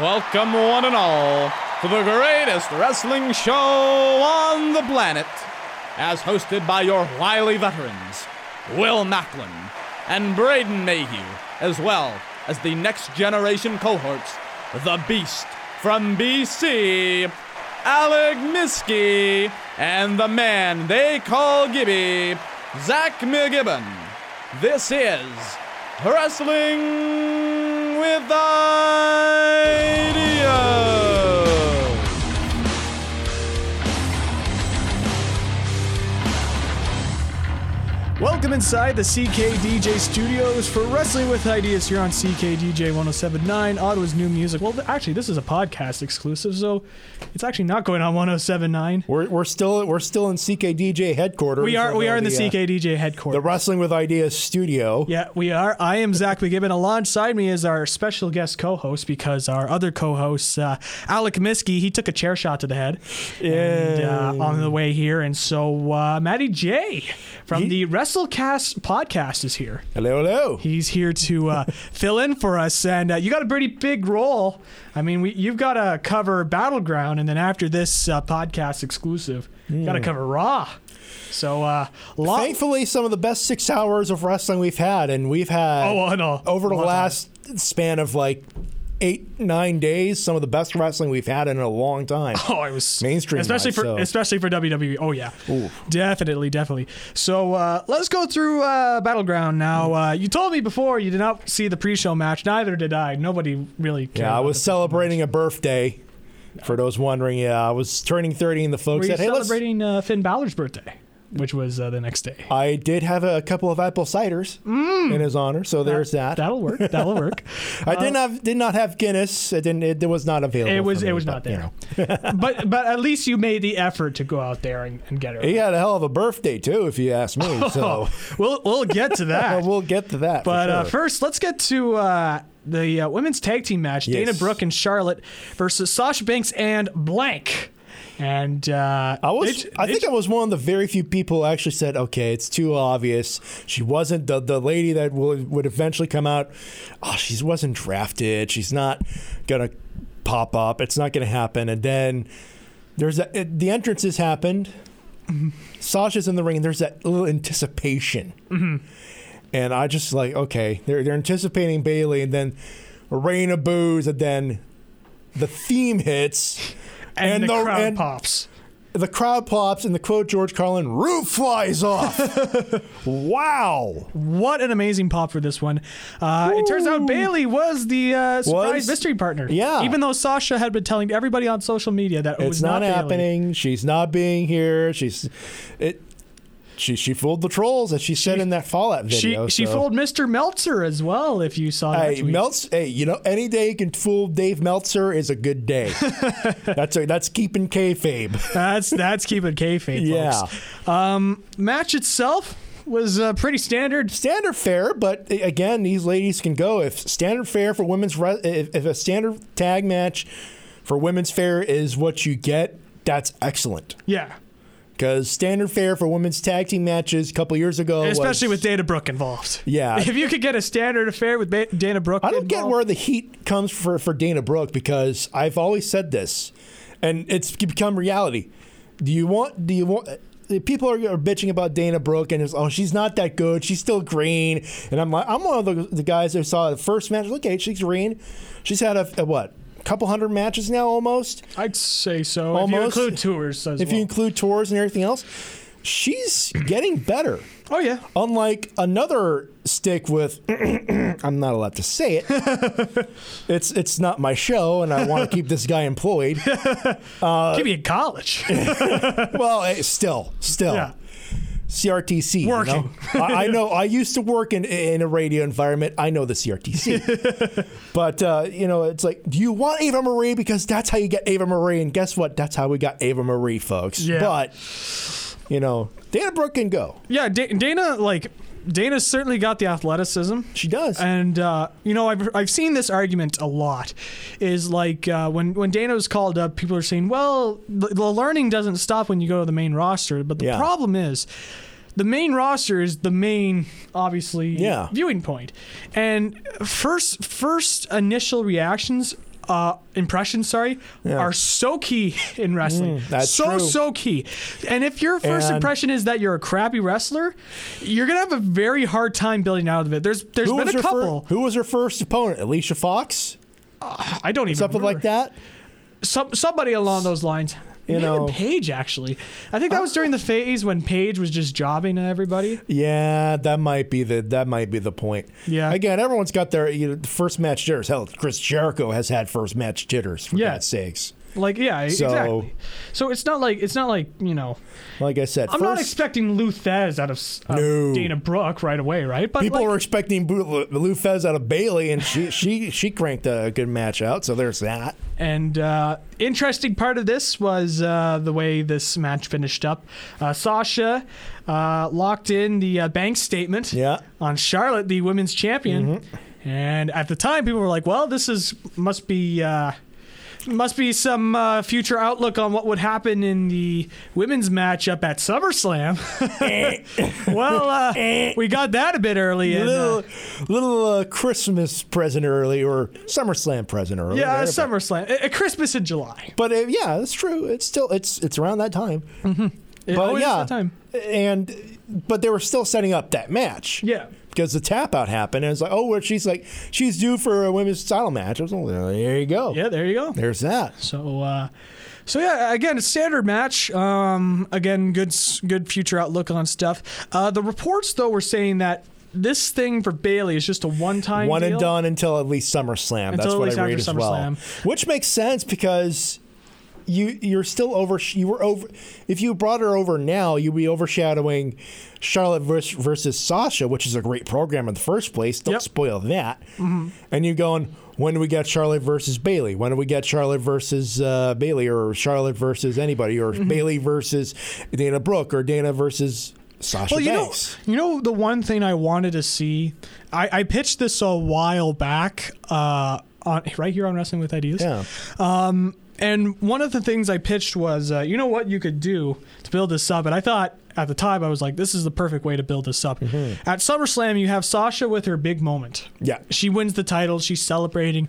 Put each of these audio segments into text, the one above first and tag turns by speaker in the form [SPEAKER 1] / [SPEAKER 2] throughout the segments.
[SPEAKER 1] Welcome, one and all, to the greatest wrestling show on the planet, as hosted by your wily veterans, Will Macklin and Braden Mayhew, as well as the next generation cohorts, The Beast from BC, Alec Miskey, and the man they call Gibby, Zach McGibbon. This is Wrestling with Ideas.
[SPEAKER 2] Welcome inside the CKDJ studios for Wrestling with Ideas here on CKDJ 1079, Ottawa's new music. Well, th- actually, this is a podcast exclusive, so it's actually not going on 1079.
[SPEAKER 3] We're, we're still we're still in CKDJ headquarters.
[SPEAKER 2] We are we are in the,
[SPEAKER 3] uh,
[SPEAKER 2] CKDJ
[SPEAKER 3] the
[SPEAKER 2] headquarters.
[SPEAKER 3] Wrestling with Ideas studio.
[SPEAKER 2] yeah, we are. I am Zach McGibbon. Alongside me is our special guest co-host because our other co-host uh, Alec Miskey he took a chair shot to the head and, uh, on the way here, and so uh, Maddie J from the WrestleCast podcast is here.
[SPEAKER 3] Hello, hello.
[SPEAKER 2] He's here to uh, fill in for us, and uh, you got a pretty big role. I mean, we, you've got to cover Battleground, and then after this uh, podcast exclusive, you got to cover Raw. So, uh, lot.
[SPEAKER 3] Thankfully, some of the best six hours of wrestling we've had, and we've had
[SPEAKER 2] Oh, I know.
[SPEAKER 3] over the
[SPEAKER 2] Long time.
[SPEAKER 3] last span of like eight nine days, some of the best wrestling we've had in a long time.
[SPEAKER 2] Oh, it was
[SPEAKER 3] Mainstream
[SPEAKER 2] especially
[SPEAKER 3] wise,
[SPEAKER 2] for
[SPEAKER 3] so.
[SPEAKER 2] especially for WWE. Oh yeah, definitely, definitely. So uh, let's go through uh, battleground now. Uh, you told me before you did not see the pre-show match. Neither did I. Nobody really. Cared
[SPEAKER 3] yeah, I
[SPEAKER 2] about
[SPEAKER 3] was
[SPEAKER 2] the-
[SPEAKER 3] celebrating a birthday. For those wondering, yeah, Uh, I was turning thirty, and the folks
[SPEAKER 2] Were you
[SPEAKER 3] said, "Hey, let's."
[SPEAKER 2] celebrating uh, Finn Balor's birthday, which was uh, the next day.
[SPEAKER 3] I did have a couple of apple ciders
[SPEAKER 2] Mm.
[SPEAKER 3] in his honor, so there's that.
[SPEAKER 2] That'll work. That'll work.
[SPEAKER 3] I did not did not have Guinness. It didn't. It, it was not available.
[SPEAKER 2] It was
[SPEAKER 3] for me,
[SPEAKER 2] it was not
[SPEAKER 3] but, you
[SPEAKER 2] there.
[SPEAKER 3] know.
[SPEAKER 2] but but at least you made the effort to go out there and, and get her.
[SPEAKER 3] He had a hell of a birthday too, if you ask me. So
[SPEAKER 2] We'll we'll get to that.
[SPEAKER 3] we'll get to that. for
[SPEAKER 2] but uh,
[SPEAKER 3] sure.
[SPEAKER 2] first, let's get to uh, the uh, women's tag team match:
[SPEAKER 3] Yes.
[SPEAKER 2] Dana Brooke and Charlotte versus Sasha Banks and Blank. And uh,
[SPEAKER 3] I was.
[SPEAKER 2] they-
[SPEAKER 3] I
[SPEAKER 2] they-
[SPEAKER 3] think I was one of the very few people who actually said, "Okay, it's too obvious. She wasn't the, the lady that would would eventually come out. Oh, she wasn't drafted. She's not gonna pop up. It's not gonna happen." And then there's that. It, the entrances happened.
[SPEAKER 2] Mm-hmm.
[SPEAKER 3] Sasha's in the ring. and There's that little anticipation,
[SPEAKER 2] Mm-hmm.
[SPEAKER 3] and I just like, okay, they're they're anticipating Bailey, and then a rain of boos, and then the theme hits.
[SPEAKER 2] and, the, crowd
[SPEAKER 3] and-
[SPEAKER 2] pops.
[SPEAKER 3] the crowd pops and the quote George Carlin roof flies off. wow.
[SPEAKER 2] What an amazing pop for this one! Uh, it turns out Bailey was the uh, surprise
[SPEAKER 3] Was-
[SPEAKER 2] mystery partner.
[SPEAKER 3] yeah.
[SPEAKER 2] even though Sasha had been telling everybody on social media that it
[SPEAKER 3] It's
[SPEAKER 2] was
[SPEAKER 3] not,
[SPEAKER 2] not, Bayley.
[SPEAKER 3] happening. She's not being here. She's it she she fooled the trolls as she, said in that Fallout
[SPEAKER 2] She
[SPEAKER 3] video.
[SPEAKER 2] she
[SPEAKER 3] so-
[SPEAKER 2] fooled Mr. Meltzer as well. If you saw that
[SPEAKER 3] Hey,
[SPEAKER 2] tweet.
[SPEAKER 3] Meltz, hey, you know, any day you can fool Dave Meltzer is a good day. that's a, that's keeping kayfabe.
[SPEAKER 2] That's that's keeping kayfabe.
[SPEAKER 3] Yeah.
[SPEAKER 2] folks. match itself was uh, pretty standard.
[SPEAKER 3] standard fare, but a- again, these ladies can go if standard fare for women's re- if, if a standard tag match for women's fair is what you get, that's excellent.
[SPEAKER 2] Yeah,
[SPEAKER 3] Because standard fare for women's tag team matches a couple years ago,
[SPEAKER 2] especially
[SPEAKER 3] was,
[SPEAKER 2] with Dana Brooke involved.
[SPEAKER 3] Yeah.
[SPEAKER 2] if you could get a standard affair with ba- Dana Brooke,
[SPEAKER 3] I don't get
[SPEAKER 2] involved-
[SPEAKER 3] where the heat comes for for Dana Brooke because I've always said this, and it's become reality. Do you want? Do you want? the People are, are bitching about Dana Brooke and it's, oh she's not that good she's still green and I'm like I'm one of the, the guys that saw the first match look at she's green she's had a, a what couple hundred matches now almost
[SPEAKER 2] I'd say so. If you
[SPEAKER 3] Almost.
[SPEAKER 2] include tours as
[SPEAKER 3] if you
[SPEAKER 2] well.
[SPEAKER 3] include tours and everything else she's getting better
[SPEAKER 2] oh yeah,
[SPEAKER 3] Unlike another stick with, I'm not allowed to say it. it's it's not my show, and I want to keep this guy employed. uh,
[SPEAKER 2] give me a college.
[SPEAKER 3] well, eh, still, still.
[SPEAKER 2] yeah,
[SPEAKER 3] CRTC. you
[SPEAKER 2] Working.
[SPEAKER 3] know? I, I know. I used to work in in a radio environment. I know the CRTC. but uh, you know, it's like, do you want Ava Marie? Because that's how you get Ava Marie. And guess what? That's how we got Ava Marie, folks.
[SPEAKER 2] Yeah.
[SPEAKER 3] But you know, Dana Brooke can go.
[SPEAKER 2] yeah. Da- Dana like Dana certainly got the athleticism.
[SPEAKER 3] She does.
[SPEAKER 2] And uh, you know, I've I've seen this argument a lot. Is like uh, when when Dana was called up, people are saying, "Well, the, the learning doesn't stop when you go to the main roster." But the
[SPEAKER 3] Yeah.
[SPEAKER 2] problem is. The main roster is the main, obviously,
[SPEAKER 3] Yeah.
[SPEAKER 2] viewing point, and first, first initial reactions uh, impressions, sorry, are so key in wrestling.
[SPEAKER 3] Mm, that's
[SPEAKER 2] so
[SPEAKER 3] true.
[SPEAKER 2] so key. And if your first
[SPEAKER 3] And-
[SPEAKER 2] impression is that you're a crappy wrestler, you're gonna have a very hard time building out of it. There's there's
[SPEAKER 3] Who
[SPEAKER 2] been
[SPEAKER 3] was,
[SPEAKER 2] a
[SPEAKER 3] your fir-
[SPEAKER 2] couple.
[SPEAKER 3] who was her first opponent? Alicia Fox?
[SPEAKER 2] I don't even
[SPEAKER 3] Something like
[SPEAKER 2] remember.
[SPEAKER 3] that?
[SPEAKER 2] Some somebody along those lines.
[SPEAKER 3] You
[SPEAKER 2] Maybe
[SPEAKER 3] know. Uh,
[SPEAKER 2] Paige actually. I think that was during the phase when Paige was just jobbing at everybody.
[SPEAKER 3] Yeah, that might be the that might be the point.
[SPEAKER 2] Yeah.
[SPEAKER 3] Again, everyone's got their you know, first match jitters. Hell, Chris Jericho has had first match jitters for
[SPEAKER 2] Yeah.
[SPEAKER 3] God's sakes.
[SPEAKER 2] Like yeah,
[SPEAKER 3] So-
[SPEAKER 2] exactly. So it's not like it's not like you know.
[SPEAKER 3] Like I said,
[SPEAKER 2] I'm not
[SPEAKER 3] first-
[SPEAKER 2] expecting Lou Thez out of, s- of
[SPEAKER 3] No.
[SPEAKER 2] Dana Brooke right away, right? But
[SPEAKER 3] People
[SPEAKER 2] like,
[SPEAKER 3] were expecting Boo- Lou Fez out of Bailey, and she she she cranked a good match out. So there's that.
[SPEAKER 2] And uh, interesting part of this was uh, the way this match finished up. Uh, Sasha uh, locked in the uh, bank statement
[SPEAKER 3] Yeah.
[SPEAKER 2] on Charlotte, the women's champion.
[SPEAKER 3] Mm-hmm.
[SPEAKER 2] And at the time, people were like, "Well, this is must be." Uh, must be some uh, future outlook on what would happen in the women's matchup at SummerSlam. well, uh, we got that a bit early. And, uh,
[SPEAKER 3] little little uh, Christmas present early or SummerSlam present early.
[SPEAKER 2] yeah,
[SPEAKER 3] whatever.
[SPEAKER 2] SummerSlam, a, a Christmas in July.
[SPEAKER 3] But uh, yeah, that's true. It's still it's it's around that time.
[SPEAKER 2] It
[SPEAKER 3] But
[SPEAKER 2] always is
[SPEAKER 3] yeah,
[SPEAKER 2] that time.
[SPEAKER 3] and but they were still setting up that match.
[SPEAKER 2] Yeah.
[SPEAKER 3] because the tap out happened, and it's like, oh, where she's like, she's due for a women's title match. I was like, well, there you go.
[SPEAKER 2] Yeah, there you go.
[SPEAKER 3] There's that.
[SPEAKER 2] So, uh, so yeah, again, it's standard match. Um, again, good, s- good future outlook on stuff. Uh, the reports though were saying that this thing for Bailey is just a one-time
[SPEAKER 3] One and
[SPEAKER 2] deal.
[SPEAKER 3] done until at least SummerSlam.
[SPEAKER 2] Until
[SPEAKER 3] That's
[SPEAKER 2] at
[SPEAKER 3] what
[SPEAKER 2] least
[SPEAKER 3] I read
[SPEAKER 2] after
[SPEAKER 3] as well.
[SPEAKER 2] SummerSlam.
[SPEAKER 3] Which makes sense because you you're still over. You were over. If you brought her over now, you'd be overshadowing Charlotte vers- versus Sasha, which is a great program in the first place. Don't
[SPEAKER 2] Yep. Mm-hmm.
[SPEAKER 3] spoil that. And you're going. When do we get Charlotte versus Bailey? When do we get Charlotte versus uh, Bailey or Charlotte versus anybody or
[SPEAKER 2] Mm-hmm.
[SPEAKER 3] Bailey versus Dana Brooke or Dana versus Sasha
[SPEAKER 2] Well, you know,
[SPEAKER 3] Banks?
[SPEAKER 2] you know the one thing I wanted to see. I, I pitched this a while back, uh, on right here on Wrestling with Ideas.
[SPEAKER 3] Yeah.
[SPEAKER 2] And one of the things I pitched was, uh, you know what you could do to build this up. And I thought at the time I was like, this is the perfect way to build this up.
[SPEAKER 3] Mm-hmm.
[SPEAKER 2] At SummerSlam, you have Sasha with her big moment.
[SPEAKER 3] Yeah.
[SPEAKER 2] she wins the title. She's celebrating,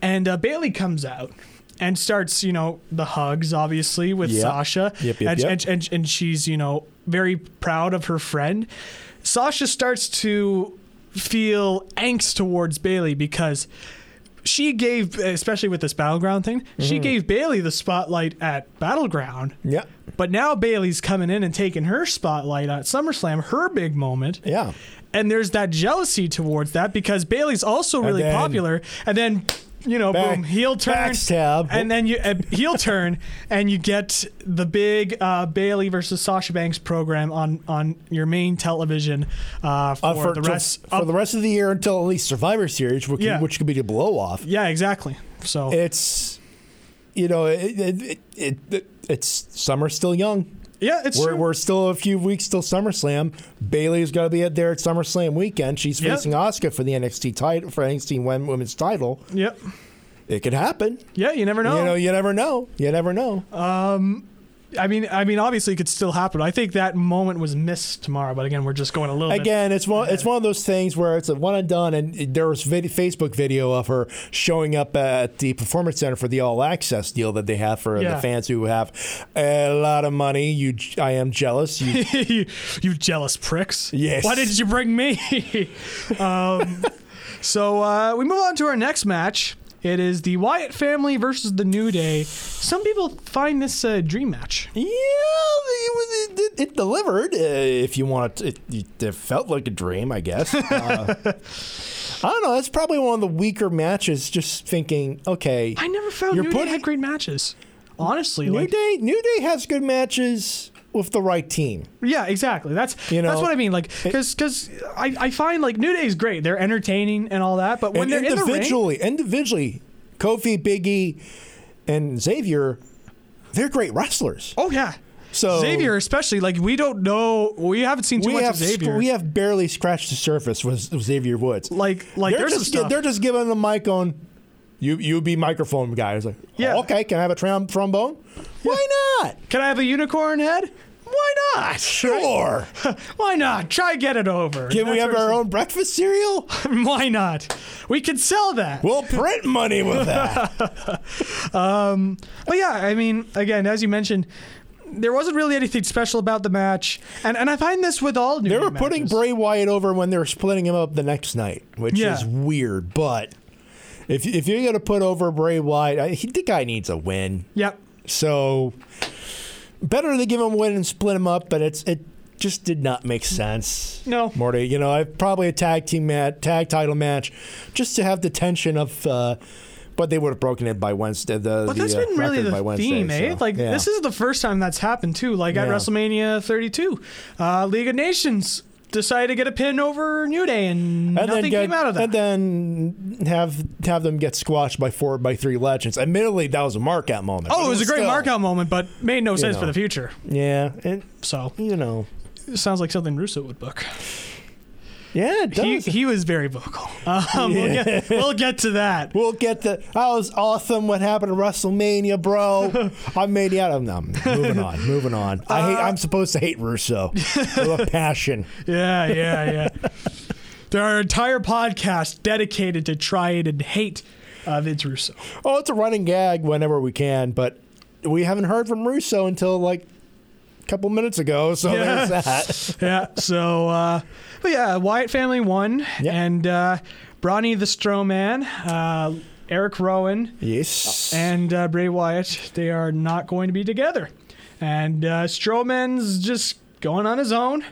[SPEAKER 2] and uh, Bailey comes out and starts, you know, the hugs obviously with
[SPEAKER 3] Yep.
[SPEAKER 2] Sasha,
[SPEAKER 3] Yep, yep,
[SPEAKER 2] and,
[SPEAKER 3] yep.
[SPEAKER 2] And, and and she's you know very proud of her friend. Sasha starts to feel angst towards Bailey because she gave, especially with this battleground thing, she
[SPEAKER 3] Mm-hmm.
[SPEAKER 2] gave Bailey the spotlight at battleground.
[SPEAKER 3] Yeah.
[SPEAKER 2] But now Bailey's coming in and taking her spotlight at SummerSlam, her big moment.
[SPEAKER 3] Yeah.
[SPEAKER 2] And there's that jealousy towards that because Bailey's also really
[SPEAKER 3] then-
[SPEAKER 2] popular. And then, you know,
[SPEAKER 3] Back-
[SPEAKER 2] boom, heel turn,
[SPEAKER 3] backstab.
[SPEAKER 2] and then you uh, heel turn, and you get the big uh, Bailey versus Sasha Banks program on on your main television uh, for,
[SPEAKER 3] Uh, for,
[SPEAKER 2] the
[SPEAKER 3] to-
[SPEAKER 2] rest.
[SPEAKER 3] for
[SPEAKER 2] of-
[SPEAKER 3] the rest of the year until at least Survivor Series, which,
[SPEAKER 2] Yeah.
[SPEAKER 3] which could be the blow off.
[SPEAKER 2] yeah, exactly. So
[SPEAKER 3] It's you know it, it, it, it, it's summer's still young.
[SPEAKER 2] yeah, it's
[SPEAKER 3] We're,
[SPEAKER 2] true.
[SPEAKER 3] we're still a few weeks till SummerSlam. Bailey's got to be out there at SummerSlam weekend. She's
[SPEAKER 2] Yeah.
[SPEAKER 3] facing Oscar for the NXT title for NXT Wom- Women's title.
[SPEAKER 2] yep.
[SPEAKER 3] It could happen.
[SPEAKER 2] Yeah, you never know.
[SPEAKER 3] You know, you never know. You never know.
[SPEAKER 2] I mean, I mean, obviously, it could still happen. I think that moment was missed tomorrow, but again, we're just going a little bit.
[SPEAKER 3] Again, it's one it's one of those things where it's a one and done, and there was vid- Facebook video of her showing up at the performance center for the all access deal that they have for
[SPEAKER 2] Yeah.
[SPEAKER 3] the fans who have a lot of money. You, j- I am jealous. You,
[SPEAKER 2] you, you jealous pricks.
[SPEAKER 3] Yes.
[SPEAKER 2] Why did you bring me? um, so uh, we move on to our next match. It is the Wyatt family versus the New Day. Some people find this a dream match.
[SPEAKER 3] yeah, it, was- it, it- it delivered. Uh, if you want, it, it, it felt like a dream, I guess. Uh, I don't know. That's probably one of the weaker matches. Just thinking, okay,
[SPEAKER 2] I never found
[SPEAKER 3] You're
[SPEAKER 2] New Day
[SPEAKER 3] putting-
[SPEAKER 2] had great matches. Honestly,
[SPEAKER 3] New
[SPEAKER 2] like,
[SPEAKER 3] Day, New Day has good matches with the right team.
[SPEAKER 2] yeah, exactly. That's
[SPEAKER 3] You
[SPEAKER 2] that's
[SPEAKER 3] know,
[SPEAKER 2] what I mean. Like, because I, I find like New Day's great. They're entertaining and all that, but when
[SPEAKER 3] and
[SPEAKER 2] they're in the ring,
[SPEAKER 3] individually, individually, Kofi, Biggie, and Xavier, they're great wrestlers.
[SPEAKER 2] oh yeah,
[SPEAKER 3] So
[SPEAKER 2] Xavier especially. Like, we don't know. We haven't seen too
[SPEAKER 3] we
[SPEAKER 2] much
[SPEAKER 3] have
[SPEAKER 2] of Xavier.
[SPEAKER 3] we have barely scratched the surface with with Xavier Woods.
[SPEAKER 2] like, like
[SPEAKER 3] they're
[SPEAKER 2] there's some
[SPEAKER 3] just
[SPEAKER 2] stuff.
[SPEAKER 3] they're just giving the mic on. You you be microphone guy. It's like, "Oh,
[SPEAKER 2] Yeah.
[SPEAKER 3] okay, can I have a trom- trombone? Why not?
[SPEAKER 2] Can I have a unicorn head? Why not?
[SPEAKER 3] Sure.
[SPEAKER 2] Why not? Try get it over.
[SPEAKER 3] Can we
[SPEAKER 2] That's
[SPEAKER 3] have
[SPEAKER 2] what
[SPEAKER 3] our own breakfast cereal?
[SPEAKER 2] I'm saying. Why not? We could sell that.
[SPEAKER 3] We'll print money with that.
[SPEAKER 2] But yeah, I mean, again, as you mentioned, there wasn't really anything special about the match, and and I find this with all new.
[SPEAKER 3] They were putting Bray Wyatt over when they were splitting him up the next night, which
[SPEAKER 2] Yeah.
[SPEAKER 3] is weird. But if if you're gonna put over Bray Wyatt, I, he, the guy needs a win.
[SPEAKER 2] Yep.
[SPEAKER 3] So better to give him a win and split him up, but it's it just did not make sense.
[SPEAKER 2] No.
[SPEAKER 3] Morty, you know, I probably a tag team match, tag title match, just to have the tension of. Uh, but they would have broken it by Wednesday. The,
[SPEAKER 2] But
[SPEAKER 3] the,
[SPEAKER 2] that's
[SPEAKER 3] uh,
[SPEAKER 2] been really
[SPEAKER 3] record
[SPEAKER 2] the
[SPEAKER 3] by Wednesday,
[SPEAKER 2] theme, eh?
[SPEAKER 3] so,
[SPEAKER 2] like
[SPEAKER 3] yeah.
[SPEAKER 2] this is the first time that's happened too. Like at
[SPEAKER 3] Yeah.
[SPEAKER 2] WrestleMania 32, uh, League of Nations decided to get a pin over New Day, and,
[SPEAKER 3] and
[SPEAKER 2] nothing
[SPEAKER 3] then get,
[SPEAKER 2] came out of that.
[SPEAKER 3] and then have have them get squashed by four by three legends. Admittedly, that was a markout moment. but
[SPEAKER 2] oh, it was a great
[SPEAKER 3] still-
[SPEAKER 2] markout moment, but made no sense for
[SPEAKER 3] know.
[SPEAKER 2] the future.
[SPEAKER 3] Yeah, and
[SPEAKER 2] So
[SPEAKER 3] you know,
[SPEAKER 2] it sounds like something Russo would book.
[SPEAKER 3] yeah, it
[SPEAKER 2] He,
[SPEAKER 3] does.
[SPEAKER 2] he was very vocal. Um, we'll, get, we'll get to that.
[SPEAKER 3] We'll get the. That was awesome. What happened at WrestleMania, bro? I made out of them. Moving on. Moving on. I
[SPEAKER 2] Uh,
[SPEAKER 3] hate, I'm supposed to hate Russo with a passion.
[SPEAKER 2] Yeah, yeah, yeah. there are entire podcasts dedicated to try it and hate uh, Vince Russo.
[SPEAKER 3] Oh, it's a running gag whenever we can, but we haven't heard from Russo until like a couple minutes ago. So
[SPEAKER 2] Yeah.
[SPEAKER 3] there's that.
[SPEAKER 2] Yeah. So, uh, but yeah, Wyatt family won,
[SPEAKER 3] Yeah.
[SPEAKER 2] and uh, Bronny the Strowman, uh, Eric Rowan,
[SPEAKER 3] Yes.
[SPEAKER 2] and uh, Bray Wyatt. They are not going to be together, and uh, Strowman's just going on his own.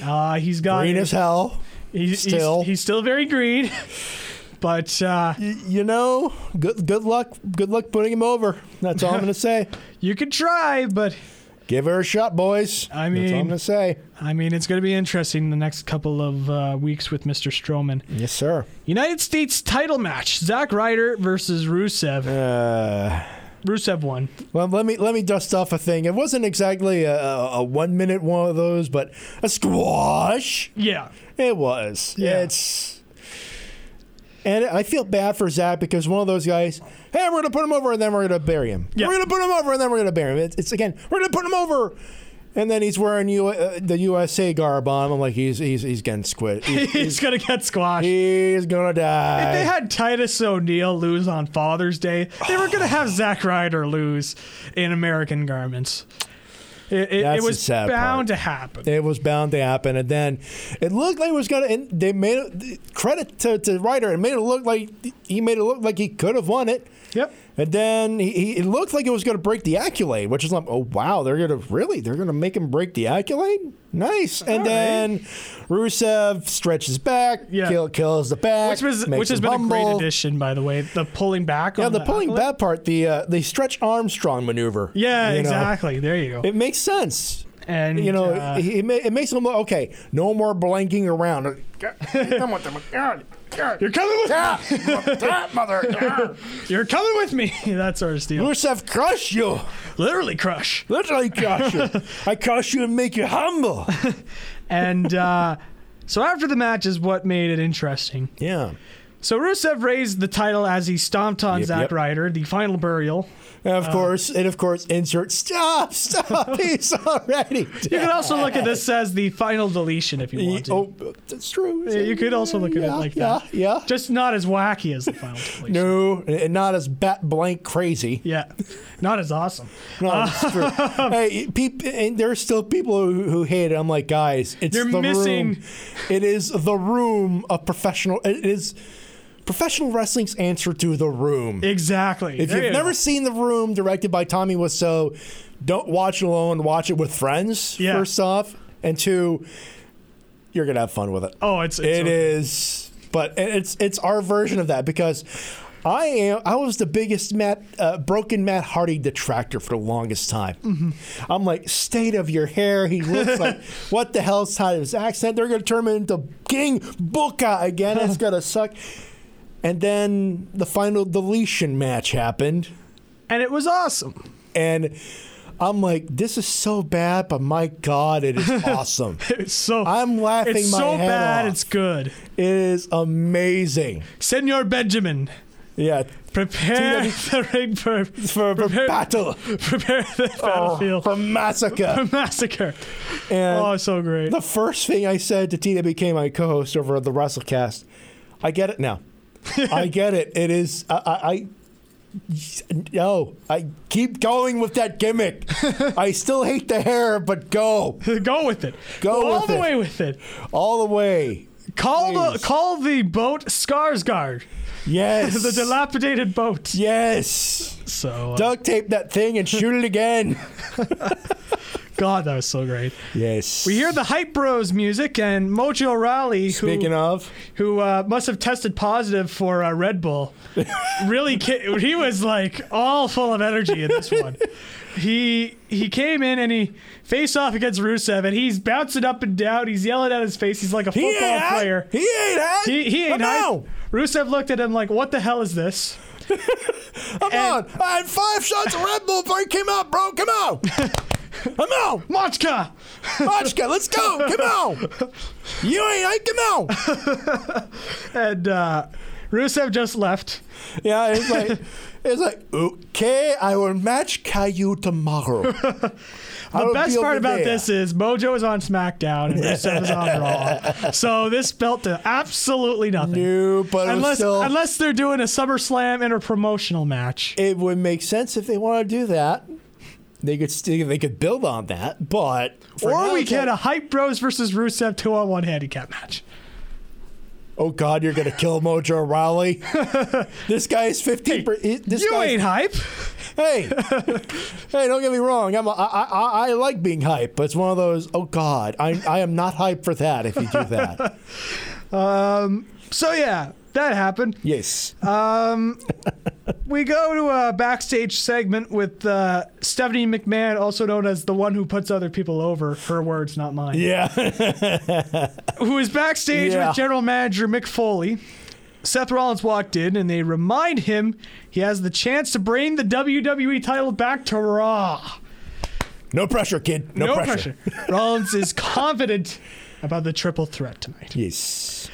[SPEAKER 2] Uh, he's got
[SPEAKER 3] green as hell.
[SPEAKER 2] he's, he's-
[SPEAKER 3] still.
[SPEAKER 2] he's, still very green, but uh,
[SPEAKER 3] You know, good good luck. Good luck putting him over. That's all I'm gonna say.
[SPEAKER 2] you could try. But
[SPEAKER 3] Give her a shot, boys.
[SPEAKER 2] I
[SPEAKER 3] that's all
[SPEAKER 2] mean-
[SPEAKER 3] I'm gonna say.
[SPEAKER 2] I mean, it's going to be interesting the next couple of uh, weeks with Mr. Strowman.
[SPEAKER 3] Yes, sir.
[SPEAKER 2] United States title match: Zack Ryder versus Rusev.
[SPEAKER 3] Uh,
[SPEAKER 2] Rusev won.
[SPEAKER 3] Well, let me let me dust off a thing. It wasn't exactly a, a, a one minute one of those, but a squash.
[SPEAKER 2] Yeah.
[SPEAKER 3] It was.
[SPEAKER 2] Yeah.
[SPEAKER 3] It's and I feel bad for Zach because one of those guys. Hey, we're gonna put him over and then we're gonna bury him.
[SPEAKER 2] Yeah.
[SPEAKER 3] We're gonna put him over and then we're gonna bury him. It's, it's again. We're gonna put him over. And then he's wearing U, uh, the USA garb on. I'm like, he's he's he's getting squid. He's,
[SPEAKER 2] He's gonna get squashed.
[SPEAKER 3] he's gonna die.
[SPEAKER 2] they had Titus O'Neil lose on Father's Day. They were gonna have Zack Ryder lose in American garments. It, it,
[SPEAKER 3] That's
[SPEAKER 2] it
[SPEAKER 3] the
[SPEAKER 2] was
[SPEAKER 3] sad
[SPEAKER 2] bound
[SPEAKER 3] part.
[SPEAKER 2] to happen.
[SPEAKER 3] It was bound to happen, and then it looked like it was gonna. And they made it, credit to to Ryder. It made it look like he made it look like he could have won it,
[SPEAKER 2] yep.
[SPEAKER 3] and then he, he it looked like it was gonna break the accolade, which is like, oh wow, they're gonna really they're gonna make him break the accolade. Nice, and
[SPEAKER 2] All right.
[SPEAKER 3] then Rusev stretches back,
[SPEAKER 2] Yeah.
[SPEAKER 3] kill, kills the back,
[SPEAKER 2] Which was
[SPEAKER 3] makes
[SPEAKER 2] which has
[SPEAKER 3] him
[SPEAKER 2] been a great
[SPEAKER 3] humble.
[SPEAKER 2] addition, by the way. The pulling back.
[SPEAKER 3] Yeah,
[SPEAKER 2] on
[SPEAKER 3] the pulling
[SPEAKER 2] accolade.
[SPEAKER 3] back part, the uh, the stretch Armstrong maneuver.
[SPEAKER 2] Yeah,
[SPEAKER 3] you know.
[SPEAKER 2] exactly. There you go.
[SPEAKER 3] It makes sense.
[SPEAKER 2] and
[SPEAKER 3] You know,
[SPEAKER 2] uh,
[SPEAKER 3] it, it, ma- it makes them look okay. No more blanking around.
[SPEAKER 2] you're coming with
[SPEAKER 3] Ah,
[SPEAKER 2] you're coming with me. that sort of deal.
[SPEAKER 3] Rusev, crush you.
[SPEAKER 2] Literally crush.
[SPEAKER 3] Literally crush you. I crush you and make you humble.
[SPEAKER 2] And uh, so after the match is what made it interesting.
[SPEAKER 3] Yeah.
[SPEAKER 2] So Rusev raised the title as he stomped on
[SPEAKER 3] Yep,
[SPEAKER 2] Zack
[SPEAKER 3] yep.
[SPEAKER 2] Ryder, the final burial.
[SPEAKER 3] And
[SPEAKER 2] Uh,
[SPEAKER 3] of course, and of course, insert stop, stop. He's already.
[SPEAKER 2] You could also look at this as the final deletion if you want to.
[SPEAKER 3] Oh, that's true.
[SPEAKER 2] you could also look at it
[SPEAKER 3] Yeah,
[SPEAKER 2] like
[SPEAKER 3] yeah,
[SPEAKER 2] that.
[SPEAKER 3] Yeah.
[SPEAKER 2] Just not as wacky as the final deletion.
[SPEAKER 3] No, and not as bat blank crazy.
[SPEAKER 2] Yeah, not as awesome.
[SPEAKER 3] No, it's true. hey, peop- and there are still people who, who hate it. I'm like, guys, it's
[SPEAKER 2] You're
[SPEAKER 3] the
[SPEAKER 2] missing-
[SPEAKER 3] room. It is the room of professional. It is professional wrestling's answer to the room.
[SPEAKER 2] Exactly.
[SPEAKER 3] if
[SPEAKER 2] There
[SPEAKER 3] you've
[SPEAKER 2] go.
[SPEAKER 3] never seen the room directed by Tommy Wiseau, don't watch it alone. Watch it with friends.
[SPEAKER 2] Yeah.
[SPEAKER 3] First off, and two, you're gonna have fun with it.
[SPEAKER 2] oh, it's, it's
[SPEAKER 3] It is, but and it's it's our version of that because I am I was the biggest Matt uh, broken Matt Hardy detractor for the longest time. I'm like state of your hair. He looks like what the hell's tied to his accent? They're gonna turn him into King Booka again. It's gonna suck. And then the final deletion match happened,
[SPEAKER 2] and it was awesome.
[SPEAKER 3] and I'm like, this is so bad, but my God, it is awesome.
[SPEAKER 2] It's so
[SPEAKER 3] I'm laughing
[SPEAKER 2] it's
[SPEAKER 3] my
[SPEAKER 2] so
[SPEAKER 3] head
[SPEAKER 2] bad.
[SPEAKER 3] off.
[SPEAKER 2] It's good.
[SPEAKER 3] It is amazing.
[SPEAKER 2] Senor Benjamin,
[SPEAKER 3] Yeah,
[SPEAKER 2] Prepare the ring for
[SPEAKER 3] for, for
[SPEAKER 2] Prepare-
[SPEAKER 3] battle,
[SPEAKER 2] prepare the
[SPEAKER 3] oh,
[SPEAKER 2] battlefield
[SPEAKER 3] for massacre.
[SPEAKER 2] for massacre.
[SPEAKER 3] And
[SPEAKER 2] Oh, so great.
[SPEAKER 3] the first thing I said to T that became my co-host over at the WrestleCast, I get it now. I get it. It is I. I, I no, I keep going with that gimmick. I still hate the hair, but go
[SPEAKER 2] Go with it.
[SPEAKER 3] Go
[SPEAKER 2] all
[SPEAKER 3] with
[SPEAKER 2] the
[SPEAKER 3] it.
[SPEAKER 2] way with it.
[SPEAKER 3] all the way.
[SPEAKER 2] Call the
[SPEAKER 3] Please.
[SPEAKER 2] call the boat Skarsgård.
[SPEAKER 3] Yes,
[SPEAKER 2] The dilapidated boat.
[SPEAKER 3] Yes,
[SPEAKER 2] So uh,
[SPEAKER 3] duct tape that thing and shoot it again.
[SPEAKER 2] God, that was so great.
[SPEAKER 3] Yes.
[SPEAKER 2] We hear the hype bros music and Mojo Raleigh,
[SPEAKER 3] Speaking
[SPEAKER 2] who,
[SPEAKER 3] of,
[SPEAKER 2] who uh, must have tested positive for uh, Red Bull, really ca- he was like all full of energy in this one. He he came in and he faced off against Rusev and he's bouncing up and down. He's yelling at his face. He's like a
[SPEAKER 3] he
[SPEAKER 2] football
[SPEAKER 3] ain't hot.
[SPEAKER 2] player.
[SPEAKER 3] He ain't hot.
[SPEAKER 2] He, he ain't
[SPEAKER 3] I'm
[SPEAKER 2] hype.
[SPEAKER 3] out.
[SPEAKER 2] Rusev looked at him like, "What the hell is this?"
[SPEAKER 3] Come on. I had five shots of Red Bull before I came out, bro. Come on. Come on.
[SPEAKER 2] Mochka.
[SPEAKER 3] Machka, let's go. Come on. You ain't hype. Come on.
[SPEAKER 2] And uh, Rusev just left.
[SPEAKER 3] Yeah, it's like, it's like, okay, I will match Caillou tomorrow. the
[SPEAKER 2] The best part about this is Mojo is on SmackDown and Rusev is on Raw. So this felt to absolutely nothing.
[SPEAKER 3] No, but
[SPEAKER 2] unless
[SPEAKER 3] unless, still,
[SPEAKER 2] unless they're doing a SummerSlam interpromotional match.
[SPEAKER 3] it would make sense if they want to do that. They could still, they could build on that, but for
[SPEAKER 2] or
[SPEAKER 3] now,
[SPEAKER 2] we
[SPEAKER 3] it's
[SPEAKER 2] get
[SPEAKER 3] like,
[SPEAKER 2] a Hype Bros versus Rusev two on one handicap match.
[SPEAKER 3] Oh God, you're gonna kill Mojo Rawley. this guy is fifteen. per, he- this
[SPEAKER 2] You
[SPEAKER 3] guy,
[SPEAKER 2] ain't hype.
[SPEAKER 3] Hey, hey, don't get me wrong. I'm a, I, I, I like being hype, but it's one of those. Oh God, I, I am not hype for that. If you do that,
[SPEAKER 2] So yeah, that happened.
[SPEAKER 3] yes,
[SPEAKER 2] We go to a backstage segment with uh, Stephanie McMahon, also known as the one who puts other people over. Her words, not mine.
[SPEAKER 3] yeah,
[SPEAKER 2] who is backstage
[SPEAKER 3] Yeah.
[SPEAKER 2] with general manager Mick Foley. Seth Rollins walked in and they remind him he has the chance to bring the WWE title back to Raw.
[SPEAKER 3] no pressure, kid. No, pressure.
[SPEAKER 2] Rollins is confident about the triple threat tonight.
[SPEAKER 3] Yes.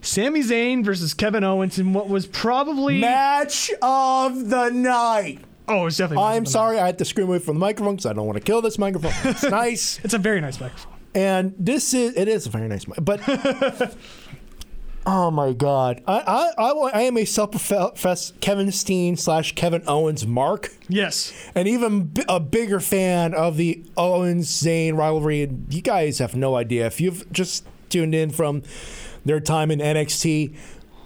[SPEAKER 2] Sami Zayn versus Kevin Owens in what was probably
[SPEAKER 3] Match of the night.
[SPEAKER 2] oh, it's definitely.
[SPEAKER 3] I'm sorry, I had to scream away from the microphone because I don't want to kill this microphone. It's nice,
[SPEAKER 2] It's a very nice microphone.
[SPEAKER 3] and this is it is a very nice mic, but. Oh my God! I I, I, wa- I am a self-professed Kevin Steen slash Kevin Owens mark.
[SPEAKER 2] Yes,
[SPEAKER 3] and even b- a bigger fan of the Owens Zane rivalry. And you guys have no idea if you've just tuned in from their time in NXT.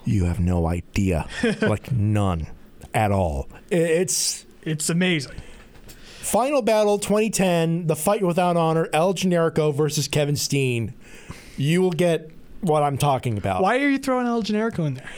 [SPEAKER 3] You have no idea, like none at all. I- It's
[SPEAKER 2] it's amazing.
[SPEAKER 3] Final Battle 2010, the fight without honor, El Generico versus Kevin Steen. You will get what I'm talking about.
[SPEAKER 2] Why are you throwing El Generico in there?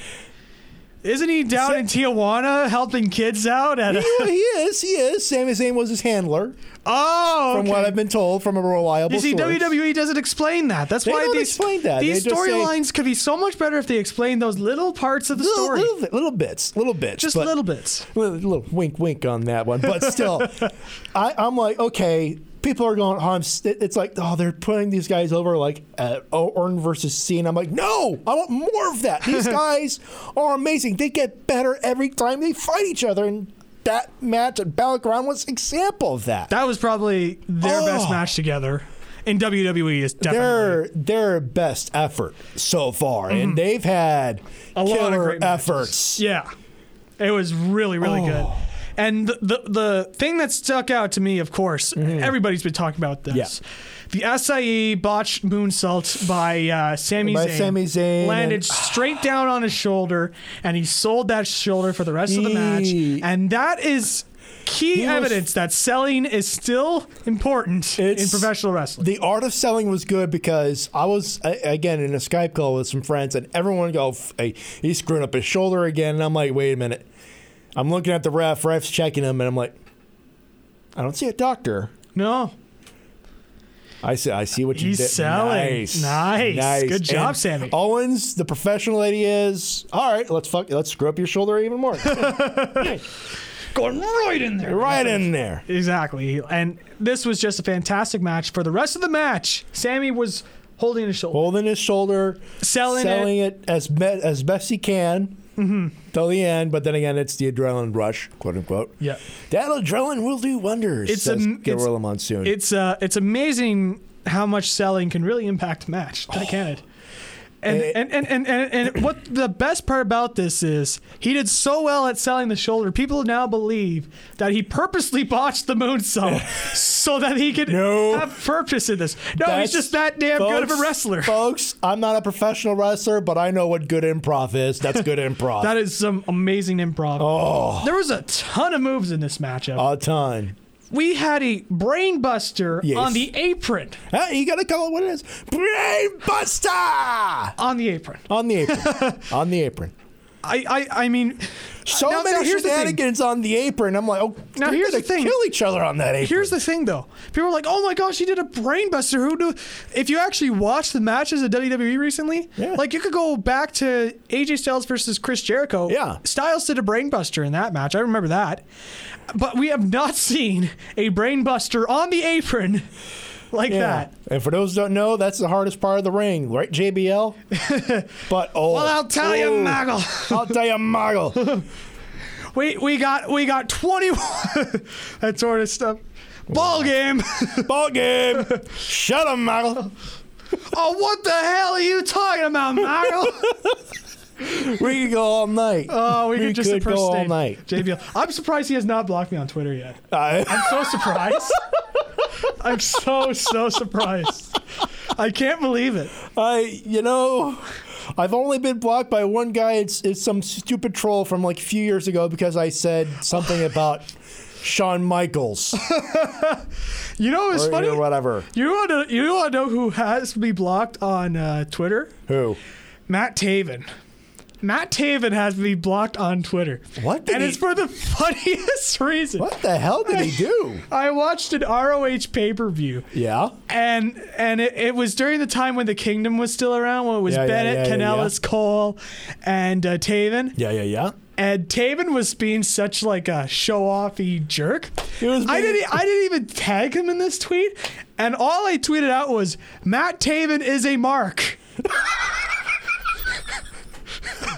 [SPEAKER 2] Isn't he down in Tijuana helping kids out at? A,
[SPEAKER 3] He he is, he is. Sami Zayn was his handler,
[SPEAKER 2] oh,
[SPEAKER 3] from
[SPEAKER 2] okay.
[SPEAKER 3] what I've been told from a reliable
[SPEAKER 2] You see,
[SPEAKER 3] source.
[SPEAKER 2] WWE doesn't explain that. That's why
[SPEAKER 3] don't
[SPEAKER 2] these
[SPEAKER 3] explain that. They
[SPEAKER 2] These
[SPEAKER 3] just say-
[SPEAKER 2] storylines could be so much better if they explained those little parts of the
[SPEAKER 3] little,
[SPEAKER 2] story,
[SPEAKER 3] little, little bits, little bits,
[SPEAKER 2] just
[SPEAKER 3] but-
[SPEAKER 2] little bits.
[SPEAKER 3] Well, a little wink, wink on that one, but still, I, I'm like, okay, people are going, oh, I'm, s- it- it's like, oh, they're putting these guys over like uh, Orton versus Cena. I'm like, no, I want more of that. These guys are amazing. They get better every time they fight each other, and that match at Battleground was an example of that.
[SPEAKER 2] That was probably their
[SPEAKER 3] Oh.
[SPEAKER 2] best match together in WWE. E Is definitely
[SPEAKER 3] their their best effort so far, and they've had
[SPEAKER 2] Mm-hmm. lot of
[SPEAKER 3] killer
[SPEAKER 2] great matches.
[SPEAKER 3] efforts. Oh.
[SPEAKER 2] yeah. It was really really good. And the, the the thing that stuck out to me, of course, everybody's been talking about this.
[SPEAKER 3] Mm-hmm. Yeah.
[SPEAKER 2] The acai botched moonsault by uh, Sami
[SPEAKER 3] By
[SPEAKER 2] Zayn,
[SPEAKER 3] Sami Zayn
[SPEAKER 2] landed
[SPEAKER 3] and-
[SPEAKER 2] straight down on his shoulder, and he sold that shoulder for the rest of the match.
[SPEAKER 3] Yee.
[SPEAKER 2] And that is key
[SPEAKER 3] He was-
[SPEAKER 2] evidence that selling is still important in
[SPEAKER 3] It's-
[SPEAKER 2] professional wrestling.
[SPEAKER 3] The art of selling was good because I was a- again in a Skype call with some friends, and everyone go, "F- hey, "He's screwing up his shoulder again." And I'm like, "Wait a minute." I'm looking at the ref. Ref's checking him, and I'm like, "I don't see a doctor."
[SPEAKER 2] no,
[SPEAKER 3] I see. I see what you
[SPEAKER 2] He's
[SPEAKER 3] did.
[SPEAKER 2] selling. Nice. Good job, Sammy.
[SPEAKER 3] Owens, the professional that he is. All right, let's fuck. Let's screw up your shoulder even more.
[SPEAKER 2] going right in there.
[SPEAKER 3] right in there.
[SPEAKER 2] Exactly. And this was just a fantastic match. For the rest of the match, Sammy was holding his shoulder.
[SPEAKER 3] Holding his shoulder,
[SPEAKER 2] Selling it. Mm-hmm.
[SPEAKER 3] selling it, as be- as best he can. till the end. But then again, it's the adrenaline rush, quote unquote.
[SPEAKER 2] Yeah.
[SPEAKER 3] That adrenaline will do wonders.
[SPEAKER 2] It's
[SPEAKER 3] It's
[SPEAKER 2] a-
[SPEAKER 3] says
[SPEAKER 2] it's-
[SPEAKER 3] Gorilla Monsoon.
[SPEAKER 2] It's uh, it's amazing how much selling can really impact a match. I can't. And,
[SPEAKER 3] Oh. It-
[SPEAKER 2] and, and, and, and, and what the best part about this is he did so well at selling the shoulder. People now believe that he purposely botched the moonsault so that he could
[SPEAKER 3] No.
[SPEAKER 2] have purpose in this. No,
[SPEAKER 3] That's-
[SPEAKER 2] he's just that damn good of a
[SPEAKER 3] folks-
[SPEAKER 2] wrestler.
[SPEAKER 3] Folks, I'm not a professional wrestler, but I know what good improv is. That's good improv.
[SPEAKER 2] That is some amazing improv. Oh. Uh, There was a ton of moves in this matchup.
[SPEAKER 3] a ton.
[SPEAKER 2] we had a brain buster
[SPEAKER 3] Yes.
[SPEAKER 2] on the apron.
[SPEAKER 3] Hey, you gotta call it what it is. Brain Buster!
[SPEAKER 2] On the apron.
[SPEAKER 3] On the apron. on the apron.
[SPEAKER 2] I, I, I mean,
[SPEAKER 3] So
[SPEAKER 2] Now- now
[SPEAKER 3] many
[SPEAKER 2] here's the thing.
[SPEAKER 3] shenanigans on the apron. I'm like, oh,
[SPEAKER 2] Now
[SPEAKER 3] they're
[SPEAKER 2] here's
[SPEAKER 3] gonna
[SPEAKER 2] the thing.
[SPEAKER 3] kill each other on that apron.
[SPEAKER 2] Here's the thing, though. People are like, "Oh my gosh, he did a brainbuster." Who do? If you actually watch the matches at WWE E recently,
[SPEAKER 3] Yeah.
[SPEAKER 2] like you could go back to AJ Styles versus Chris Jericho.
[SPEAKER 3] Yeah.
[SPEAKER 2] Styles did a brainbuster in that match. I remember that. But we have not seen a brainbuster on the apron like that.
[SPEAKER 3] And for those who don't know, that's the hardest part of the ring, right, JBL? but oh,
[SPEAKER 2] Well, I'll tell you,
[SPEAKER 3] Ooh.
[SPEAKER 2] Maggle.
[SPEAKER 3] I'll tell you, Moggle.
[SPEAKER 2] We we got we got 21 that sort of stuff. Ball game.
[SPEAKER 3] Ball game. Shut up, Moggle.
[SPEAKER 2] oh, what the hell are you talking about, Maggle?
[SPEAKER 3] We could go all night.
[SPEAKER 2] Oh, we, could just
[SPEAKER 3] go
[SPEAKER 2] impersonate
[SPEAKER 3] all night.
[SPEAKER 2] JBL. I'm surprised he has not blocked me on Twitter yet.
[SPEAKER 3] Uh,
[SPEAKER 2] I'm so surprised. I'm so so surprised. I can't believe it.
[SPEAKER 3] I, you know, I've only been blocked by one guy. It's it's some stupid troll from like a few years ago because I said something about Shawn Michaels
[SPEAKER 2] You know what's
[SPEAKER 3] or,
[SPEAKER 2] funny?
[SPEAKER 3] or whatever.
[SPEAKER 2] You want to you want to know who has me blocked on uh, Twitter?
[SPEAKER 3] Who?
[SPEAKER 2] Matt Taven. Matt Taven has me blocked on Twitter.
[SPEAKER 3] What did
[SPEAKER 2] And
[SPEAKER 3] he-
[SPEAKER 2] it's for the funniest reason.
[SPEAKER 3] What the hell did he do?
[SPEAKER 2] I watched an ROH pay per view.
[SPEAKER 3] Yeah.
[SPEAKER 2] and and it, it was during the time when the kingdom was still around when it was
[SPEAKER 3] Yeah, yeah,
[SPEAKER 2] bennett
[SPEAKER 3] yeah, yeah,
[SPEAKER 2] Kanellis, cole and uh, taven
[SPEAKER 3] Yeah, yeah, yeah.
[SPEAKER 2] and taven was being such like a show-offy jerk
[SPEAKER 3] He was
[SPEAKER 2] i
[SPEAKER 3] being-
[SPEAKER 2] didn't i didn't even tag him in this tweet and all i tweeted out was matt taven is a mark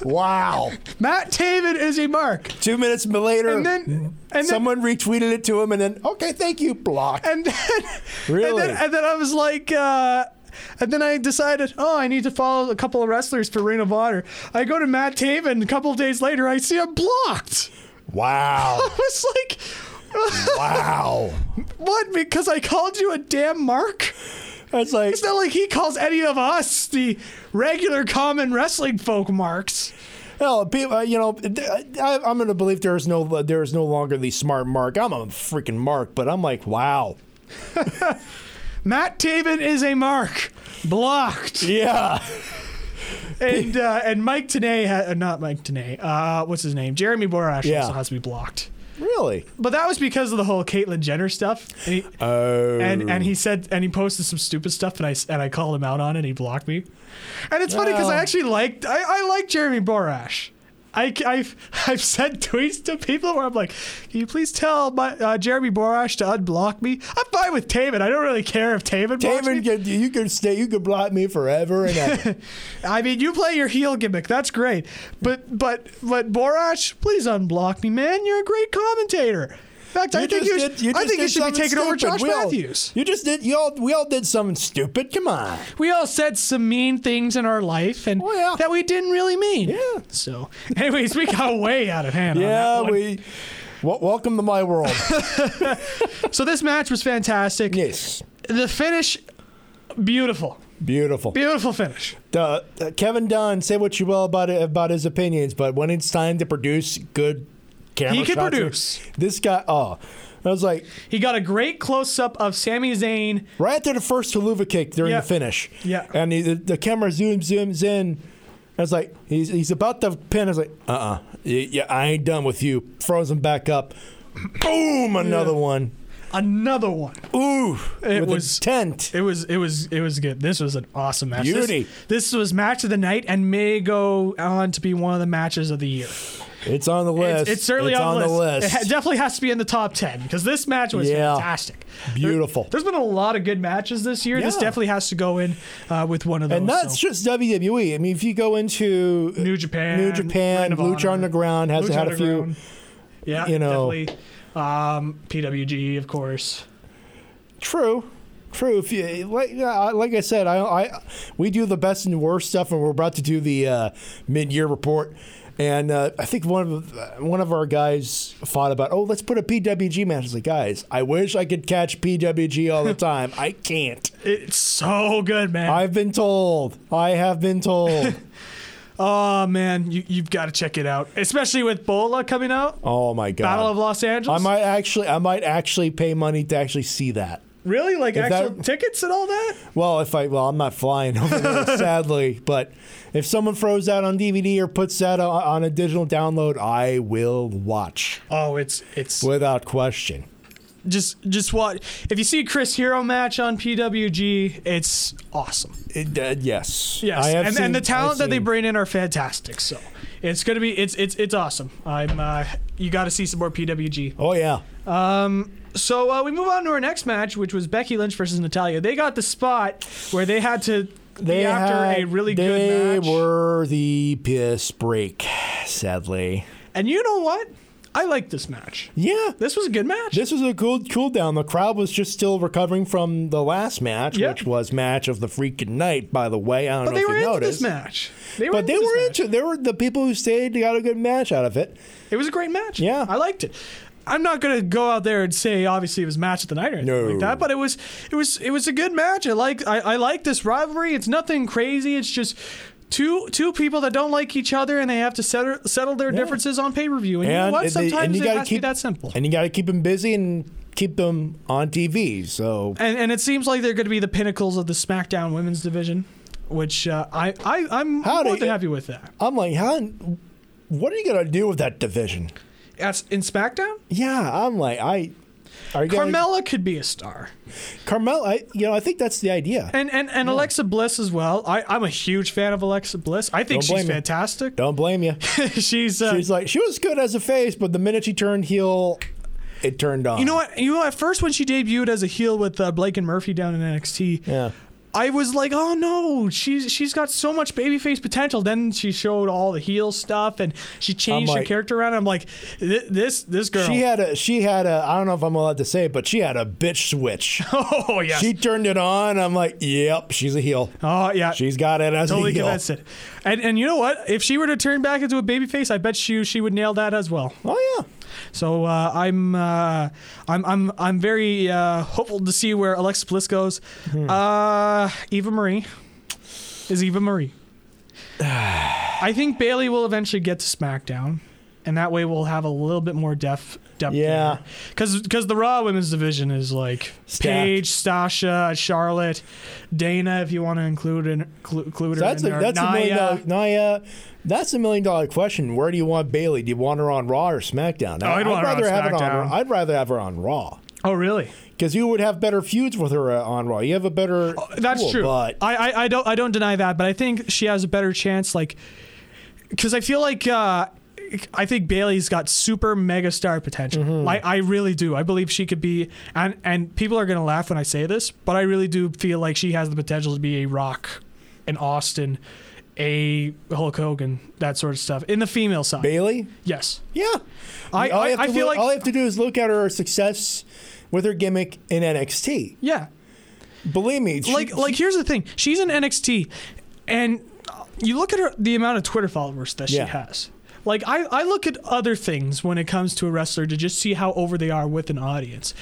[SPEAKER 3] Wow.
[SPEAKER 2] matt taven is a mark
[SPEAKER 3] Two minutes later,
[SPEAKER 2] and then and then
[SPEAKER 3] someone retweeted it to him, and then okay, thank you, block.
[SPEAKER 2] and then
[SPEAKER 3] Really?
[SPEAKER 2] and then, and then I was like uh and then I decided, oh, I need to follow a couple of wrestlers for Ring of Honor. I go to Matt Taven. A couple of days later, I see him blocked.
[SPEAKER 3] Wow,
[SPEAKER 2] I was like,
[SPEAKER 3] wow.
[SPEAKER 2] what? Because I called you a damn mark?
[SPEAKER 3] That's like
[SPEAKER 2] It's not like he calls any of us the regular common wrestling folk marks.
[SPEAKER 3] hell. People, uh, you know, th- I, I'm gonna believe there is no there is no longer the smart mark. I'm a freaking mark, but I'm like, wow.
[SPEAKER 2] Matt Taven is a mark. Blocked.
[SPEAKER 3] Yeah,
[SPEAKER 2] and uh, and Mike Tanay, ha- uh, not Mike Tanay, uh, what's his name? Jeremy Borash
[SPEAKER 3] Yeah.
[SPEAKER 2] also has to be blocked.
[SPEAKER 3] really.
[SPEAKER 2] But that was because of the whole Caitlyn Jenner stuff. And he,
[SPEAKER 3] Oh,
[SPEAKER 2] and, and he said and he posted some stupid stuff and I s- and I called him out on it. and He blocked me. And it's funny 'cause funny because I
[SPEAKER 3] Well.
[SPEAKER 2] actually liked I, I like Jeremy Borash. I, have I've sent tweets to people where I'm like, can you please tell my, uh, Jeremy Borash to unblock me? I'm fine with Taven. I don't really care if Taven. blocks me.
[SPEAKER 3] David, you, you could stay. You could block me forever and ever.
[SPEAKER 2] I mean, you play your heel gimmick. That's great. But but but Borash, please unblock me, man. You're a great commentator. In fact, I think
[SPEAKER 3] just
[SPEAKER 2] you,
[SPEAKER 3] did- you
[SPEAKER 2] I
[SPEAKER 3] just
[SPEAKER 2] think you
[SPEAKER 3] did
[SPEAKER 2] should be
[SPEAKER 3] something
[SPEAKER 2] taking over
[SPEAKER 3] stupid.
[SPEAKER 2] Josh
[SPEAKER 3] We all-
[SPEAKER 2] Matthews.
[SPEAKER 3] You just did. You all. We all did something stupid. Come on.
[SPEAKER 2] We all said some mean things in our life and
[SPEAKER 3] Oh, yeah.
[SPEAKER 2] that we didn't really mean.
[SPEAKER 3] Yeah.
[SPEAKER 2] So, anyways, we got way out of hand.
[SPEAKER 3] Yeah,
[SPEAKER 2] on that one.
[SPEAKER 3] we. Well, welcome to my world.
[SPEAKER 2] So this match was fantastic.
[SPEAKER 3] yes,
[SPEAKER 2] The finish, beautiful,
[SPEAKER 3] beautiful.
[SPEAKER 2] beautiful finish.
[SPEAKER 3] Uh, uh, Kevin Dunn, say what you will about it, about his opinions, but when it's time to produce good camera
[SPEAKER 2] He can
[SPEAKER 3] shots,
[SPEAKER 2] produce.
[SPEAKER 3] This guy, oh, I was like
[SPEAKER 2] He got a great close up of Sami Zayn.
[SPEAKER 3] right after the first haluva kick during
[SPEAKER 2] Yeah.
[SPEAKER 3] the finish.
[SPEAKER 2] Yeah.
[SPEAKER 3] and he, the, the camera zooms zooms in. I was like, he's he's about to pin. I was like, uh, uh yeah, I ain't done with you. Throws him back up. Boom, another one.
[SPEAKER 2] Another one.
[SPEAKER 3] Ooh,
[SPEAKER 2] It
[SPEAKER 3] with
[SPEAKER 2] was-
[SPEAKER 3] a tent.
[SPEAKER 2] It was it was it was good. This was an awesome match. This-
[SPEAKER 3] Beauty.
[SPEAKER 2] This, was match of the night and may go on to be one of the matches of the year.
[SPEAKER 3] It's on the list.
[SPEAKER 2] It's, it's certainly on, the list. It ha-
[SPEAKER 3] list.
[SPEAKER 2] definitely has to be in the top 10 because this match was
[SPEAKER 3] Yeah.
[SPEAKER 2] fantastic.
[SPEAKER 3] Beautiful.
[SPEAKER 2] There, has been a lot of good matches this year. This
[SPEAKER 3] Yeah.
[SPEAKER 2] definitely has to go in uh, with one of those.
[SPEAKER 3] and that's
[SPEAKER 2] so.
[SPEAKER 3] just WWE. I mean, if you go into uh,
[SPEAKER 2] New Japan,
[SPEAKER 3] New
[SPEAKER 2] Ring
[SPEAKER 3] Japan,
[SPEAKER 2] of
[SPEAKER 3] Lucha
[SPEAKER 2] Honor,
[SPEAKER 3] Underground has
[SPEAKER 2] Lucha
[SPEAKER 3] had a few.
[SPEAKER 2] Underground. Yeah,
[SPEAKER 3] you know.
[SPEAKER 2] definitely. Um, PWG, of course.
[SPEAKER 3] True, true. If you, like, uh, like I said, I, I we do the best and worst stuff, and we're about to do the uh, mid-year report. And uh, I think one of uh, one of our guys thought about, oh, let's put a PWG match. I was like, guys, I wish I could catch PWG all the time. I can't.
[SPEAKER 2] It's so good, man.
[SPEAKER 3] I've been told. I have been told.
[SPEAKER 2] oh man, you, you've got to check it out, especially with Bola coming out.
[SPEAKER 3] oh my god.
[SPEAKER 2] Battle of Los
[SPEAKER 3] I
[SPEAKER 2] Angeles.
[SPEAKER 3] might actually, I might actually pay money to actually see that.
[SPEAKER 2] really like
[SPEAKER 3] If
[SPEAKER 2] actual
[SPEAKER 3] that-
[SPEAKER 2] tickets and all that?
[SPEAKER 3] Well, if I well, I'm not flying over there, sadly. But if someone throws that on DVD or puts that on, on a digital download, I will watch
[SPEAKER 2] Oh, it's it's
[SPEAKER 3] without question.
[SPEAKER 2] just just what if you see a Chris Hero match on PWG, it's awesome.
[SPEAKER 3] It, uh, yes,
[SPEAKER 2] Yes,
[SPEAKER 3] I have
[SPEAKER 2] and,
[SPEAKER 3] seen-
[SPEAKER 2] and the
[SPEAKER 3] I've
[SPEAKER 2] talent that they
[SPEAKER 3] seen-
[SPEAKER 2] bring in are fantastic. So it's gonna be it's it's it's awesome. I'm uh, you got to see some more PWG.
[SPEAKER 3] Oh yeah,
[SPEAKER 2] So uh, we move on to our next match, which was Becky Lynch versus Natalia. They got the spot where they had to
[SPEAKER 3] they
[SPEAKER 2] be after
[SPEAKER 3] had,
[SPEAKER 2] a really
[SPEAKER 3] They
[SPEAKER 2] good match.
[SPEAKER 3] were the piss break, sadly.
[SPEAKER 2] And you know what? I like this match.
[SPEAKER 3] Yeah,
[SPEAKER 2] This was a good match.
[SPEAKER 3] This was a cool cool down. The crowd was just still recovering from the last match,
[SPEAKER 2] Yeah.
[SPEAKER 3] which was match of the freaking night. By the way, I don't
[SPEAKER 2] but
[SPEAKER 3] know
[SPEAKER 2] they
[SPEAKER 3] if
[SPEAKER 2] were
[SPEAKER 3] you
[SPEAKER 2] into this
[SPEAKER 3] noticed.
[SPEAKER 2] match. They were
[SPEAKER 3] But they
[SPEAKER 2] into
[SPEAKER 3] were
[SPEAKER 2] this match.
[SPEAKER 3] into. There were the people who stayed got a good match out of it.
[SPEAKER 2] It was a great match.
[SPEAKER 3] Yeah.
[SPEAKER 2] I liked it. I'm not gonna go out there and say obviously it was match of the night or anything
[SPEAKER 3] No.
[SPEAKER 2] like that, but it was it was it was a good match. I like I, I like this rivalry. It's nothing crazy. It's just two two people that don't like each other and they have to settle settle their differences on pay per view. And, you know
[SPEAKER 3] And
[SPEAKER 2] what?
[SPEAKER 3] it- they- and
[SPEAKER 2] Sometimes
[SPEAKER 3] you
[SPEAKER 2] it
[SPEAKER 3] gotta
[SPEAKER 2] has to be
[SPEAKER 3] keep-
[SPEAKER 2] that simple.
[SPEAKER 3] And you got to keep them busy and keep them on TV. So
[SPEAKER 2] And and it seems like they're going to be the pinnacles of the SmackDown Women's division, which uh, I I I'm
[SPEAKER 3] How do
[SPEAKER 2] more than
[SPEAKER 3] you-
[SPEAKER 2] happy with that.
[SPEAKER 3] I'm like, how? What are you gonna do with that division?
[SPEAKER 2] As in SmackDown,
[SPEAKER 3] Yeah, I'm like, I. Are you gonna-
[SPEAKER 2] Carmella could be a star.
[SPEAKER 3] Carmel, I you know I think that's the idea.
[SPEAKER 2] And and, and Alexa Bliss as well. I, I'm a huge fan of Alexa Bliss. I think
[SPEAKER 3] Don't blame
[SPEAKER 2] she's
[SPEAKER 3] me.
[SPEAKER 2] fantastic.
[SPEAKER 3] Don't blame you.
[SPEAKER 2] she's, uh,
[SPEAKER 3] She's like, she was good as a face, but the minute she turned heel, it turned on.
[SPEAKER 2] you know what you know at first when she debuted as a heel with uh, Blake and Murphy down in NXT.
[SPEAKER 3] Yeah.
[SPEAKER 2] I was like, oh no, she's she's got so much babyface potential. Then she showed all the heel stuff and she changed her
[SPEAKER 3] like-
[SPEAKER 2] character around. I'm like, "Th- this this girl.
[SPEAKER 3] She had a she had a I don't know if I'm allowed to say it, but she had a bitch switch.
[SPEAKER 2] oh yes.
[SPEAKER 3] she turned it on. I'm like, yep, she's a heel.
[SPEAKER 2] oh yeah.
[SPEAKER 3] She's got it as
[SPEAKER 2] totally
[SPEAKER 3] a heel.
[SPEAKER 2] convinced it. And and you know what? If she were to turn back into a babyface, I bet you she would nail that as well.
[SPEAKER 3] Oh
[SPEAKER 2] So uh, I'm, uh, I'm I'm I'm very uh, hopeful to see where Alexa Bliss goes.
[SPEAKER 3] Hmm.
[SPEAKER 2] Uh, Eva Marie is Eva Marie. I think Bailey will eventually get to SmackDown, and that way we'll have a little bit more depth. depth
[SPEAKER 3] Yeah.
[SPEAKER 2] because because the Raw Women's division is like
[SPEAKER 3] Stacked.
[SPEAKER 2] Paige, Sasha, Charlotte, Dana, if you want to include in, include her.
[SPEAKER 3] yeah, that's
[SPEAKER 2] in
[SPEAKER 3] a
[SPEAKER 2] there.
[SPEAKER 3] that's a million
[SPEAKER 2] Nia.
[SPEAKER 3] dollar Naya. That's a million dollar question. Where do you want Bailey? Do you want her on Raw or SmackDown?
[SPEAKER 2] Oh, I'd want her on
[SPEAKER 3] rather have it
[SPEAKER 2] SmackDown.
[SPEAKER 3] on. I'd rather have her on Raw
[SPEAKER 2] Oh really?
[SPEAKER 3] because you would have better feuds with her uh, on Raw. You have a better.
[SPEAKER 2] Uh, That's
[SPEAKER 3] Cool,
[SPEAKER 2] true.
[SPEAKER 3] But
[SPEAKER 2] I, I I don't I don't deny that, but I think she has a better chance. Like, because I feel like uh, I think Bailey's got super mega star potential.
[SPEAKER 3] Mm-hmm.
[SPEAKER 2] Like I really do. I believe she could be, and and people are gonna laugh when I say this, but I really do feel like she has the potential to be a Rock, an Austin, a Hulk Hogan, that sort of stuff in the female side.
[SPEAKER 3] Bailey,
[SPEAKER 2] yes,
[SPEAKER 3] yeah.
[SPEAKER 2] I-
[SPEAKER 3] All you
[SPEAKER 2] I-
[SPEAKER 3] have to
[SPEAKER 2] I feel
[SPEAKER 3] look-
[SPEAKER 2] like-
[SPEAKER 3] all I have to do is look at her success with her gimmick in NXT.
[SPEAKER 2] yeah.
[SPEAKER 3] Believe me, she-
[SPEAKER 2] like like here's the thing she's in nxt and you look at her the amount of twitter followers that
[SPEAKER 3] Yeah.
[SPEAKER 2] she has like I, I look at other things when it comes to a wrestler to just see how over they are with an audience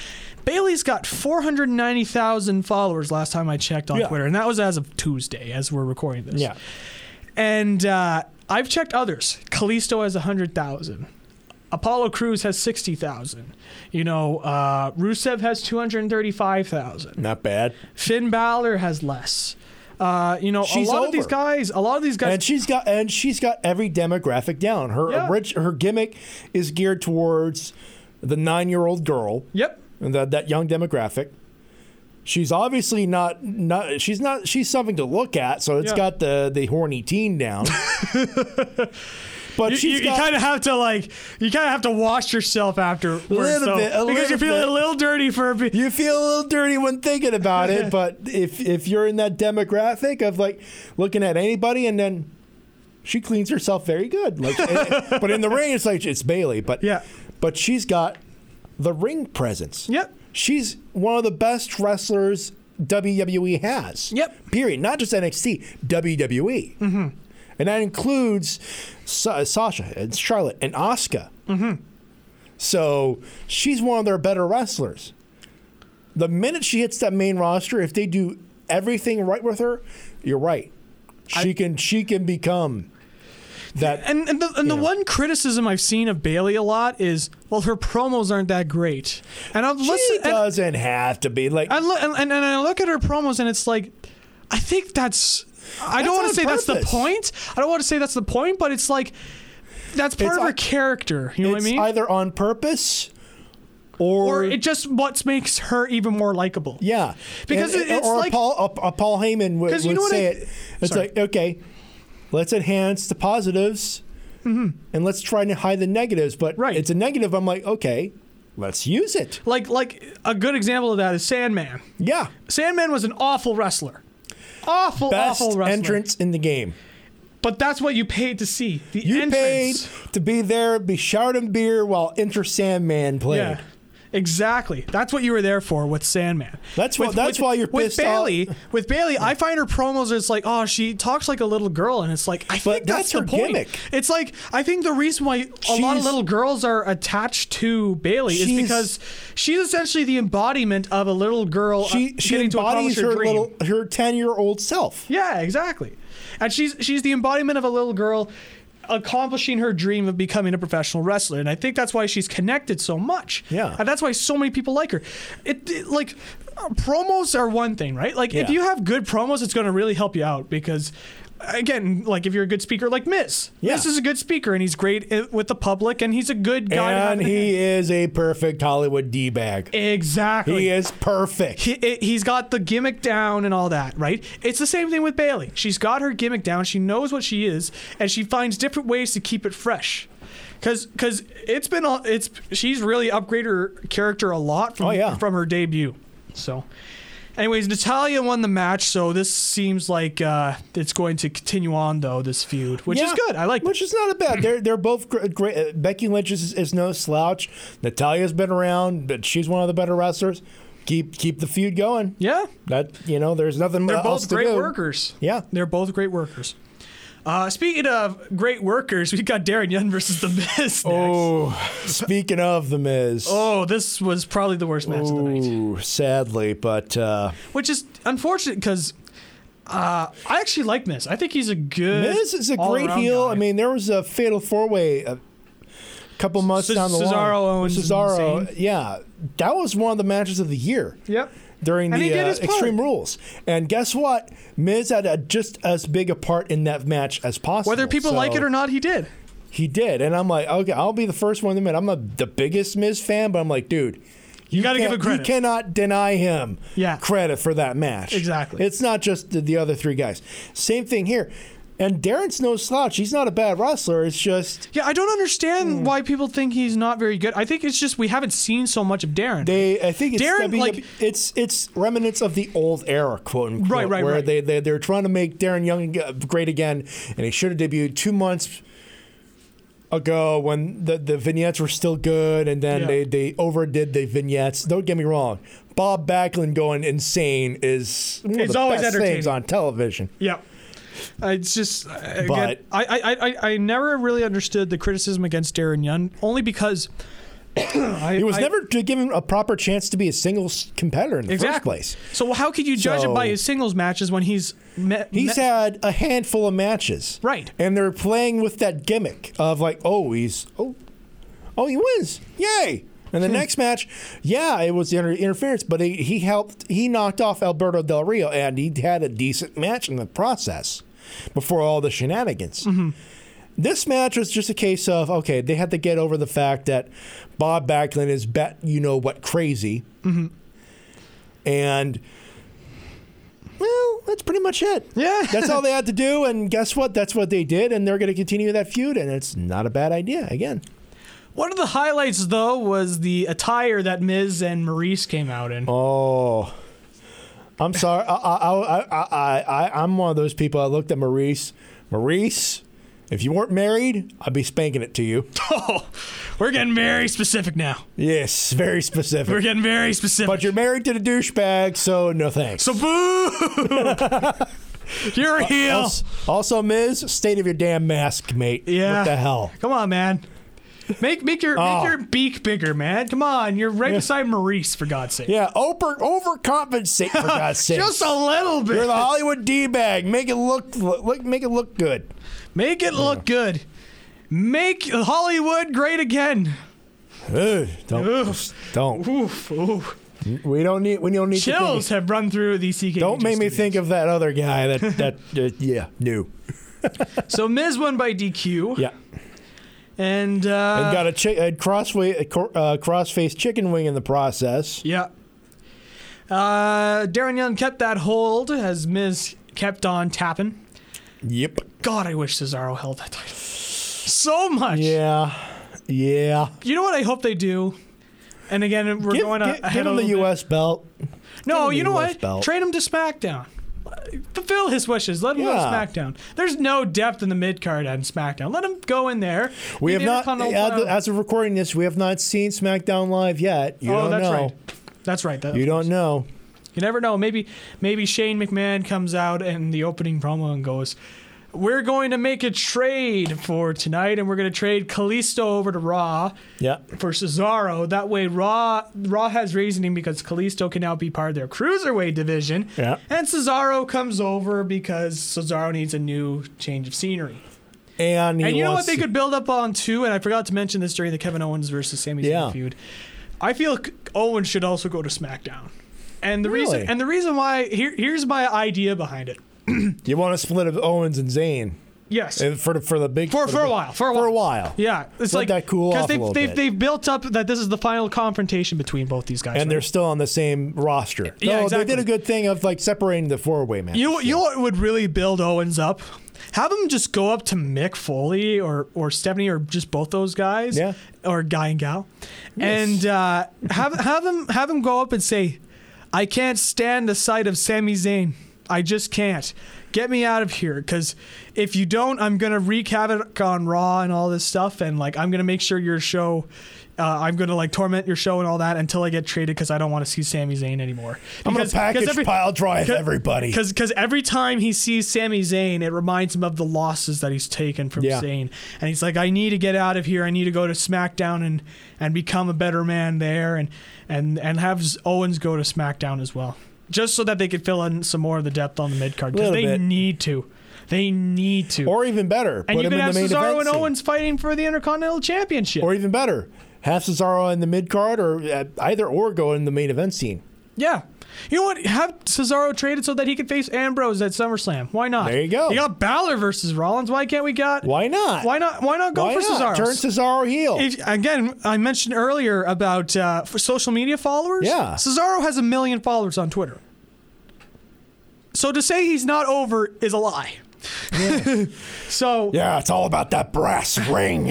[SPEAKER 2] bailey's got 490000 followers last time i checked on
[SPEAKER 3] Yeah.
[SPEAKER 2] twitter and that was as of tuesday as we're recording this
[SPEAKER 3] yeah.
[SPEAKER 2] and uh, I've checked others. Kalisto has 100,000. Apollo Cruz has 60,000. You know, uh, Rusev has 235,000.
[SPEAKER 3] Not bad.
[SPEAKER 2] Finn Balor has less. Uh, you know,
[SPEAKER 3] She's
[SPEAKER 2] a lot
[SPEAKER 3] over.
[SPEAKER 2] of these guys, a lot of these guys,
[SPEAKER 3] And she's got and she's got every demographic down. Her
[SPEAKER 2] Yeah.
[SPEAKER 3] orig- her gimmick is geared towards the nine year old girl,
[SPEAKER 2] yep,
[SPEAKER 3] and that that young demographic. She's obviously not not she's not she's something to look at. So it's
[SPEAKER 2] Yeah.
[SPEAKER 3] got the the horny teen down. But
[SPEAKER 2] you,
[SPEAKER 3] she's
[SPEAKER 2] you,
[SPEAKER 3] got-
[SPEAKER 2] kind of have to like you kind of have to wash yourself after
[SPEAKER 3] Little bit, a
[SPEAKER 2] because
[SPEAKER 3] little
[SPEAKER 2] you're feeling
[SPEAKER 3] bit.
[SPEAKER 2] a little dirty for a bit.
[SPEAKER 3] you feel a little dirty when thinking about it, but if if you're in that demographic of like looking at anybody and then she cleans herself very good. Like and- but in the ring it's like it's Bailey, but
[SPEAKER 2] Yeah.
[SPEAKER 3] but she's got the ring presence.
[SPEAKER 2] Yep.
[SPEAKER 3] She's one of the best wrestlers WWE has.
[SPEAKER 2] Yep.
[SPEAKER 3] Period. Not just NXT, WWE. Mm-hmm. And that includes Sa- Sasha and Charlotte and Asuka.
[SPEAKER 2] Mm-hmm.
[SPEAKER 3] So she's one of their better wrestlers. The minute she hits that main roster, if they do everything right with her, you're right. She can she can become that
[SPEAKER 2] And, and the, and the
[SPEAKER 3] Yeah.
[SPEAKER 2] one criticism I've seen of Bailey a lot is, well, her promos aren't that great. And I've
[SPEAKER 3] she
[SPEAKER 2] listened, and-
[SPEAKER 3] doesn't have to be like
[SPEAKER 2] I look and, and and I look at her promos and it's like, I think that's. I
[SPEAKER 3] That's
[SPEAKER 2] don't want
[SPEAKER 3] on
[SPEAKER 2] to say that's the
[SPEAKER 3] purpose.
[SPEAKER 2] point. I don't want to say that's the point, but it's like, that's part
[SPEAKER 3] It's
[SPEAKER 2] of her
[SPEAKER 3] on-
[SPEAKER 2] character. You know what I
[SPEAKER 3] it's
[SPEAKER 2] mean?
[SPEAKER 3] either on purpose or,
[SPEAKER 2] or it just what makes her even more likable.
[SPEAKER 3] yeah.
[SPEAKER 2] Because it- it's
[SPEAKER 3] or
[SPEAKER 2] like-
[SPEAKER 3] a Paul a, a Paul Heyman would,
[SPEAKER 2] 'Cause you
[SPEAKER 3] would
[SPEAKER 2] know what
[SPEAKER 3] say
[SPEAKER 2] I-
[SPEAKER 3] it. It's
[SPEAKER 2] Sorry.
[SPEAKER 3] like okay, let's enhance the positives and let's try to hide the negatives. But
[SPEAKER 2] Mm-hmm. Right.
[SPEAKER 3] it's a negative. I'm like okay, let's use it.
[SPEAKER 2] Like like a good example of that is Sandman.
[SPEAKER 3] Yeah.
[SPEAKER 2] Sandman was an awful wrestler. Awful,
[SPEAKER 3] Best
[SPEAKER 2] awful wrestler.
[SPEAKER 3] entrance in the game.
[SPEAKER 2] But that's what you paid to see. The
[SPEAKER 3] You
[SPEAKER 2] entrance.
[SPEAKER 3] paid to be there, be shouting beer while Enter Sandman played.
[SPEAKER 2] Yeah. Exactly. That's what you were there for with Sandman.
[SPEAKER 3] That's why-
[SPEAKER 2] With-
[SPEAKER 3] that's
[SPEAKER 2] with-
[SPEAKER 3] why you're
[SPEAKER 2] with
[SPEAKER 3] pissed off.
[SPEAKER 2] Bailey. With Bailey, I find her promos. It's like, oh, she talks like a little girl, and it's like, I think that's,
[SPEAKER 3] that's her
[SPEAKER 2] the point.
[SPEAKER 3] gimmick.
[SPEAKER 2] It's like I think the reason why a lot
[SPEAKER 3] She's-
[SPEAKER 2] of little girls are attached to Bailey is
[SPEAKER 3] She's-
[SPEAKER 2] because she's essentially the embodiment of a little girl. uh,
[SPEAKER 3] She she
[SPEAKER 2] getting to accomplish
[SPEAKER 3] embodies her,
[SPEAKER 2] dream.
[SPEAKER 3] little her ten year old self.
[SPEAKER 2] Yeah, exactly. And she's she's the embodiment of a little girl accomplishing her dream of becoming a professional wrestler and i think that's why she's connected so much
[SPEAKER 3] Yeah.
[SPEAKER 2] and that's why so many people like her it, it- like uh, promos are one thing right like if
[SPEAKER 3] Yeah.
[SPEAKER 2] you have good promos it's going to really help you out because again like if you're a good speaker like miss
[SPEAKER 3] Yeah.
[SPEAKER 2] miss is a good speaker and he's great i- with the public and he's a good guy to have
[SPEAKER 3] And
[SPEAKER 2] in-
[SPEAKER 3] he is a perfect Hollywood D bag.
[SPEAKER 2] exactly
[SPEAKER 3] He is perfect.
[SPEAKER 2] he, it- he's got the gimmick down and all that, right? It's the same thing with Bailey. She's got her gimmick down. She knows what she is, and she finds different ways to keep it fresh. Cause, cause it's been all it's she's really upgraded her character a lot from
[SPEAKER 3] Oh, yeah.
[SPEAKER 2] from her debut. So, anyways, Natalia won the match, so this seems like uh, it's going to continue on though this feud, which is
[SPEAKER 3] Yeah,
[SPEAKER 2] good. I like that.
[SPEAKER 3] Which is not a bad. They're they're both gr- great. Uh, Becky Lynch is, is no slouch. Natalia's been around, but she's one of the better wrestlers. Keep keep the feud going.
[SPEAKER 2] Yeah,
[SPEAKER 3] That you know, there's nothing
[SPEAKER 2] they're
[SPEAKER 3] else
[SPEAKER 2] both
[SPEAKER 3] to
[SPEAKER 2] great
[SPEAKER 3] do.
[SPEAKER 2] workers.
[SPEAKER 3] Yeah.
[SPEAKER 2] They're both great workers. Uh, speaking of great workers, we got Darren Young versus The Miz. Next. Oh.
[SPEAKER 3] Speaking of the Miz.
[SPEAKER 2] this was probably the worst match of the night,
[SPEAKER 3] Ooh, sadly, but uh,
[SPEAKER 2] which is unfortunate because uh, I actually like Miz. I think he's a good.
[SPEAKER 3] Miz is a great
[SPEAKER 2] all-around
[SPEAKER 3] heel.
[SPEAKER 2] guy.
[SPEAKER 3] I mean, there was a fatal four way a couple months
[SPEAKER 2] Ce-
[SPEAKER 3] down the line.
[SPEAKER 2] Cesaro owns
[SPEAKER 3] Cesaro,
[SPEAKER 2] Zayn.
[SPEAKER 3] yeah, that was one of the matches of the year.
[SPEAKER 2] yep.
[SPEAKER 3] during
[SPEAKER 2] And he
[SPEAKER 3] the
[SPEAKER 2] did
[SPEAKER 3] uh,
[SPEAKER 2] his part.
[SPEAKER 3] Extreme Rules. And guess what? Miz had a, just as big a part in that match as possible.
[SPEAKER 2] Whether people
[SPEAKER 3] So
[SPEAKER 2] like it or not, he did.
[SPEAKER 3] he did. And I'm like, okay, I'll be the first one to admit I'm not the biggest Miz fan, but I'm like, dude. You,
[SPEAKER 2] gotta give
[SPEAKER 3] can't-
[SPEAKER 2] him credit.
[SPEAKER 3] You cannot deny him
[SPEAKER 2] Yeah.
[SPEAKER 3] credit for that match.
[SPEAKER 2] Exactly.
[SPEAKER 3] It's not just the, the other three guys. Same thing here. And Darren's no slouch. He's not a bad wrestler. It's just
[SPEAKER 2] Yeah, I don't understand
[SPEAKER 3] Hmm.
[SPEAKER 2] why people think he's not very good. I think it's just we haven't seen so much of Darren.
[SPEAKER 3] They, I think it's
[SPEAKER 2] Darren,
[SPEAKER 3] WWE
[SPEAKER 2] like-
[SPEAKER 3] it's it's remnants of the old era, quote unquote,
[SPEAKER 2] Right, right,
[SPEAKER 3] where
[SPEAKER 2] right.
[SPEAKER 3] they they they're trying to make Darren Young uh, great again, and he should have debuted two months ago when the the vignettes were still good, and then
[SPEAKER 2] Yeah.
[SPEAKER 3] they they overdid the vignettes. Don't get me wrong, Bob Backlund going insane is one of
[SPEAKER 2] It's
[SPEAKER 3] the
[SPEAKER 2] always
[SPEAKER 3] best things
[SPEAKER 2] entertaining.
[SPEAKER 3] on television.
[SPEAKER 2] Yeah. Uh, It's just uh, again,
[SPEAKER 3] But-
[SPEAKER 2] I, I, I, I never really understood the criticism against Darren Young only because I,
[SPEAKER 3] He was
[SPEAKER 2] I-
[SPEAKER 3] never to given a proper chance to be a singles competitor in the first
[SPEAKER 2] exactly.
[SPEAKER 3] place.
[SPEAKER 2] So how could you judge it by
[SPEAKER 3] So-
[SPEAKER 2] his singles matches when he's met,
[SPEAKER 3] He's had a handful of matches.
[SPEAKER 2] Right.
[SPEAKER 3] And they're playing with that gimmick of like, oh, he's oh, oh, he wins, yay! And the next match, yeah, it was inter- interference, but he, he helped. He knocked off Alberto Del Rio, and he had a decent match in the process before all the shenanigans. This match was just a case of okay, they had to get over the fact that Bob Backlund is bet you
[SPEAKER 2] Mm-hmm.
[SPEAKER 3] know what crazy, and well, that's pretty much it.
[SPEAKER 2] Yeah.
[SPEAKER 3] that's all they had to do. And guess what? That's what they did. And they're going to continue that feud. And it's not a bad idea. Again,
[SPEAKER 2] One of the highlights, though, was the attire that Miz and Maurice came out in.
[SPEAKER 3] oh, I'm sorry. I, I, I, I, I, I, I'm one of those people. I looked at Maurice. Maurice, if you weren't married, I'd be spanking it to you.
[SPEAKER 2] Oh, We're getting very specific now.
[SPEAKER 3] Yes, very specific.
[SPEAKER 2] We're getting very specific.
[SPEAKER 3] But you're married to the douchebag, so no thanks.
[SPEAKER 2] so boo! You're a heel.
[SPEAKER 3] also, also, Miz, state of your damn mask, mate.
[SPEAKER 2] yeah.
[SPEAKER 3] What the hell?
[SPEAKER 2] Come on, man. Make make your
[SPEAKER 3] Oh.
[SPEAKER 2] make your beak bigger, man. Come on, you're right beside Maurice for God's sake.
[SPEAKER 3] Yeah, over overcompensate for God's sake.
[SPEAKER 2] Just a little bit.
[SPEAKER 3] You're the Hollywood d bag. Make it look, look make it look good.
[SPEAKER 2] Make it look good. Make Hollywood great again.
[SPEAKER 3] Ugh, don't don't.
[SPEAKER 2] Oof, oof.
[SPEAKER 3] We don't need we don't need to
[SPEAKER 2] Chills
[SPEAKER 3] think-
[SPEAKER 2] have run through the E CK.
[SPEAKER 3] Don't make me think of that other guy that that uh, yeah knew
[SPEAKER 2] So Miz won by DQ,
[SPEAKER 3] yeah
[SPEAKER 2] and, uh,
[SPEAKER 3] and got a, chi- a crossway a cor- uh, crossface chicken wing in the process.
[SPEAKER 2] yeah. Uh, Darren Young kept that hold as Miz kept on tapping.
[SPEAKER 3] Yep.
[SPEAKER 2] God, I wish Cesaro held that title so much.
[SPEAKER 3] Yeah. Yeah.
[SPEAKER 2] You know what I hope they do. And again, we're
[SPEAKER 3] give
[SPEAKER 2] going
[SPEAKER 3] give-
[SPEAKER 2] a-
[SPEAKER 3] give
[SPEAKER 2] ahead
[SPEAKER 3] him
[SPEAKER 2] a
[SPEAKER 3] the
[SPEAKER 2] little bit.
[SPEAKER 3] U.S. belt.
[SPEAKER 2] No,
[SPEAKER 3] him the
[SPEAKER 2] you know
[SPEAKER 3] US
[SPEAKER 2] what?
[SPEAKER 3] belt.
[SPEAKER 2] Trade him to SmackDown. Fulfill his wishes. Let him go to
[SPEAKER 3] Yeah.
[SPEAKER 2] SmackDown. There's no depth in the mid card on SmackDown. Let him go in there.
[SPEAKER 3] We
[SPEAKER 2] Be
[SPEAKER 3] have
[SPEAKER 2] the
[SPEAKER 3] not
[SPEAKER 2] Intercontinental
[SPEAKER 3] as, as of recording this. We have not seen SmackDown live yet. You
[SPEAKER 2] title.
[SPEAKER 3] don't
[SPEAKER 2] oh, that's
[SPEAKER 3] know.
[SPEAKER 2] right. That's right. That,
[SPEAKER 3] You
[SPEAKER 2] you,
[SPEAKER 3] don't know.
[SPEAKER 2] never know. Maybe maybe Shane McMahon comes out in the opening promo and goes, "We're going to make a trade for tonight, and we're going to trade Kalisto over to Raw."
[SPEAKER 3] Yeah.
[SPEAKER 2] for Cesaro. That way, Raw Raw has reasoning because Kalisto can now be part of their cruiserweight division.
[SPEAKER 3] Yeah.
[SPEAKER 2] And Cesaro comes over because Cesaro needs a new change of scenery.
[SPEAKER 3] And, he
[SPEAKER 2] and you know what
[SPEAKER 3] wants
[SPEAKER 2] they
[SPEAKER 3] to-
[SPEAKER 2] could build up on too? And I forgot to mention this during the Kevin Owens versus Sami Zayn
[SPEAKER 3] Yeah.
[SPEAKER 2] feud. I feel c- Owens should also go to SmackDown. And the
[SPEAKER 3] Really?
[SPEAKER 2] reason and the reason why here, here's my idea behind it.
[SPEAKER 3] You want to split up Owens and Zayn
[SPEAKER 2] Yes.
[SPEAKER 3] And for the- for the big
[SPEAKER 2] for,
[SPEAKER 3] the
[SPEAKER 2] for a
[SPEAKER 3] big-
[SPEAKER 2] while, for a while,
[SPEAKER 3] for a while.
[SPEAKER 2] Yeah, it's
[SPEAKER 3] Let
[SPEAKER 2] like
[SPEAKER 3] that cool off a
[SPEAKER 2] they've
[SPEAKER 3] little
[SPEAKER 2] they've,
[SPEAKER 3] bit.
[SPEAKER 2] they've built up that this is the final confrontation between both these guys.
[SPEAKER 3] And
[SPEAKER 2] right?
[SPEAKER 3] they're still on the same roster.
[SPEAKER 2] Yeah,
[SPEAKER 3] no,
[SPEAKER 2] exactly.
[SPEAKER 3] they did a good thing of like separating the four way match.
[SPEAKER 2] You know, you know what would really build Owens up? Have him just go up to Mick Foley or or Stephanie or just both those guys,
[SPEAKER 3] Yeah.
[SPEAKER 2] or guy and gal, and uh, have have him have him go up and say, "I can't stand the sight of Sami Zayn. I just can't. Get me out of here, because if you don't, I'm gonna wreak havoc on Raw and all this stuff, and like I'm gonna make sure your show." Uh, I'm gonna like torment your show and all that until I get traded because I don't want to see Sami Zayn anymore.
[SPEAKER 3] I'm gonna
[SPEAKER 2] Because- because
[SPEAKER 3] package
[SPEAKER 2] every-
[SPEAKER 3] pile drive
[SPEAKER 2] Ca-
[SPEAKER 3] everybody.
[SPEAKER 2] Cause, cause every time he sees Sami Zayn, it reminds him of the losses that he's taken from
[SPEAKER 3] Yeah.
[SPEAKER 2] Zayn, and he's like, "I need to get out of here. I need to go to SmackDown and and become a better man there, and and and have Z- Owens go to SmackDown as well, just so that they could fill in some more of the depth on the mid card because
[SPEAKER 3] Little
[SPEAKER 2] they
[SPEAKER 3] bit.
[SPEAKER 2] need to, they need to,
[SPEAKER 3] Or even better,
[SPEAKER 2] and
[SPEAKER 3] put
[SPEAKER 2] you
[SPEAKER 3] him
[SPEAKER 2] can
[SPEAKER 3] in
[SPEAKER 2] have
[SPEAKER 3] the main
[SPEAKER 2] Cesaro
[SPEAKER 3] event
[SPEAKER 2] and
[SPEAKER 3] scene.
[SPEAKER 2] Owens fighting for the Intercontinental Championship.
[SPEAKER 3] Or even better, have Cesaro in the mid card, or uh, either or go in the main event scene.
[SPEAKER 2] Yeah. You know what? Have Cesaro traded so that he could face Ambrose at SummerSlam. Why not?
[SPEAKER 3] There you go.
[SPEAKER 2] You got Balor versus Rollins. Why can't we got?
[SPEAKER 3] Why not?
[SPEAKER 2] Why not? Why not go
[SPEAKER 3] Why
[SPEAKER 2] for
[SPEAKER 3] not?
[SPEAKER 2] Cesaro?
[SPEAKER 3] Turn Cesaro heel.
[SPEAKER 2] if, again, I mentioned earlier about uh, for social media followers.
[SPEAKER 3] Yeah.
[SPEAKER 2] Cesaro has a million followers on Twitter. So to say he's not over is a lie. so
[SPEAKER 3] yeah, it's all about that brass ring,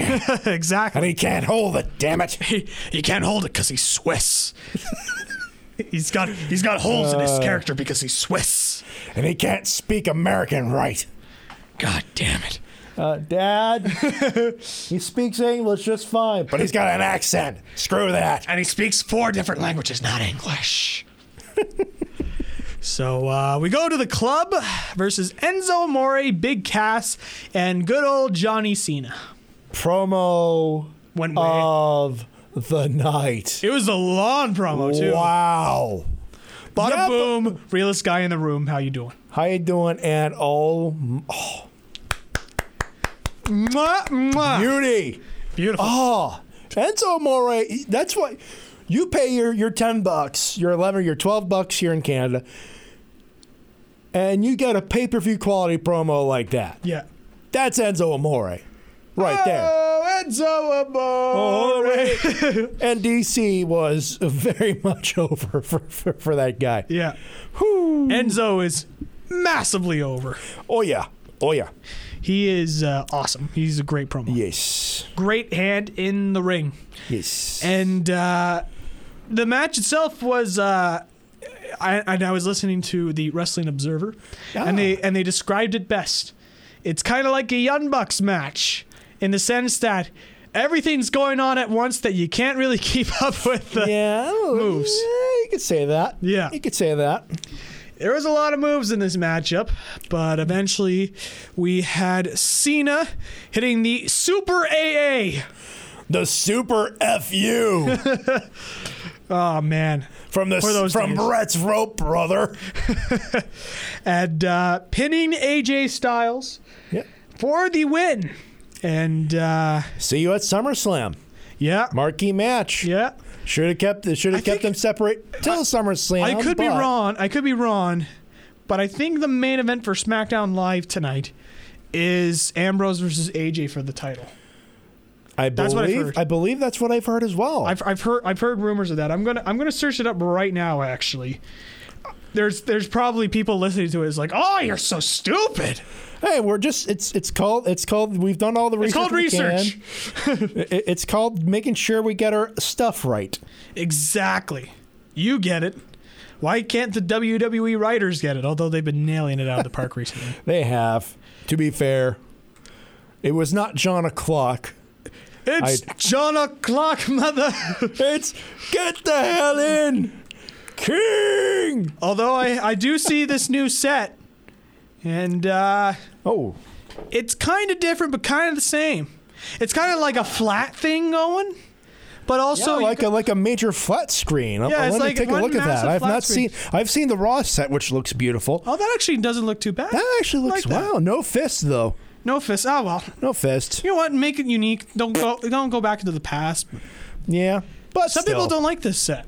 [SPEAKER 3] and
[SPEAKER 2] exactly.
[SPEAKER 3] he can't hold it. Damn it!
[SPEAKER 2] he, he can't hold it because he's Swiss. he's got he's got holes in
[SPEAKER 3] Uh,
[SPEAKER 2] his character because he's Swiss.
[SPEAKER 3] And he can't speak American right.
[SPEAKER 2] God damn it.
[SPEAKER 3] Uh, Dad, he speaks English just fine, but he's got an accent. Screw that.
[SPEAKER 2] And he speaks four different languages, not English. so uh, we go to the club versus Enzo Amore, Big Cass, and good old Johnny Cena.
[SPEAKER 3] Promo
[SPEAKER 2] One way.
[SPEAKER 3] Oh. of the night.
[SPEAKER 2] It was a long promo too.
[SPEAKER 3] Wow.
[SPEAKER 2] Bada
[SPEAKER 3] Yeah, but-
[SPEAKER 2] boom, realest guy in the room. How you doing?
[SPEAKER 3] How you doing? And oh,
[SPEAKER 2] Mwah, mwah.
[SPEAKER 3] beauty.
[SPEAKER 2] Beautiful.
[SPEAKER 3] Oh, Enzo Amore. That's why you pay your, your 10 bucks, your 11, your 12 bucks here in Canada, and you get a pay per view quality promo like that.
[SPEAKER 2] yeah.
[SPEAKER 3] That's Enzo Amore right there. Oh,
[SPEAKER 2] Oh, Enzo Amore. Ah.
[SPEAKER 3] and DC was very much over for, for, for that guy.
[SPEAKER 2] Yeah. Enzo is massively over.
[SPEAKER 3] Oh yeah. Oh yeah.
[SPEAKER 2] He is uh, awesome. He's a great promo.
[SPEAKER 3] Yes.
[SPEAKER 2] Great hand in the ring.
[SPEAKER 3] Yes.
[SPEAKER 2] And uh, the match itself was. Uh, I, and I was listening to the Wrestling Observer, and they and they described it best. It's kind of like a Young Bucks match in the sense that everything's going on at once that you can't really keep up with. The,
[SPEAKER 3] yeah.
[SPEAKER 2] moves.
[SPEAKER 3] Yeah, you could say that.
[SPEAKER 2] Yeah.
[SPEAKER 3] You could say that.
[SPEAKER 2] There was a lot of moves in this matchup, but eventually we had Cena hitting the Super AA.
[SPEAKER 3] The super fu
[SPEAKER 2] Oh man.
[SPEAKER 3] from the
[SPEAKER 2] For those
[SPEAKER 3] from
[SPEAKER 2] days.
[SPEAKER 3] Brett's rope, brother.
[SPEAKER 2] and uh, pinning AJ Styles
[SPEAKER 3] Yep.
[SPEAKER 2] for the win. And uh,
[SPEAKER 3] See you at SummerSlam.
[SPEAKER 2] yeah,
[SPEAKER 3] Marquee match.
[SPEAKER 2] yeah.
[SPEAKER 3] Should have kept. Should have
[SPEAKER 2] think-
[SPEAKER 3] kept them separate till SummerSlam.
[SPEAKER 2] I could be
[SPEAKER 3] but-
[SPEAKER 2] wrong. I could be wrong, but I think the main event for SmackDown Live tonight is Ambrose versus AJ for the title.
[SPEAKER 3] I believe.
[SPEAKER 2] That's what I've heard.
[SPEAKER 3] I believe that's what I've heard as well.
[SPEAKER 2] I've, I've heard I've heard rumors of that. I'm gonna I'm gonna search it up right now. Actually, there's there's probably people listening to it is like, oh, you're so stupid.
[SPEAKER 3] hey, we're just. It's it's called. It's called. We've done all the research.
[SPEAKER 2] It's called
[SPEAKER 3] we can.
[SPEAKER 2] research.
[SPEAKER 3] I- It's called making sure we get our stuff right.
[SPEAKER 2] Exactly. You get it. Why can't the WWE writers get it? Although they've been nailing it out of the park recently.
[SPEAKER 3] They have. To be fair, it was not John o'clock.
[SPEAKER 2] It's John O'Clock, mother.
[SPEAKER 3] It's get the hell in, King.
[SPEAKER 2] Although I, I do see this new set, and uh,
[SPEAKER 3] Oh,
[SPEAKER 2] it's kind of different, but kind of the same. It's kind of like a flat thing going, but also
[SPEAKER 3] so
[SPEAKER 2] you
[SPEAKER 3] like
[SPEAKER 2] can-
[SPEAKER 3] a like a major flat screen. Uh,
[SPEAKER 2] Yeah,
[SPEAKER 3] Let
[SPEAKER 2] it's
[SPEAKER 3] me
[SPEAKER 2] like
[SPEAKER 3] take a
[SPEAKER 2] one
[SPEAKER 3] look at that.
[SPEAKER 2] massive
[SPEAKER 3] I've
[SPEAKER 2] flat
[SPEAKER 3] not
[SPEAKER 2] screen.
[SPEAKER 3] seen. I've seen the Raw set, which looks beautiful.
[SPEAKER 2] oh, that actually doesn't look too bad.
[SPEAKER 3] That actually
[SPEAKER 2] I like
[SPEAKER 3] looks
[SPEAKER 2] that.
[SPEAKER 3] wow. No fist though.
[SPEAKER 2] No fist. Oh well.
[SPEAKER 3] No fist.
[SPEAKER 2] You know what? Make it unique. Don't go. Don't go back into the past.
[SPEAKER 3] Yeah, but
[SPEAKER 2] Some people don't like this set.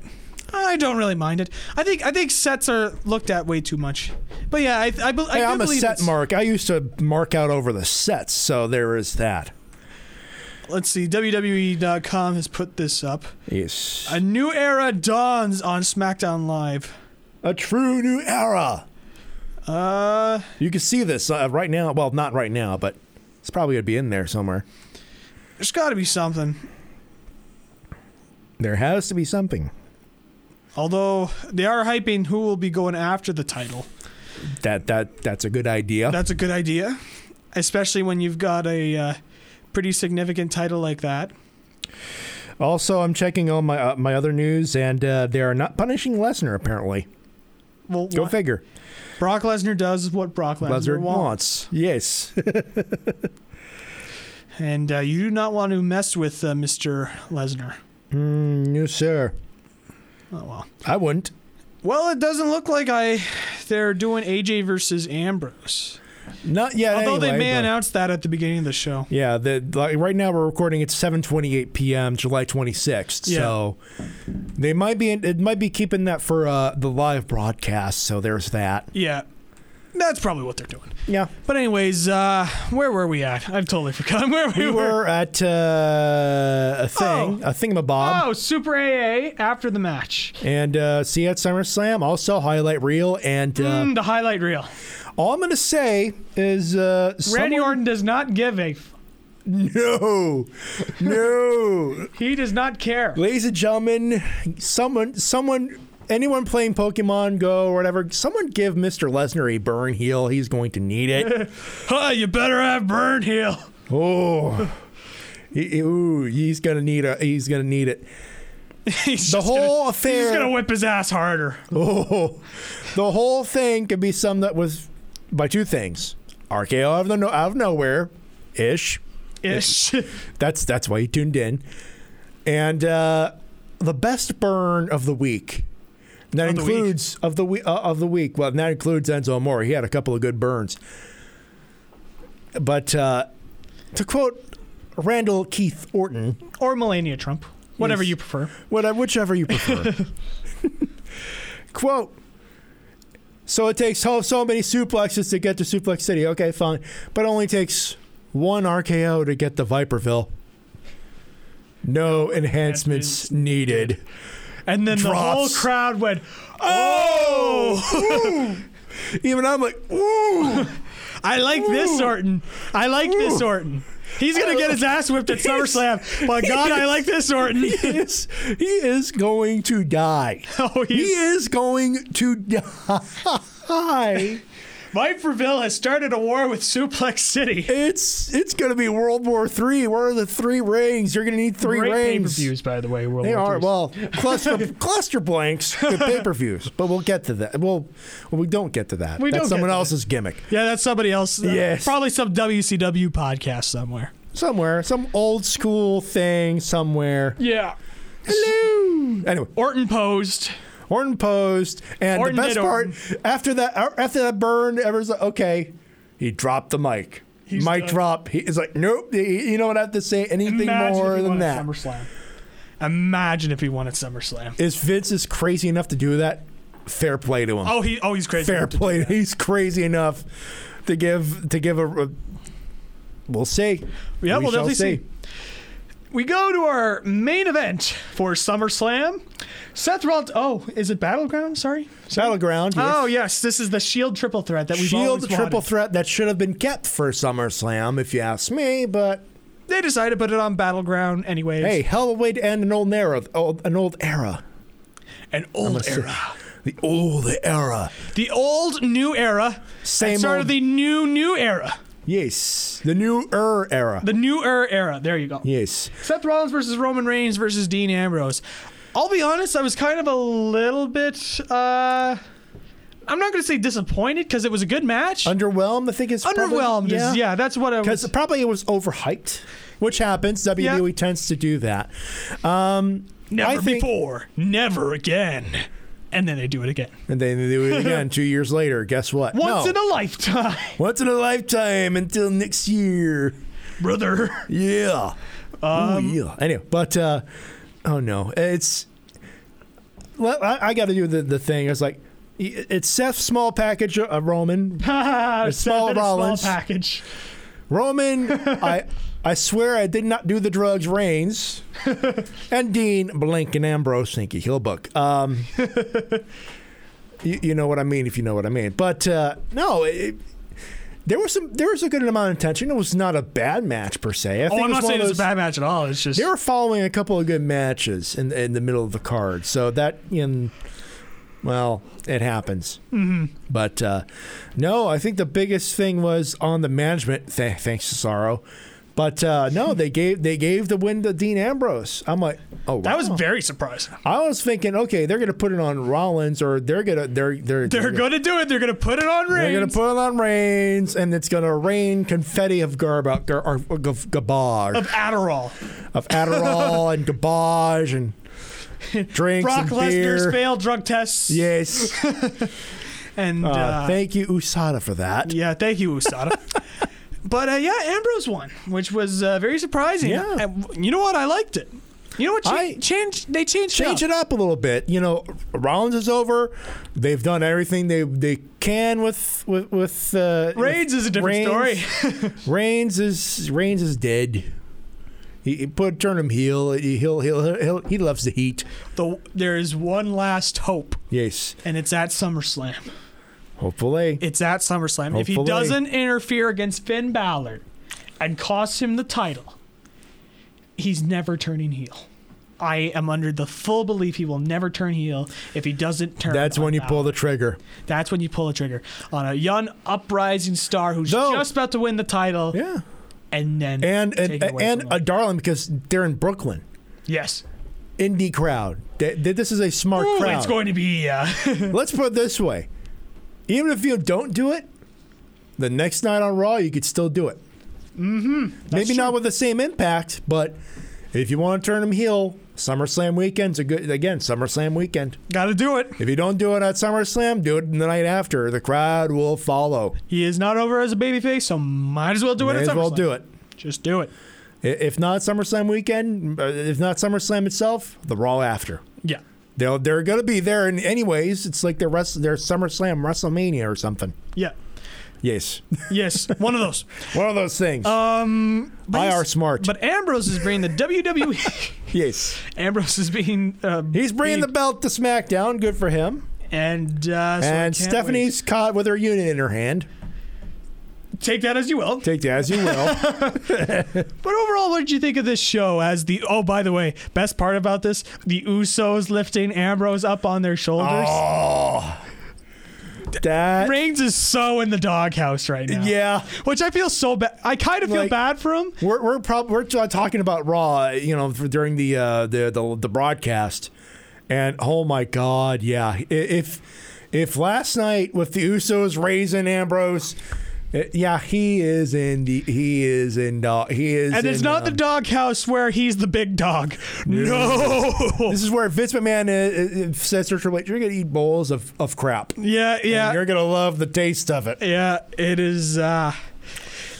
[SPEAKER 2] I don't really mind it. I think I think sets are looked at way too much. But yeah, I I, be, I
[SPEAKER 3] Hey,
[SPEAKER 2] do
[SPEAKER 3] I'm a
[SPEAKER 2] believe
[SPEAKER 3] set
[SPEAKER 2] it's-
[SPEAKER 3] mark. I used to mark out over the sets, so there is that.
[SPEAKER 2] Let's see. WWE.com has put this up.
[SPEAKER 3] Yes,
[SPEAKER 2] A new era dawns on SmackDown Live.
[SPEAKER 3] a true new era.
[SPEAKER 2] Uh,
[SPEAKER 3] You can see this uh, right now. Well, not right now, but it's probably gonna be in there somewhere.
[SPEAKER 2] there's got to be something.
[SPEAKER 3] There has to be something.
[SPEAKER 2] Although they are hyping who will be going after the title.
[SPEAKER 3] That that that's a good idea.
[SPEAKER 2] That's a good idea, especially when you've got a uh, pretty significant title like that.
[SPEAKER 3] also, I'm checking all my uh, my other news, and uh, they are not punishing Lesnar. Apparently,
[SPEAKER 2] Well,
[SPEAKER 3] go
[SPEAKER 2] what-
[SPEAKER 3] figure.
[SPEAKER 2] Brock Lesnar does what Brock Lesnar
[SPEAKER 3] Lesnar
[SPEAKER 2] wants,
[SPEAKER 3] wants. Yes.
[SPEAKER 2] and uh, you do not want to mess with uh, Mr. Lesnar.
[SPEAKER 3] mm, no, sir.
[SPEAKER 2] Oh well.
[SPEAKER 3] I wouldn't.
[SPEAKER 2] Well, it doesn't look like I they're doing AJ versus Ambrose.
[SPEAKER 3] Not yet.
[SPEAKER 2] Although they
[SPEAKER 3] anyway,
[SPEAKER 2] may
[SPEAKER 3] but-
[SPEAKER 2] announce that at the beginning of the show.
[SPEAKER 3] Yeah, the like, right now we're recording at 7:28 p.m. July 26th.
[SPEAKER 2] Yeah.
[SPEAKER 3] So they might be it might be keeping that for uh, the live broadcast. So there's that.
[SPEAKER 2] Yeah. That's probably what they're doing.
[SPEAKER 3] Yeah.
[SPEAKER 2] But anyways, uh, where were we at? I've totally forgotten where we,
[SPEAKER 3] We were at uh, a thing, a thingamabob,
[SPEAKER 2] Oh, Super AA after the match.
[SPEAKER 3] and uh, see you at SummerSlam. Also, highlight reel, and uh,
[SPEAKER 2] Mm, the highlight reel.
[SPEAKER 3] all I'm gonna say is uh,
[SPEAKER 2] Randy
[SPEAKER 3] someone-
[SPEAKER 2] Orton does not give a. F-
[SPEAKER 3] No, no,
[SPEAKER 2] he does not care.
[SPEAKER 3] Ladies and gentlemen, someone, someone, anyone playing Pokemon Go or whatever, someone give Mr. Lesnar a burn heal. He's going to need it.
[SPEAKER 2] Huh, you better have burn heel.
[SPEAKER 3] oh, He- he- ooh, he's gonna need a. He's gonna need it.
[SPEAKER 2] he's
[SPEAKER 3] The
[SPEAKER 2] just gonna-
[SPEAKER 3] whole
[SPEAKER 2] he's
[SPEAKER 3] affair.
[SPEAKER 2] just gonna whip his ass harder.
[SPEAKER 3] oh, the whole thing could be summed up with by two things: RKO out of the no, out of nowhere, ish.
[SPEAKER 2] Ish.
[SPEAKER 3] That's that's why you tuned in. And uh, the best burn of the week. And that
[SPEAKER 2] Of the week.
[SPEAKER 3] includes of the week uh, of the week. Well, and that includes Enzo Amore. He had a couple of good burns. But uh, to quote Randall Keith Orton,
[SPEAKER 2] or Melania Trump. Whatever you prefer.
[SPEAKER 3] what- uh, whichever you prefer. quote. So it takes so, so many suplexes to get to Suplex City. Okay, fine. But it only takes one RKO to get to Viperville. No enhancements needed.
[SPEAKER 2] And then the whole
[SPEAKER 3] Drops.
[SPEAKER 2] crowd went,
[SPEAKER 3] Oh! Even I'm like, ooh.
[SPEAKER 2] I like this
[SPEAKER 3] Ooh.
[SPEAKER 2] Orton. I like this
[SPEAKER 3] Ooh.
[SPEAKER 2] Orton. He's gonna get his ass whipped at SummerSlam. But God, I like this Orton.
[SPEAKER 3] he is he is going to die.
[SPEAKER 2] Oh, he's-
[SPEAKER 3] he is going to die.
[SPEAKER 2] Mike Verville has started a war with Suplex City.
[SPEAKER 3] it's it's going to be World War Three. Where are the three rings? You're going to need three
[SPEAKER 2] Great
[SPEAKER 3] rings.
[SPEAKER 2] pay-per-views, by the way. World
[SPEAKER 3] They
[SPEAKER 2] War
[SPEAKER 3] are
[SPEAKER 2] IIs.
[SPEAKER 3] well cluster cluster blanks with pay per views, but we'll get to that. Well, well, we don't get to that.
[SPEAKER 2] We
[SPEAKER 3] That's
[SPEAKER 2] don't get
[SPEAKER 3] someone
[SPEAKER 2] to that.
[SPEAKER 3] else's gimmick.
[SPEAKER 2] Yeah, that's somebody else. Uh,
[SPEAKER 3] Yes.
[SPEAKER 2] Probably some WCW podcast somewhere.
[SPEAKER 3] Somewhere, some old school thing somewhere.
[SPEAKER 2] Yeah.
[SPEAKER 3] Hello. Anyway,
[SPEAKER 2] Orton posed.
[SPEAKER 3] Orton posed, and
[SPEAKER 2] Orton
[SPEAKER 3] the best
[SPEAKER 2] did
[SPEAKER 3] part
[SPEAKER 2] Orton.
[SPEAKER 3] after that uh, after that burn, everyone's like, okay, he dropped the mic. mic
[SPEAKER 2] done.
[SPEAKER 3] drop. He is like, nope. he- You don't have to say anything more than that. Is
[SPEAKER 2] SummerSlam. Imagine if he won at SummerSlam.
[SPEAKER 3] Vince is crazy enough to do that? Fair play to him.
[SPEAKER 2] Oh, he oh he's crazy.
[SPEAKER 3] fair
[SPEAKER 2] enough to
[SPEAKER 3] play.
[SPEAKER 2] do that.
[SPEAKER 3] He's crazy enough to give to give a. a- we'll see.
[SPEAKER 2] Yeah,
[SPEAKER 3] we
[SPEAKER 2] we'll
[SPEAKER 3] shall
[SPEAKER 2] definitely see. We go to our main event for SummerSlam. Seth Rollins. Oh, is it Battleground? Sorry.
[SPEAKER 3] Battleground. Yes.
[SPEAKER 2] Oh yes, this is the Shield triple threat that we've always
[SPEAKER 3] Shield E triple
[SPEAKER 2] wanted.
[SPEAKER 3] threat that should have been kept for SummerSlam, if you ask me. But
[SPEAKER 2] They decided to put it on Battleground anyways.
[SPEAKER 3] hey, hell of a way to end an old era. Old, an old era.
[SPEAKER 2] an old
[SPEAKER 3] say-
[SPEAKER 2] era,
[SPEAKER 3] The old era.
[SPEAKER 2] the old new era,
[SPEAKER 3] Same
[SPEAKER 2] start of
[SPEAKER 3] old-
[SPEAKER 2] the new new era,
[SPEAKER 3] Yes. The new er era.
[SPEAKER 2] the new era era. There you go.
[SPEAKER 3] yes.
[SPEAKER 2] Seth Rollins versus Roman Reigns versus Dean Ambrose. I'll be honest, I was kind of a little bit. uh I'm not going to say disappointed because it was a good match.
[SPEAKER 3] Underwhelmed, I think it's probably-
[SPEAKER 2] Underwhelmed is yeah, that's what I
[SPEAKER 3] because
[SPEAKER 2] was.
[SPEAKER 3] probably it was overhyped, which happens. WWE tends to do that. Um, I
[SPEAKER 2] Never
[SPEAKER 3] think-
[SPEAKER 2] before, never again, and then they do it again.
[SPEAKER 3] and then they do it again two years later. Guess what?
[SPEAKER 2] Once
[SPEAKER 3] No.
[SPEAKER 2] in a lifetime,
[SPEAKER 3] once in a lifetime until next year.
[SPEAKER 2] brother.
[SPEAKER 3] Yeah. oh
[SPEAKER 2] Um,
[SPEAKER 3] yeah. Anyway, but uh, oh no, it's. Well, I, I got to do the the thing. I was like, y- it's Seth small package uh, Roman
[SPEAKER 2] it's
[SPEAKER 3] small Rollins.
[SPEAKER 2] Small package.
[SPEAKER 3] Roman, I I swear I did not do the drugs. Reigns and Dean Blink and Ambrose Stinky Hillbook. Um, you, you know what I mean if you know what I mean. But uh, no, it, there was some there was a good amount of tension. It was not a bad match per se. I
[SPEAKER 2] Oh,
[SPEAKER 3] think
[SPEAKER 2] I'm
[SPEAKER 3] it was
[SPEAKER 2] not
[SPEAKER 3] one
[SPEAKER 2] saying
[SPEAKER 3] of
[SPEAKER 2] it's a
[SPEAKER 3] those-
[SPEAKER 2] bad match at all. It's just
[SPEAKER 3] They were following a couple of good matches in in the middle of the card, so that in well, it happens. Mm-hmm. But uh, no, I think the biggest thing was on the management. Th- thanks to Sorrow, but uh, no, they gave they gave the win to Dean Ambrose. I'm like, oh, wow.
[SPEAKER 2] that was very surprising.
[SPEAKER 3] I was thinking, okay, they're gonna put it on Rollins, or they're gonna they're they're
[SPEAKER 2] They're going to do it. They're going to put it on Reigns.
[SPEAKER 3] They're gonna put it on Reigns, and it's gonna rain confetti of garba, gar, or, or gab- gabar
[SPEAKER 2] of Adderall.
[SPEAKER 3] of Adderall and garbage and drinks
[SPEAKER 2] Brock
[SPEAKER 3] and
[SPEAKER 2] Lesnar's
[SPEAKER 3] beer.
[SPEAKER 2] failed drug tests.
[SPEAKER 3] Yes.
[SPEAKER 2] And uh,
[SPEAKER 3] Uh, thank you, Usada, for that.
[SPEAKER 2] yeah, thank you, Usada. but uh, yeah, Ambrose won, which was uh, very surprising.
[SPEAKER 3] Yeah.
[SPEAKER 2] And w- you know what? I liked it. You know what? Cha-
[SPEAKER 3] I-
[SPEAKER 2] change. They changed.
[SPEAKER 3] Change it up a little bit. You know, Rollins is over. They've done everything they they can with with with. Uh,
[SPEAKER 2] Reigns
[SPEAKER 3] with
[SPEAKER 2] is a different
[SPEAKER 3] story. Reigns is Reigns is dead. He, he put turn him heel. He, he'll, he'll, he'll, he loves the heat.
[SPEAKER 2] The, there is one last hope,
[SPEAKER 3] Yes,
[SPEAKER 2] and it's at SummerSlam.
[SPEAKER 3] hopefully.
[SPEAKER 2] It's at SummerSlam. If he
[SPEAKER 3] Hopefully.
[SPEAKER 2] doesn't interfere against Finn Balor and costs him the title, he's never turning heel. I am under the full belief he will never turn heel if he doesn't turn.
[SPEAKER 3] That's
[SPEAKER 2] on
[SPEAKER 3] when you
[SPEAKER 2] Balor.
[SPEAKER 3] pull the trigger.
[SPEAKER 2] That's when you pull a trigger on a young uprising star who's
[SPEAKER 3] No.
[SPEAKER 2] just about to win the title,
[SPEAKER 3] Yeah,
[SPEAKER 2] and then
[SPEAKER 3] and
[SPEAKER 2] take
[SPEAKER 3] and
[SPEAKER 2] it away
[SPEAKER 3] and
[SPEAKER 2] from him.
[SPEAKER 3] a darling because they're in Brooklyn.
[SPEAKER 2] yes,
[SPEAKER 3] indie crowd. Th- th- This is a smart
[SPEAKER 2] Ooh,
[SPEAKER 3] crowd.
[SPEAKER 2] it's going to be uh,
[SPEAKER 3] Let's put it this way: even if you don't do it, the next night on Raw, you could still do it. Mm-hmm. Maybe not with the same impact, but if you want to turn them heel, SummerSlam weekend's a good again. SummerSlam weekend.
[SPEAKER 2] got to do it.
[SPEAKER 3] If you don't do it at SummerSlam, do it the night after. The crowd will follow.
[SPEAKER 2] He is not over as a babyface, so might as well do
[SPEAKER 3] May
[SPEAKER 2] it.
[SPEAKER 3] as
[SPEAKER 2] at
[SPEAKER 3] well
[SPEAKER 2] SummerSlam.
[SPEAKER 3] do it.
[SPEAKER 2] Just do it.
[SPEAKER 3] I- If not SummerSlam weekend, uh, if not SummerSlam itself, the Raw after.
[SPEAKER 2] Yeah.
[SPEAKER 3] They'll, they're going to be there in anyways. It's like their rest, their SummerSlam, WrestleMania, or something.
[SPEAKER 2] Yeah.
[SPEAKER 3] Yes,
[SPEAKER 2] Yes. One of those.
[SPEAKER 3] one of those things. Um, I are smart.
[SPEAKER 2] But Ambrose is bringing the WWE.
[SPEAKER 3] yes,
[SPEAKER 2] Ambrose is being. Uh,
[SPEAKER 3] he's bringing the belt to SmackDown. Good for him.
[SPEAKER 2] And uh, so I can't wait.
[SPEAKER 3] and Stephanie's caught with her unit in her hand.
[SPEAKER 2] take that as you will.
[SPEAKER 3] Take that as you will.
[SPEAKER 2] But overall, what did you think of this show? As the oh, by the way, best part about this, the Usos lifting Ambrose up on their shoulders.
[SPEAKER 3] oh, that
[SPEAKER 2] Reigns is so in the doghouse right now.
[SPEAKER 3] yeah.
[SPEAKER 2] Which I feel so bad. I kind of feel
[SPEAKER 3] Like-
[SPEAKER 2] bad for him.
[SPEAKER 3] We're we're prob- we're uh, talking about Raw, you know, for, during the, uh, the the the broadcast, and oh my God, yeah. I- If if last night with the Usos raising Ambrose, uh, yeah, he is in the he is in dog he is.
[SPEAKER 2] And it's
[SPEAKER 3] in,
[SPEAKER 2] not the
[SPEAKER 3] um,
[SPEAKER 2] doghouse where he's the big dog. No.
[SPEAKER 3] This is where Vince McMahon uh, uh, says to Triple H, "You're gonna eat bowls of, of crap.
[SPEAKER 2] yeah, yeah.
[SPEAKER 3] And you're gonna love the taste of it."
[SPEAKER 2] Yeah, it is. uh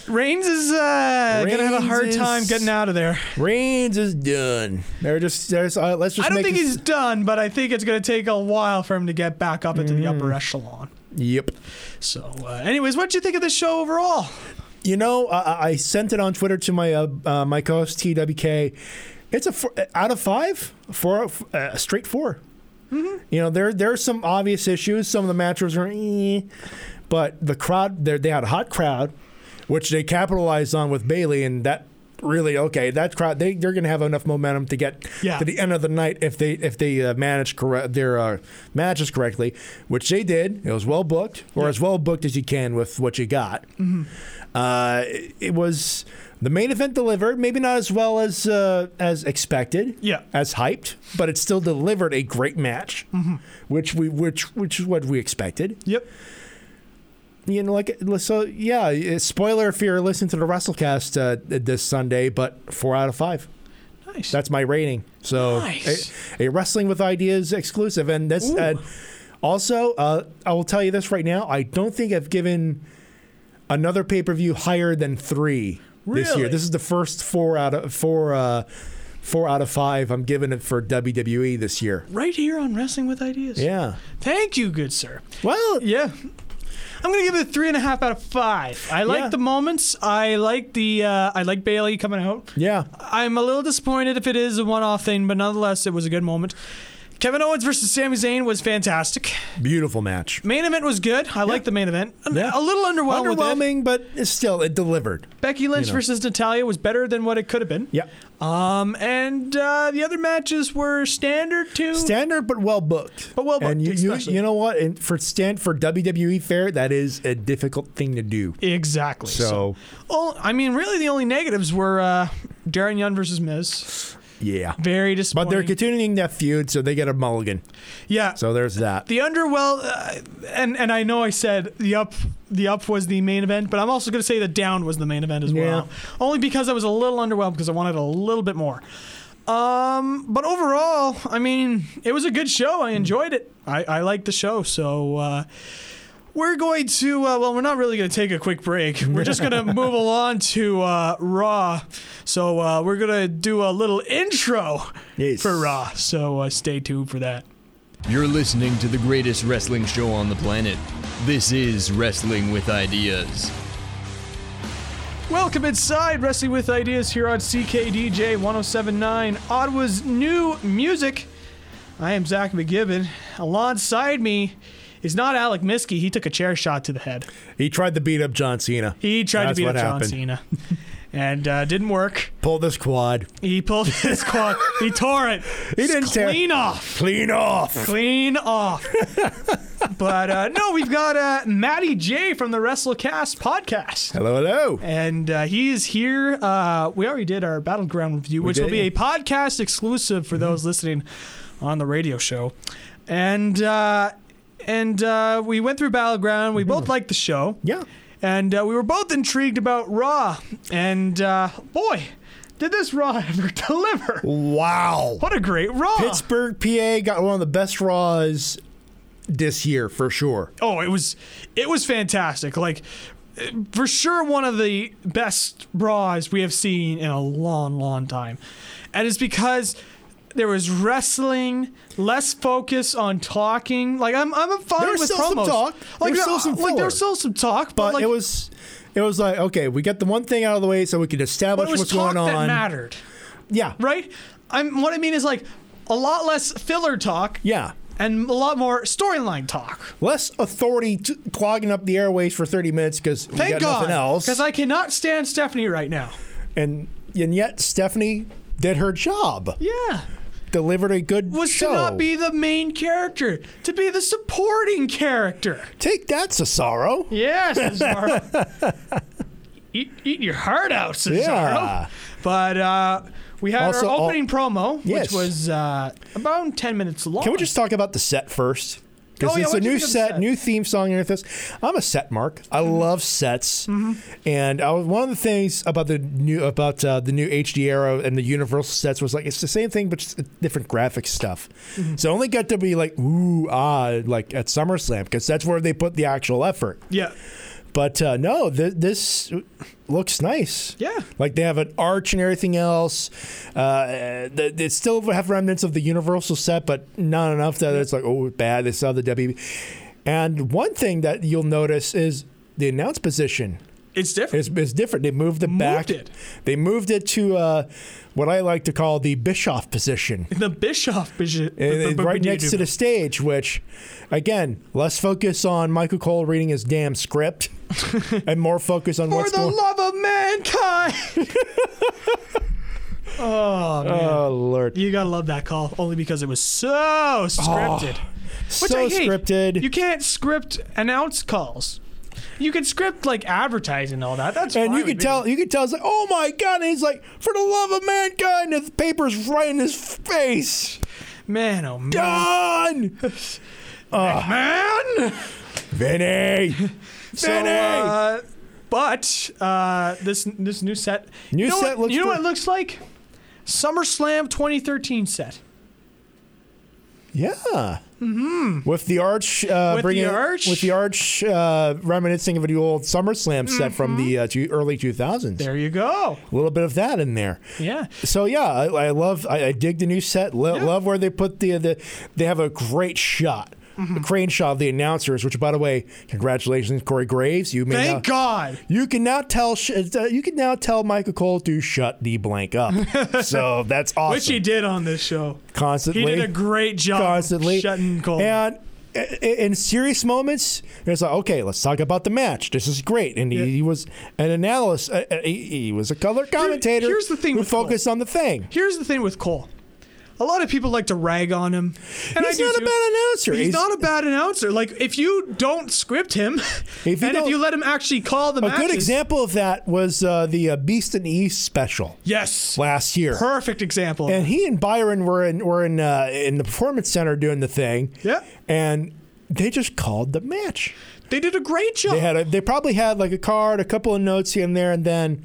[SPEAKER 2] Reigns is uh, gonna have a
[SPEAKER 3] Reigns
[SPEAKER 2] hard
[SPEAKER 3] is-
[SPEAKER 2] time getting out of there.
[SPEAKER 3] Reigns is done. They're just, they're just uh, let's just.
[SPEAKER 2] I don't
[SPEAKER 3] make
[SPEAKER 2] think
[SPEAKER 3] this-
[SPEAKER 2] he's done, but I think it's gonna take a while for him to get back up into the
[SPEAKER 3] Mm.
[SPEAKER 2] upper echelon.
[SPEAKER 3] Yep.
[SPEAKER 2] So, uh, anyways, what did you think of this show overall?
[SPEAKER 3] You know, I- I, I sent it on Twitter to my uh, uh, my co-host TWK. It's a four, out of five, four uh, straight 4 You know, there there are some obvious issues. Some of the matches are, eh, but the crowd they they had a hot crowd, which they capitalized on with Bailey, and that really okay. That crowd they they're gonna have enough momentum to get
[SPEAKER 2] Yeah.
[SPEAKER 3] to the end of the night if they if they uh, manage correct their uh, matches correctly, which they did. It was well booked, or as well booked as you can with what you got. Uh, it- it was the main event delivered, maybe not as well as uh, as expected,
[SPEAKER 2] Yeah.
[SPEAKER 3] as hyped, but it still delivered a great match, which we which which is what we expected.
[SPEAKER 2] Yep.
[SPEAKER 3] You know, like so, yeah. eh, Spoiler if you're listening to the WrestleCast uh, this Sunday, but four out of five.
[SPEAKER 2] Nice.
[SPEAKER 3] That's my rating. So
[SPEAKER 2] Nice.
[SPEAKER 3] a, a wrestling with ideas exclusive, and that's
[SPEAKER 2] Ooh.
[SPEAKER 3] and also uh, I will tell you this right now. I don't think I've given another pay per view higher than three this
[SPEAKER 2] Really?
[SPEAKER 3] year. This is the first four out of four. Uh, Four out of five. I'm giving it for WWE this year.
[SPEAKER 2] right here on Wrestling with Ideas.
[SPEAKER 3] Yeah.
[SPEAKER 2] Thank you, good sir.
[SPEAKER 3] Well,
[SPEAKER 2] Yeah. I'm gonna give it a three and a half out of five. I like
[SPEAKER 3] Yeah.
[SPEAKER 2] the moments. I like the. Uh, I like Bailey coming out.
[SPEAKER 3] yeah.
[SPEAKER 2] I'm a little disappointed if it is a one-off thing, but nonetheless, it was a good moment. Kevin Owens versus Sami Zayn was fantastic.
[SPEAKER 3] Beautiful match.
[SPEAKER 2] Main event was good. I like the main event. A-
[SPEAKER 3] Yeah.
[SPEAKER 2] A little underwhelmed. With it.
[SPEAKER 3] Underwhelming, but still, it delivered.
[SPEAKER 2] Becky Lynch
[SPEAKER 3] know.
[SPEAKER 2] versus Natalia was better than what it could have been.
[SPEAKER 3] Yeah.
[SPEAKER 2] Um, and uh, the other matches were standard too.
[SPEAKER 3] standard but well booked.
[SPEAKER 2] But well booked,
[SPEAKER 3] And you, you,
[SPEAKER 2] especially.
[SPEAKER 3] you know what? And for stand for WWE fair, that is a difficult thing to do.
[SPEAKER 2] exactly.
[SPEAKER 3] So
[SPEAKER 2] oh, I mean, really, the only negatives were uh, Darren Young versus Miz.
[SPEAKER 3] yeah.
[SPEAKER 2] Very disappointing.
[SPEAKER 3] But they're continuing that feud, so they get a mulligan.
[SPEAKER 2] yeah.
[SPEAKER 3] So there's that.
[SPEAKER 2] The underwell, uh, and and I know I said the up the up was the main event, but I'm also going to say the down was the main event as well. Only because I was a little underwhelmed because I wanted a little bit more. Um, but overall, I mean, it was a good show. I enjoyed it. I I liked the show. So. Uh, we're going to uh, well, we're not really going to take a quick break. We're just going to move along to uh, Raw. So uh, we're going to do a little intro
[SPEAKER 3] Yes.
[SPEAKER 2] for Raw. So uh, stay tuned for that.
[SPEAKER 4] You're listening to the greatest wrestling show on the planet. This is Wrestling with Ideas.
[SPEAKER 2] Welcome inside Wrestling with Ideas here on CKDJ 1079, Ottawa's new music. I am Zach McGibbon. Alongside me is not Alec Miskey. He took a chair shot to the head.
[SPEAKER 3] He tried to beat up John Cena.
[SPEAKER 2] He tried
[SPEAKER 3] That's
[SPEAKER 2] to beat
[SPEAKER 3] what
[SPEAKER 2] up John
[SPEAKER 3] happened.
[SPEAKER 2] Cena and uh, didn't work.
[SPEAKER 3] Pulled this quad.
[SPEAKER 2] He pulled his quad. He tore it.
[SPEAKER 3] He didn't tear-
[SPEAKER 2] clean off.
[SPEAKER 3] Clean off.
[SPEAKER 2] Clean off. but uh, no, we've got uh, Matty J from the WrestleCast podcast.
[SPEAKER 3] Hello, hello.
[SPEAKER 2] and uh, he is here. Uh, we already did our battleground review, which
[SPEAKER 3] did, Mm-hmm.
[SPEAKER 2] will be
[SPEAKER 3] yeah.
[SPEAKER 2] a podcast exclusive for those listening on the radio show, and uh, and uh, we went through battleground.
[SPEAKER 3] Mm-hmm.
[SPEAKER 2] We both liked the show,
[SPEAKER 3] Yeah.
[SPEAKER 2] and uh, we were both intrigued about Raw, and uh, boy, did this Raw ever deliver!
[SPEAKER 3] Wow.
[SPEAKER 2] What a great Raw!
[SPEAKER 3] Pittsburgh, PA got one of the best Raws this year for sure.
[SPEAKER 2] oh it was it was fantastic like eh, for sure one of the best bras we have seen in a long long time and it's because there was wrestling, less focus on talking. Like I'm, I'm fine
[SPEAKER 3] There was
[SPEAKER 2] with
[SPEAKER 3] still some
[SPEAKER 2] promos.
[SPEAKER 3] talk.
[SPEAKER 2] Like
[SPEAKER 3] There was still some
[SPEAKER 2] like there was still
[SPEAKER 3] filler.
[SPEAKER 2] some talk, but,
[SPEAKER 3] But
[SPEAKER 2] like
[SPEAKER 3] it was it was like, okay, we got the one thing out of the way so we could
[SPEAKER 2] but
[SPEAKER 3] establish
[SPEAKER 2] it was
[SPEAKER 3] what's
[SPEAKER 2] talk
[SPEAKER 3] going
[SPEAKER 2] that
[SPEAKER 3] on.
[SPEAKER 2] mattered,
[SPEAKER 3] Yeah.
[SPEAKER 2] right? I'm what I mean is like a lot less filler talk
[SPEAKER 3] Yeah.
[SPEAKER 2] and a lot more storyline talk.
[SPEAKER 3] Less authority t- clogging up the airways for 30 minutes because we
[SPEAKER 2] Thank
[SPEAKER 3] got
[SPEAKER 2] God,
[SPEAKER 3] nothing else.
[SPEAKER 2] because I cannot stand Stephanie right now.
[SPEAKER 3] and and yet Stephanie did her job,
[SPEAKER 2] Yeah,
[SPEAKER 3] delivered a good
[SPEAKER 2] was
[SPEAKER 3] show.
[SPEAKER 2] to not be the main character, to be the supporting character.
[SPEAKER 3] Take that, Cesaro.
[SPEAKER 2] Yes, Cesaro. eat, eat your heart out, Cesaro.
[SPEAKER 3] Yeah.
[SPEAKER 2] But uh, we had
[SPEAKER 3] Also,
[SPEAKER 2] our
[SPEAKER 3] all-
[SPEAKER 2] opening promo,
[SPEAKER 3] Yes.
[SPEAKER 2] which was uh, about 10 minutes long.
[SPEAKER 3] Can we just talk about the set first?
[SPEAKER 2] Oh,
[SPEAKER 3] Because
[SPEAKER 2] yeah,
[SPEAKER 3] it's
[SPEAKER 2] why
[SPEAKER 3] a
[SPEAKER 2] don't you
[SPEAKER 3] new
[SPEAKER 2] do the
[SPEAKER 3] set,
[SPEAKER 2] set? Mm-hmm.
[SPEAKER 3] new theme song, and everything. I'm a set mark. I love sets, and I was, one of the things about the new about uh, the new HD era and the Universal sets was like it's the same thing, but just different graphic stuff.
[SPEAKER 2] Mm-hmm.
[SPEAKER 3] So I only got to be like ooh ah like at SummerSlam because that's where they put the actual effort.
[SPEAKER 2] Yeah.
[SPEAKER 3] But uh, no, th- this looks nice.
[SPEAKER 2] Yeah.
[SPEAKER 3] Like they have an arch and everything else. Uh, they, they still have remnants of the Universal set, but not enough that it's like, oh, bad. They still have the WB. And one thing that you'll notice is the announce position
[SPEAKER 2] It's different.
[SPEAKER 3] is, is different. They moved it back.
[SPEAKER 2] it.
[SPEAKER 3] They moved it to uh, what I like to call the Bischoff position.
[SPEAKER 2] the Bischoff Bischoff.
[SPEAKER 3] And then right next to the stage, which, again, less focus on Michael Cole reading his damn script and more focus on
[SPEAKER 2] For
[SPEAKER 3] what's
[SPEAKER 2] the
[SPEAKER 3] going
[SPEAKER 2] love of mankind. oh, man.
[SPEAKER 3] Oh, Lord.
[SPEAKER 2] you got to love that call, only because it was so scripted.
[SPEAKER 3] Oh.
[SPEAKER 2] Which
[SPEAKER 3] so
[SPEAKER 2] I hate.
[SPEAKER 3] scripted.
[SPEAKER 2] You can't script announce calls. You can script like advertising and all that. That's
[SPEAKER 3] and
[SPEAKER 2] fine
[SPEAKER 3] you
[SPEAKER 2] with
[SPEAKER 3] could
[SPEAKER 2] me.
[SPEAKER 3] tell, you could tell, it's like, oh my god! And he's like, for the love of mankind, and the paper's right in his face.
[SPEAKER 2] man, oh man,
[SPEAKER 3] Done, Ah.
[SPEAKER 2] man.
[SPEAKER 3] Vinny.
[SPEAKER 2] So,
[SPEAKER 3] Vinny.
[SPEAKER 2] uh, but uh, this this new set,
[SPEAKER 3] New
[SPEAKER 2] you know
[SPEAKER 3] set
[SPEAKER 2] what,
[SPEAKER 3] looks
[SPEAKER 2] you know
[SPEAKER 3] cool.
[SPEAKER 2] what it looks like? SummerSlam 2013 set
[SPEAKER 3] yeah. Mm-hmm. With the arch, uh,
[SPEAKER 2] With
[SPEAKER 3] bringing
[SPEAKER 2] the arch?
[SPEAKER 3] with the arch, uh, reminiscing of the old SummerSlam set from the uh, two, early 2000s.
[SPEAKER 2] Mm-hmm. There you go.
[SPEAKER 3] A little bit of that in there.
[SPEAKER 2] Yeah,
[SPEAKER 3] So yeah, I, I love I, I dig the new set. Lo- Love where they put the the they have a great shot,
[SPEAKER 2] Mm-hmm.
[SPEAKER 3] a crane shot of the announcers. Which by the way, congratulations, Corey Graves. You may now,
[SPEAKER 2] thank God.
[SPEAKER 3] you can now tell sh- uh, you can now tell Michael Cole to shut the blank up. so that's awesome.
[SPEAKER 2] Which he did on this show.
[SPEAKER 3] constantly
[SPEAKER 2] He did a great job of
[SPEAKER 3] constantly
[SPEAKER 2] shutting Cole.
[SPEAKER 3] and. i- i- In serious moments, it's like okay, let's talk about the match. This is great, and he,
[SPEAKER 2] Yeah.
[SPEAKER 3] he was an analyst. Uh, uh, he, he was a color commentator.
[SPEAKER 2] here's the thing
[SPEAKER 3] who
[SPEAKER 2] with Cole.
[SPEAKER 3] focused on the thing.
[SPEAKER 2] Here's the thing with Cole. A lot of people like to rag on him. And I
[SPEAKER 3] He's
[SPEAKER 2] do
[SPEAKER 3] not a
[SPEAKER 2] too.
[SPEAKER 3] bad announcer.
[SPEAKER 2] He's, not a bad announcer. Like if you don't script him,
[SPEAKER 3] If you
[SPEAKER 2] and
[SPEAKER 3] don't-
[SPEAKER 2] if you let him actually call the
[SPEAKER 3] A
[SPEAKER 2] matches,
[SPEAKER 3] good example of that was uh, the uh, Beast and East special
[SPEAKER 2] Yes,
[SPEAKER 3] last year.
[SPEAKER 2] perfect example.
[SPEAKER 3] and he and Byron were in were in uh, in the performance center doing the thing.
[SPEAKER 2] Yeah.
[SPEAKER 3] And they just called the match.
[SPEAKER 2] they did a great job.
[SPEAKER 3] They had a, they probably had like a card, a couple of notes here and there, and then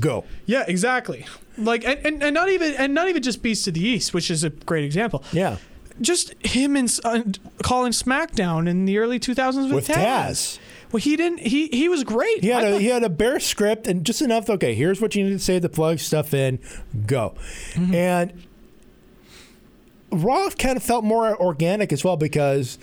[SPEAKER 3] go.
[SPEAKER 2] yeah, exactly. Like and, and, and not even and not even just Beast of the East, which is a great example.
[SPEAKER 3] Yeah.
[SPEAKER 2] Just him and S- uh, calling SmackDown in the early 2000s with,
[SPEAKER 3] With Taz.
[SPEAKER 2] Well, he didn't. He he was great.
[SPEAKER 3] He had
[SPEAKER 2] I
[SPEAKER 3] a
[SPEAKER 2] thought-
[SPEAKER 3] he had a bare script and just enough. Okay, here's what you need to say to plug stuff in. Go,
[SPEAKER 2] Mm-hmm.
[SPEAKER 3] and Raw kind of felt more organic as well because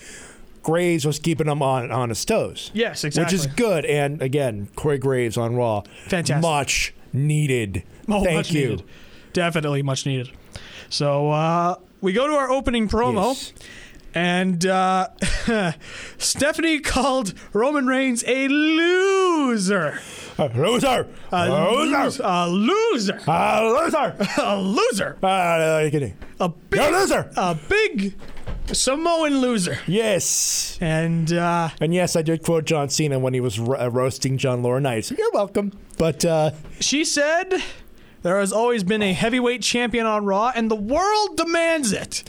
[SPEAKER 3] Graves was keeping them on on his toes.
[SPEAKER 2] Yes, exactly.
[SPEAKER 3] Which is good. And again, Corey Graves on Raw,
[SPEAKER 2] Fantastic.
[SPEAKER 3] much needed.
[SPEAKER 2] Oh,
[SPEAKER 3] Thank
[SPEAKER 2] much
[SPEAKER 3] you.
[SPEAKER 2] needed. Definitely much needed. So uh, we go to our opening promo,
[SPEAKER 3] Yes.
[SPEAKER 2] and uh, Stephanie called Roman Reigns a loser.
[SPEAKER 3] A loser, a
[SPEAKER 2] Lose-
[SPEAKER 3] loser,
[SPEAKER 2] A loser.
[SPEAKER 3] a loser.
[SPEAKER 2] A loser.
[SPEAKER 3] Ah, no, you're kidding.
[SPEAKER 2] A big,
[SPEAKER 3] You're a loser.
[SPEAKER 2] a big Samoan loser.
[SPEAKER 3] Yes.
[SPEAKER 2] And uh,
[SPEAKER 3] And yes, I did quote John Cena when he was ro- uh, roasting John Laurinaitis. You're welcome. But uh,
[SPEAKER 2] she said. There has always been a heavyweight champion on Raw, and the world demands it.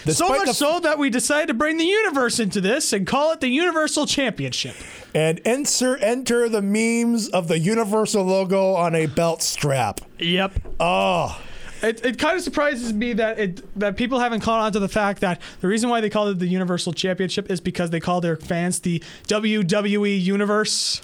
[SPEAKER 2] so
[SPEAKER 3] Despite
[SPEAKER 2] much
[SPEAKER 3] the-
[SPEAKER 2] so that we decided to bring the universe into this and call it the Universal Championship.
[SPEAKER 3] and enter enter the memes of the Universal logo on a belt strap.
[SPEAKER 2] Yep.
[SPEAKER 3] Oh,
[SPEAKER 2] It, it kind of surprises me that it that people haven't caught on to the fact that the reason why they called it the Universal Championship is because they call their fans the WWE Universe.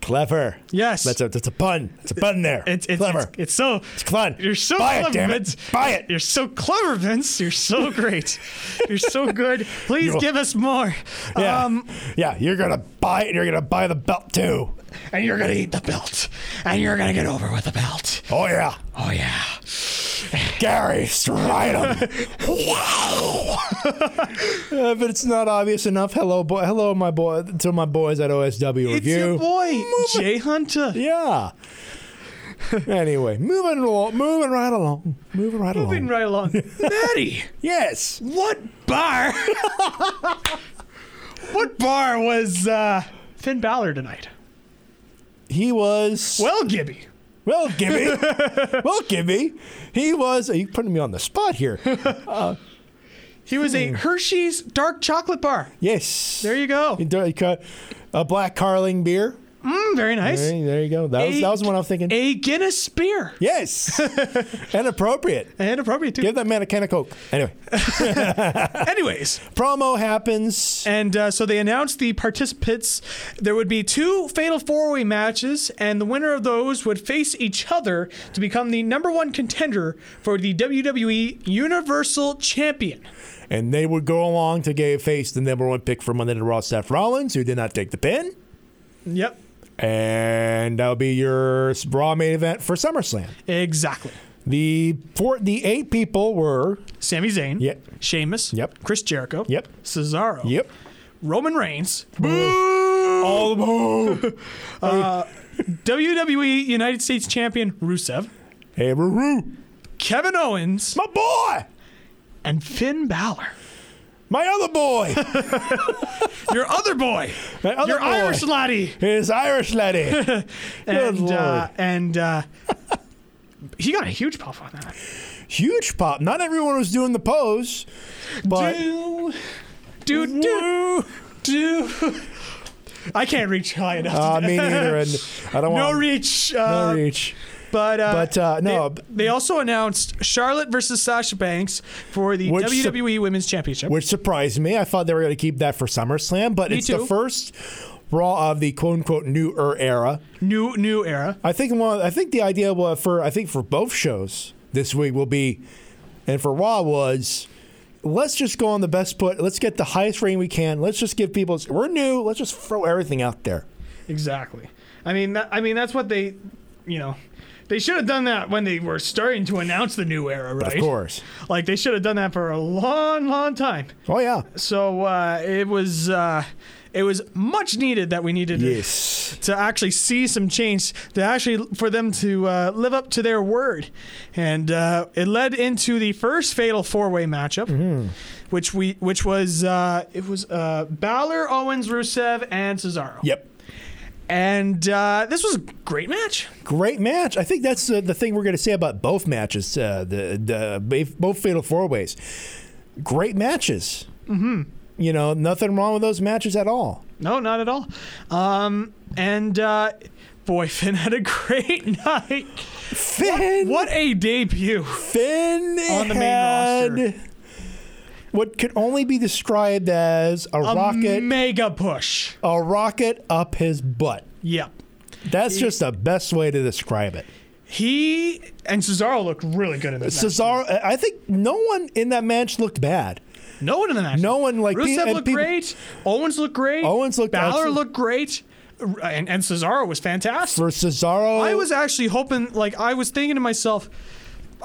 [SPEAKER 3] clever.
[SPEAKER 2] Yes.
[SPEAKER 3] That's a that's a pun. It's a pun there.
[SPEAKER 2] It's, it's
[SPEAKER 3] clever.
[SPEAKER 2] It's, it's so
[SPEAKER 3] It's fun.
[SPEAKER 2] you're so
[SPEAKER 3] Buy
[SPEAKER 2] clever,
[SPEAKER 3] it, damn
[SPEAKER 2] Vince.
[SPEAKER 3] it. Buy it.
[SPEAKER 2] You're so clever, Vince. You're so great. You're so good. Please
[SPEAKER 3] You're-
[SPEAKER 2] give us more.
[SPEAKER 3] Yeah.
[SPEAKER 2] Um,
[SPEAKER 3] yeah, you're gonna buy it. and You're gonna buy the belt too.
[SPEAKER 2] and you're gonna eat the belt, and you're gonna get over with the belt.
[SPEAKER 3] Oh yeah.
[SPEAKER 2] Oh yeah.
[SPEAKER 3] Gary Stridham. wow. Uh, but it's not obvious enough. Hello, boy. Hello, my boy. To my boys at OSW
[SPEAKER 2] It's
[SPEAKER 3] Review.
[SPEAKER 2] your boy, Jay Hunter.
[SPEAKER 3] Yeah. anyway, moving along, moving right along, moving right
[SPEAKER 2] Moving
[SPEAKER 3] along.
[SPEAKER 2] right along. Maddie,
[SPEAKER 3] yes.
[SPEAKER 2] what bar? what bar was uh, Finn Balor tonight?
[SPEAKER 3] He was well,
[SPEAKER 2] Well, Gibby.
[SPEAKER 3] Gibby. well, Gibby. He was. Are you putting me on the spot here?
[SPEAKER 2] He was
[SPEAKER 3] Hmm.
[SPEAKER 2] a Hershey's dark chocolate bar.
[SPEAKER 3] Yes.
[SPEAKER 2] There you go.
[SPEAKER 3] He dr- he cut a black Carling beer.
[SPEAKER 2] Mm, very nice.
[SPEAKER 3] Hey, There you go. That was that was what I'm thinking.
[SPEAKER 2] A Guinness beer.
[SPEAKER 3] Yes. and appropriate.
[SPEAKER 2] And appropriate, too.
[SPEAKER 3] Give that man a can of Coke. Anyway,
[SPEAKER 2] Anyways.
[SPEAKER 3] promo happens.
[SPEAKER 2] And uh, so they announced the participants. There would be two fatal four way matches, and the winner of those would face each other to become the number one contender for the WWE Universal Champion.
[SPEAKER 3] And they would go along to gay face the number one pick for Monday Night Raw, Seth Rollins, who did not take the pin.
[SPEAKER 2] Yep,
[SPEAKER 3] And that'll be your Raw main event for SummerSlam.
[SPEAKER 2] exactly.
[SPEAKER 3] The four, the eight people were,
[SPEAKER 2] Sami Zayn.
[SPEAKER 3] Yep.
[SPEAKER 2] Sheamus.
[SPEAKER 3] Yep.
[SPEAKER 2] Chris Jericho.
[SPEAKER 3] Yep.
[SPEAKER 2] Cesaro.
[SPEAKER 3] yep,
[SPEAKER 2] Roman Reigns.
[SPEAKER 3] all boo.
[SPEAKER 2] WWE E United States Champion Rusev.
[SPEAKER 3] hey, Ruru,
[SPEAKER 2] Kevin Owens.
[SPEAKER 3] my boy,
[SPEAKER 2] And Finn Balor.
[SPEAKER 3] my other boy,
[SPEAKER 2] Your other boy.
[SPEAKER 3] my other
[SPEAKER 2] Your
[SPEAKER 3] boy.
[SPEAKER 2] Irish laddie.
[SPEAKER 3] his Irish lady. Good
[SPEAKER 2] and uh,
[SPEAKER 3] lord.
[SPEAKER 2] and uh, he got a huge puff on that.
[SPEAKER 3] Huge pop. Not everyone was doing the pose, but
[SPEAKER 2] do do do do. I can't reach high enough.
[SPEAKER 3] uh, me neither. And I don't
[SPEAKER 2] no
[SPEAKER 3] want
[SPEAKER 2] reach.
[SPEAKER 3] no
[SPEAKER 2] Uh,
[SPEAKER 3] reach.
[SPEAKER 2] But uh,
[SPEAKER 3] But, uh, no,
[SPEAKER 2] They, they also announced Charlotte versus Sasha Banks for the
[SPEAKER 3] Which su-
[SPEAKER 2] WWE Women's Championship.
[SPEAKER 3] which surprised me. I thought they were going to keep that for SummerSlam, but
[SPEAKER 2] Me
[SPEAKER 3] it's
[SPEAKER 2] too.
[SPEAKER 3] the first Raw of the quote unquote new era.
[SPEAKER 2] new new era.
[SPEAKER 3] I think one. I think the idea was for I think for both shows this week will be, and for Raw was, let's just go on the best put. Let's get the highest rating we can. Let's just give people. We're new. Let's just throw everything out there.
[SPEAKER 2] Exactly. I mean, that, I mean that's what they, you know, they should have done that when they were starting to announce the new era, right?
[SPEAKER 3] Of course.
[SPEAKER 2] Like they should have done that for a long, long time.
[SPEAKER 3] Oh yeah.
[SPEAKER 2] So uh, it was uh, it was much needed that we needed to-
[SPEAKER 3] Yes.
[SPEAKER 2] to actually see some change, to actually for them to uh, live up to their word, and uh, it led into the first fatal four way matchup,
[SPEAKER 3] Mm-hmm.
[SPEAKER 2] which we which was uh, it was uh, Balor, Owens, Rusev, and Cesaro.
[SPEAKER 3] Yep.
[SPEAKER 2] And uh, this was a great match.
[SPEAKER 3] Great match. I think that's the, the thing we're going to say about both matches. Uh, the the ba- both fatal four ways. Great matches. Mm-hmm. You know, nothing wrong with those matches at all.
[SPEAKER 2] No, not at all. Um, and uh, boy, Finn had a great night.
[SPEAKER 3] Finn.
[SPEAKER 2] What a debut!
[SPEAKER 3] Finn
[SPEAKER 2] On the main
[SPEAKER 3] had
[SPEAKER 2] roster.
[SPEAKER 3] what could only be described as a,
[SPEAKER 2] A
[SPEAKER 3] rocket,
[SPEAKER 2] mega push.
[SPEAKER 3] a rocket up his butt.
[SPEAKER 2] Yep.
[SPEAKER 3] That's just the best way to describe it.
[SPEAKER 2] He and Cesaro looked really good in this match.
[SPEAKER 3] Cesaro, I I think no one in that match looked bad.
[SPEAKER 2] No one in the match.
[SPEAKER 3] No one, like, pe-
[SPEAKER 2] Rusev
[SPEAKER 3] and
[SPEAKER 2] looked
[SPEAKER 3] people-
[SPEAKER 2] great. Owens looked great.
[SPEAKER 3] Owens looked
[SPEAKER 2] Balor
[SPEAKER 3] absolute-
[SPEAKER 2] looked great, and, and Cesaro was fantastic.
[SPEAKER 3] For Cesaro,
[SPEAKER 2] I was actually hoping, like, I was thinking to myself,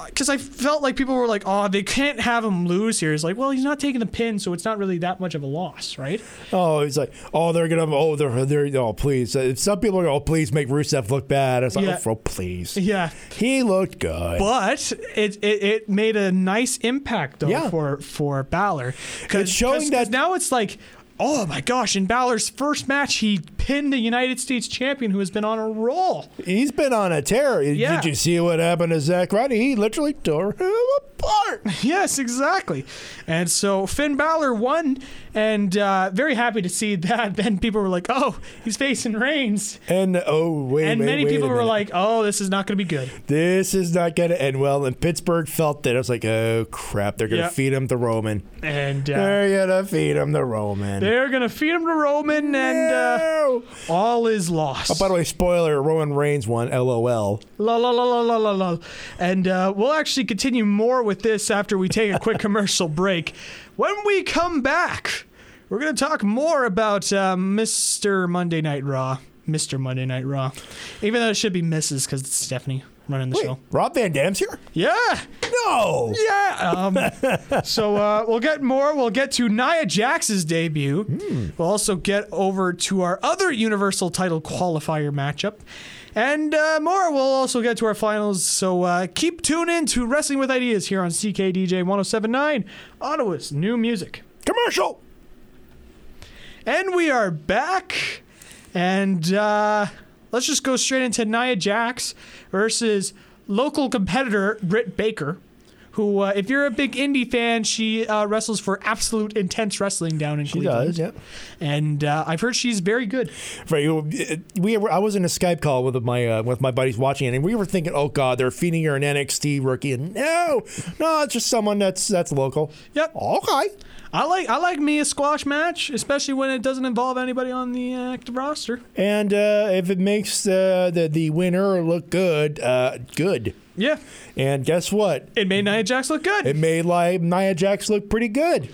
[SPEAKER 2] because I felt like people were like, "Oh, they can't have him lose here." It's like, well, he's not taking the pin, so it's not really that much of a loss, right?
[SPEAKER 3] oh, it's like, oh, they're gonna, oh, they're, they're, oh, please. Uh, Some people are, going, oh, please make Rusev look bad. It's like,
[SPEAKER 2] Yeah.
[SPEAKER 3] oh, please.
[SPEAKER 2] Yeah,
[SPEAKER 3] He looked good.
[SPEAKER 2] but it it, it made a nice impact though
[SPEAKER 3] Yeah.
[SPEAKER 2] for for Balor.
[SPEAKER 3] It's showing that-
[SPEAKER 2] now it's like. Oh my gosh! In Balor's first match, he pinned the United States champion who has been on a roll.
[SPEAKER 3] He's been on a tear.
[SPEAKER 2] Yeah.
[SPEAKER 3] Did you see what happened to Zack Roddy? He literally tore him apart.
[SPEAKER 2] Yes, exactly. And so Finn Balor won, and uh, very happy to see that. Then people were like, "Oh, he's facing Reigns,"
[SPEAKER 3] And oh wait,
[SPEAKER 2] and
[SPEAKER 3] wait,
[SPEAKER 2] many
[SPEAKER 3] wait a
[SPEAKER 2] people were
[SPEAKER 3] minute.
[SPEAKER 2] like, "Oh, this is not going to be good."
[SPEAKER 3] "This is not going to end well." And Pittsburgh felt that. I was like, "Oh crap, they're going to
[SPEAKER 2] Yep.
[SPEAKER 3] feed him to Roman.
[SPEAKER 2] And uh,
[SPEAKER 3] They're going to feed him to Roman."
[SPEAKER 2] they're going to feed him to Roman, and uh,
[SPEAKER 3] No!
[SPEAKER 2] all is lost.
[SPEAKER 3] By the way, spoiler: Roman Reigns won. LOL.
[SPEAKER 2] La la la la la la la. And uh, we'll actually continue more with this after we take a quick commercial break. When we come back, we're going to talk more about uh, Mr. Monday Night Raw. Mr. Monday Night Raw. Even though it should be Mrs. because it's Stephanie. running the
[SPEAKER 3] Wait,
[SPEAKER 2] show.
[SPEAKER 3] Rob Van Dam's here?
[SPEAKER 2] Yeah.
[SPEAKER 3] No.
[SPEAKER 2] Yeah. Um, so uh, we'll get more. We'll get to Nia Jax's debut. We'll also get over to our other Universal title qualifier matchup. And uh, more. We'll also get to our finals. So uh, keep tuned in to Wrestling with Ideas here on CKDJ 1079, Ottawa's new music.
[SPEAKER 3] Commercial.
[SPEAKER 2] And we are back. And uh, let's just go straight into Nia Jax versus local competitor Britt Baker, who, uh, if you're a big indie fan, she uh, wrestles for Absolute Intense Wrestling down in
[SPEAKER 3] He
[SPEAKER 2] Cleveland.
[SPEAKER 3] does, yeah.
[SPEAKER 2] And uh, I've heard she's very good.
[SPEAKER 3] Right. you- We were, I was in a Skype call with my uh, with my buddies watching it, and we were thinking, "Oh God, they're feeding her an NXT rookie." And no, no, it's just someone that's that's local.
[SPEAKER 2] Yep.
[SPEAKER 3] Okay.
[SPEAKER 2] I like I like me a squash match, especially when it doesn't involve anybody on the uh, active roster.
[SPEAKER 3] And uh, if it makes uh, the the winner look good, uh, good.
[SPEAKER 2] Yeah,
[SPEAKER 3] And guess what?
[SPEAKER 2] it made Nia Jax look good.
[SPEAKER 3] It made like Nia Jax look pretty good.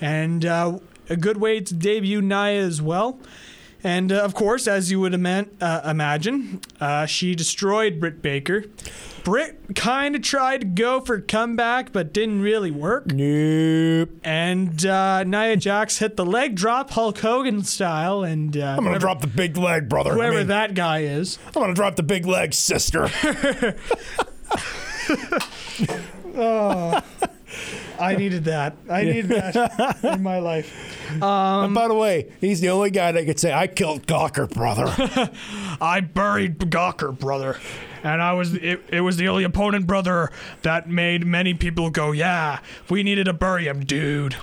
[SPEAKER 2] and uh, a good way to debut Naya as well. And uh, of course, as you would ima- uh, imagine, uh, she destroyed Britt Baker. Britt kind of tried to go for a comeback, but didn't really work.
[SPEAKER 3] Nope.
[SPEAKER 2] And uh, Nia Jax hit the leg drop, Hulk Hogan style, and uh,
[SPEAKER 3] I'm gonna
[SPEAKER 2] whoever,
[SPEAKER 3] drop the big leg, brother.
[SPEAKER 2] whoever
[SPEAKER 3] I mean,
[SPEAKER 2] that guy is.
[SPEAKER 3] I'm gonna drop the big leg, sister.
[SPEAKER 2] I needed that. I needed that in my life.
[SPEAKER 3] and by the way, he's the only guy that could say, "I killed Gawker, brother."
[SPEAKER 2] I buried Gawker, brother. And I was it, it was the only opponent, brother, that made many people go, Yeah, we needed to bury him, dude.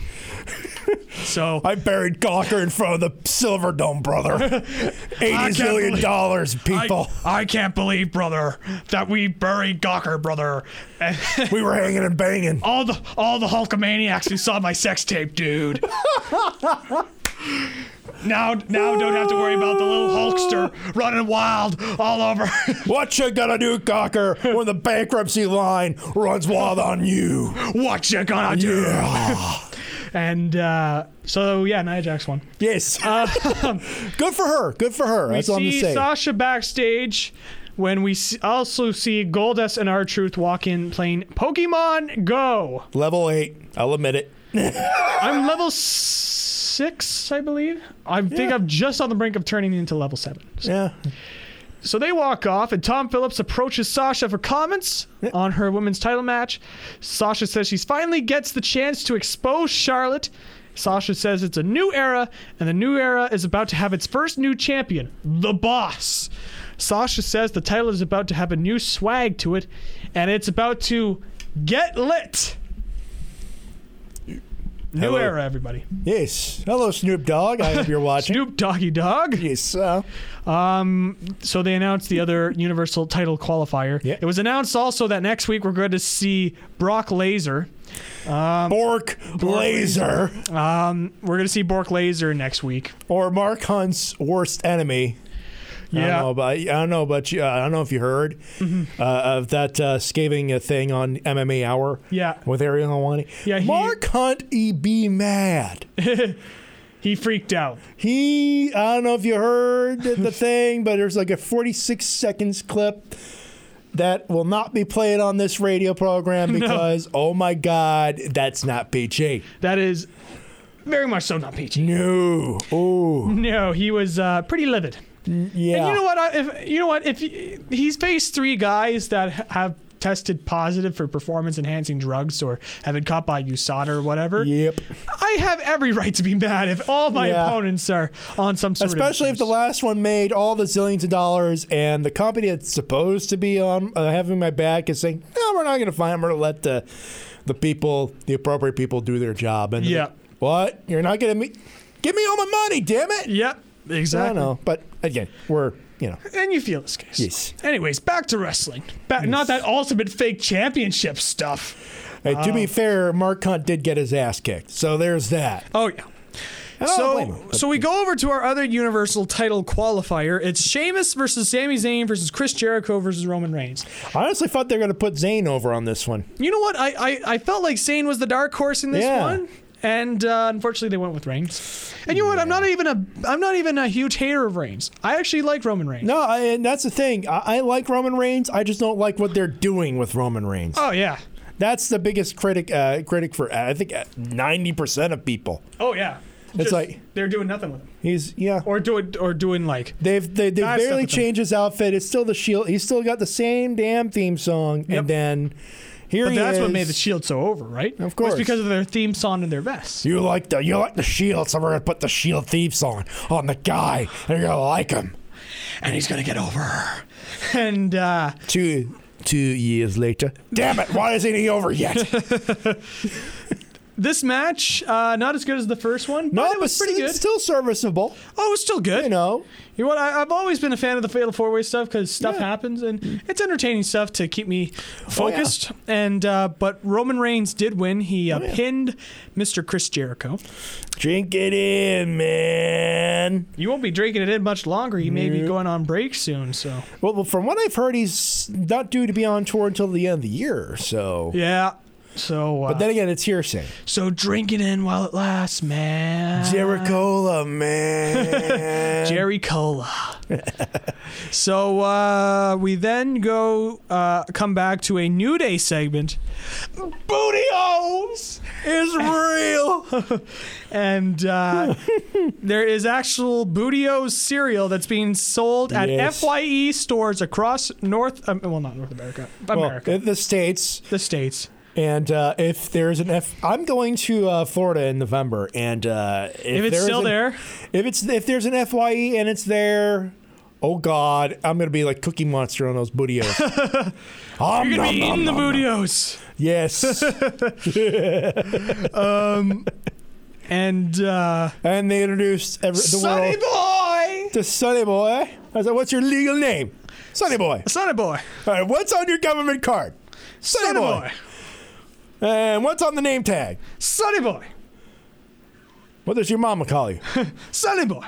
[SPEAKER 2] so
[SPEAKER 3] I buried Gawker in front of the Silver Dome, brother.
[SPEAKER 2] can't
[SPEAKER 3] Eighty million
[SPEAKER 2] believe-
[SPEAKER 3] dollars,
[SPEAKER 2] I,
[SPEAKER 3] people.
[SPEAKER 2] I can't believe, brother, that we buried Gawker, brother. And
[SPEAKER 3] we were hanging and banging.
[SPEAKER 2] all the all the Hulkamaniacs who saw my sex tape, dude. now now don't have to worry about the little Hulkster running wild all over.
[SPEAKER 3] What you gonna do, Gawker, when the bankruptcy line runs wild on you?
[SPEAKER 2] what you gonna do?
[SPEAKER 3] Yeah.
[SPEAKER 2] And uh, so yeah, Nia Jax won.
[SPEAKER 3] yes. good for her. Good for her. That's all I'm
[SPEAKER 2] Uh, see
[SPEAKER 3] saying.
[SPEAKER 2] Sasha backstage when we s also see Goldust and R Truth walk in playing Pokemon Go.
[SPEAKER 3] Level eight. I'll admit it.
[SPEAKER 2] I'm level six, I believe. I think
[SPEAKER 3] Yeah.
[SPEAKER 2] I'm just on the brink of turning into level seven. So,
[SPEAKER 3] Yeah.
[SPEAKER 2] so they walk off, and Tom Phillips approaches Sasha for comments on her women's title match. Sasha says she finally gets the chance to expose Charlotte. Sasha says it's a new era, and the new era is about to have its first new champion, the boss. Sasha says the title is about to have a new swag to it, and it's about to get lit. New
[SPEAKER 3] Hello.
[SPEAKER 2] era, everybody.
[SPEAKER 3] Yes. Hello, Snoop Dogg. I hope you're watching.
[SPEAKER 2] Snoop Doggy Dog.
[SPEAKER 3] Yes. Uh,
[SPEAKER 2] So they announced the other Universal title qualifier.
[SPEAKER 3] Yeah.
[SPEAKER 2] It was announced also that next week we're going to see Brock Laser. Um,
[SPEAKER 3] Bork Laser
[SPEAKER 2] We're going to see Bork Laser next week.
[SPEAKER 3] or Mark Hunt's worst enemy. I don't know about I don't know about you. I don't know if you heard
[SPEAKER 2] Mm-hmm.
[SPEAKER 3] uh, of that uh, scathing uh, thing on MMA Hour.
[SPEAKER 2] Yeah.
[SPEAKER 3] with Ariel Helwani.
[SPEAKER 2] Yeah, he-
[SPEAKER 3] Mark Hunt he be mad.
[SPEAKER 2] He freaked out.
[SPEAKER 3] He I don't know if you heard the thing, but there's like a 46 seconds clip that will not be played on this radio program because oh my god, that's not PG.
[SPEAKER 2] That is very much so not peachy.
[SPEAKER 3] No. Oh.
[SPEAKER 2] No, he was uh, pretty livid.
[SPEAKER 3] Yeah.
[SPEAKER 2] And you know what? I, if you know what, if y- he's faced three guys that ha- have tested positive for performance enhancing drugs or have been caught by USADA or whatever,
[SPEAKER 3] Yep.
[SPEAKER 2] I have every right to be mad if all my
[SPEAKER 3] Yeah.
[SPEAKER 2] opponents are on some sort
[SPEAKER 3] Especially
[SPEAKER 2] of
[SPEAKER 3] if the last one made all the zillions of dollars, and the company that's supposed to be on uh, having my back is saying, "No, we're not going to find. We're going to let the the people, the appropriate people, do their job." And
[SPEAKER 2] Yeah.
[SPEAKER 3] what? You're not going to me? Give me all my money, damn it!
[SPEAKER 2] Yep,
[SPEAKER 3] I
[SPEAKER 2] exactly.
[SPEAKER 3] know, but again, we're you know,
[SPEAKER 2] And you feel this case.
[SPEAKER 3] Yes.
[SPEAKER 2] Anyways, back to wrestling. Back, Not that ultimate fake championship stuff.
[SPEAKER 3] hey, to
[SPEAKER 2] Um,
[SPEAKER 3] be fair, Mark Hunt did get his ass kicked, so there's that.
[SPEAKER 2] Oh, yeah.
[SPEAKER 3] And I don't blame
[SPEAKER 2] So,
[SPEAKER 3] him, but-
[SPEAKER 2] so we go over to our other Universal title qualifier. It's Sheamus versus Sami Zayn versus Chris Jericho versus Roman Reigns.
[SPEAKER 3] I honestly thought they were going to put Zayn over on this one.
[SPEAKER 2] You know what? I, I, I felt like Zayn was the dark horse in this
[SPEAKER 3] Yeah.
[SPEAKER 2] one. and uh, unfortunately they went with Reigns. And you know what? I'm not even a I'm not even a huge hater of Reigns. I actually like Roman Reigns.
[SPEAKER 3] No, I, and that's the thing. I, I like Roman Reigns. I just don't like what they're doing with Roman Reigns.
[SPEAKER 2] Oh yeah.
[SPEAKER 3] That's the biggest critic. Uh, critic for uh, I think ninety percent of people.
[SPEAKER 2] Oh yeah. It's
[SPEAKER 3] like-
[SPEAKER 2] they're doing nothing with him,
[SPEAKER 3] He's yeah.
[SPEAKER 2] or doing or doing like
[SPEAKER 3] They've they, they
[SPEAKER 2] I've stuck
[SPEAKER 3] barely
[SPEAKER 2] with them.
[SPEAKER 3] changed his outfit. It's still the shield. He's still got the same damn theme song.
[SPEAKER 2] Yep.
[SPEAKER 3] And then here
[SPEAKER 2] But
[SPEAKER 3] he
[SPEAKER 2] that's what made
[SPEAKER 3] is.
[SPEAKER 2] the Shield so over, right?
[SPEAKER 3] Of course.
[SPEAKER 2] was because of their theme song and their vests.
[SPEAKER 3] You like the you like the shield, so we're gonna put the shield theme song on the guy, and you're gonna like him.
[SPEAKER 2] And he's gonna get over. And uh,
[SPEAKER 3] Two two years later, damn it! Why isn't he over yet?
[SPEAKER 2] this match, uh, not as good as the first one, but
[SPEAKER 3] no,
[SPEAKER 2] it was
[SPEAKER 3] but
[SPEAKER 2] pretty
[SPEAKER 3] it's
[SPEAKER 2] good.
[SPEAKER 3] still serviceable.
[SPEAKER 2] oh, it's still good.
[SPEAKER 3] You know,
[SPEAKER 2] You know what? I, I've always been a fan of the Fatal Four Way stuff because stuff
[SPEAKER 3] Yeah. Oh,
[SPEAKER 2] happens and it's entertaining stuff to keep me focused. And uh, but Roman Reigns did win. He uh,
[SPEAKER 3] Oh, yeah.
[SPEAKER 2] pinned Mr. Chris Jericho.
[SPEAKER 3] drink it in, man.
[SPEAKER 2] You won't be drinking it in much longer. He may be going on break soon. So
[SPEAKER 3] Well, well, from what I've heard, he's not due to be on tour until the end of the year. So,
[SPEAKER 2] yeah. So uh,
[SPEAKER 3] but then again, it's hearsay.
[SPEAKER 2] so drinking in while it lasts, man.
[SPEAKER 3] Jericho, man.
[SPEAKER 2] Jerry Cola. so uh, we then go uh, come back to a New Day segment. Booty holes is
[SPEAKER 3] Oh,
[SPEAKER 2] real, and uh, there is actual Bootios cereal that's being sold at
[SPEAKER 3] Yes.
[SPEAKER 2] Fye stores across North. Um, well, not North America,
[SPEAKER 3] well,
[SPEAKER 2] America,
[SPEAKER 3] in the states,
[SPEAKER 2] the states.
[SPEAKER 3] and uh, if there's an F, I'm going to uh, Florida in November, and uh, if,
[SPEAKER 2] If it's
[SPEAKER 3] there's
[SPEAKER 2] still
[SPEAKER 3] an-
[SPEAKER 2] there,
[SPEAKER 3] if it's if there's an Fye and it's there, oh God, I'm gonna be like Cookie Monster on those bootios. I'm
[SPEAKER 2] you're gonna be eating the Bootios.
[SPEAKER 3] Yes,
[SPEAKER 2] And uh,
[SPEAKER 3] and they introduced every, the world
[SPEAKER 2] Boy,
[SPEAKER 3] to Sunny Boy. I said, "What's your legal name?" Sunny Boy.
[SPEAKER 2] Sonny Boy,
[SPEAKER 3] All right, what's on your government card? Sunny,
[SPEAKER 2] Sonny
[SPEAKER 3] boy.
[SPEAKER 2] Boy,
[SPEAKER 3] And what's on the name tag?
[SPEAKER 2] Sonny Boy.
[SPEAKER 3] What does your mama call you?
[SPEAKER 2] Sunny Boy.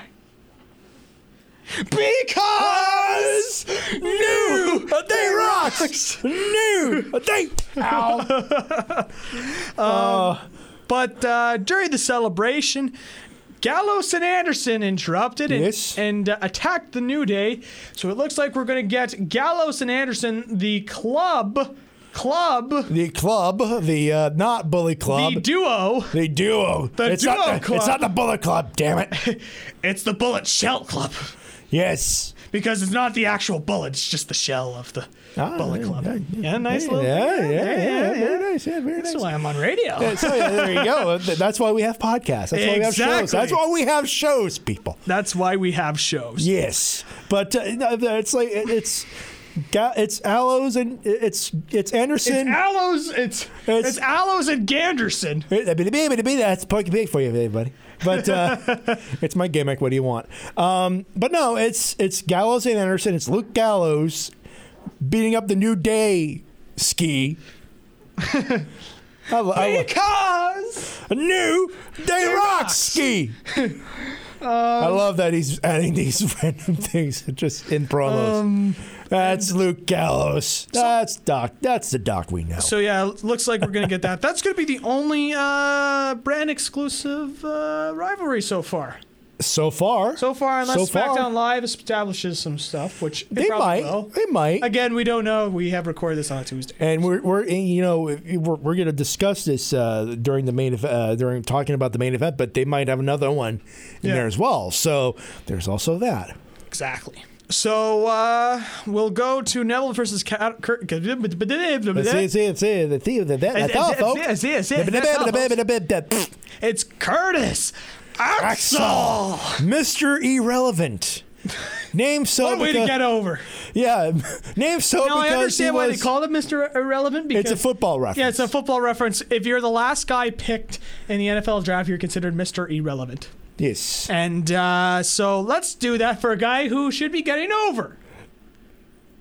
[SPEAKER 2] Because
[SPEAKER 3] New they rocks. New they. Ow.
[SPEAKER 2] But uh, during the celebration, Gallows and Anderson interrupted and,
[SPEAKER 3] Yes.
[SPEAKER 2] and uh, attacked the New Day. So it looks like we're going to get Gallows and Anderson, the club, club,
[SPEAKER 3] The club, the uh, not bully club.
[SPEAKER 2] the duo.
[SPEAKER 3] the duo.
[SPEAKER 2] The
[SPEAKER 3] it's not
[SPEAKER 2] duo
[SPEAKER 3] the,
[SPEAKER 2] club.
[SPEAKER 3] It's not the bullet club. Damn it.
[SPEAKER 2] It's the Bullet Shell Club
[SPEAKER 3] Yes.
[SPEAKER 2] because it's not the actual bullet; it's just the shell of the
[SPEAKER 3] Ah,
[SPEAKER 2] Bullet
[SPEAKER 3] yeah,
[SPEAKER 2] Club.
[SPEAKER 3] yeah,
[SPEAKER 2] Yeah, nice
[SPEAKER 3] Yeah,
[SPEAKER 2] little.
[SPEAKER 3] yeah, yeah,
[SPEAKER 2] yeah, yeah.
[SPEAKER 3] Very nice. Yeah, very
[SPEAKER 2] That's
[SPEAKER 3] nice.
[SPEAKER 2] why I'm on radio.
[SPEAKER 3] Yeah, so yeah, there you go. Th- That's why we have podcasts. That's why we have shows.
[SPEAKER 2] Exactly.
[SPEAKER 3] That's why we have shows, people.
[SPEAKER 2] That's why we have shows.
[SPEAKER 3] Yes, but uh, no, it's like it- it's. Ga- It's Aloes and it's it's Anderson.
[SPEAKER 2] Aloes, it's
[SPEAKER 3] It's-
[SPEAKER 2] it's, Aloes and Ganderson.
[SPEAKER 3] That's Porky Pig for you, everybody. But uh, it's my gimmick. What do you want? Um, but no, it's it's Gallows and Anderson. It's Luke Gallows beating up the New Day ski. I, lo- I, lo-
[SPEAKER 2] Because Um,
[SPEAKER 3] new Day Rock ski. I love that he's adding these random things just in promos.
[SPEAKER 2] um,
[SPEAKER 3] that's Luke Gallows. That's Doc. That's the Doc we know.
[SPEAKER 2] so yeah, it looks like we're gonna get that. That's gonna be the only uh, brand exclusive uh, rivalry so far.
[SPEAKER 3] So far,
[SPEAKER 2] So far, unless
[SPEAKER 3] So far.
[SPEAKER 2] SmackDown Live establishes some stuff, which it
[SPEAKER 3] they
[SPEAKER 2] probably
[SPEAKER 3] might.
[SPEAKER 2] will.
[SPEAKER 3] They might.
[SPEAKER 2] Again, we don't know. We have recorded this on a Tuesday.
[SPEAKER 3] and we're, we're you know we're, we're going to discuss this uh, during the main ev- uh, during talking about the main event, but they might have another one in
[SPEAKER 2] Yeah.
[SPEAKER 3] there as well. So there's also that.
[SPEAKER 2] Exactly. So uh, we'll go to Neville versus Cat. Kurt-
[SPEAKER 3] That's it, that's it, that's it, that's it, that's all, folks.
[SPEAKER 2] That's it, that's it, that's all, It's Curtis Axel.
[SPEAKER 3] Mr. Irrelevant. Name so
[SPEAKER 2] What a way to
[SPEAKER 3] because-
[SPEAKER 2] get over.
[SPEAKER 3] yeah, name
[SPEAKER 2] Now
[SPEAKER 3] so because
[SPEAKER 2] I
[SPEAKER 3] he
[SPEAKER 2] understand why
[SPEAKER 3] was,
[SPEAKER 2] they called him Mr. Irrelevant because
[SPEAKER 3] It's a football reference.
[SPEAKER 2] Yeah, it's a football reference. If you're the last guy picked in the NFL draft, you're considered Mr. Irrelevant.
[SPEAKER 3] yes.
[SPEAKER 2] And uh, so let's do that for a guy who should be getting over.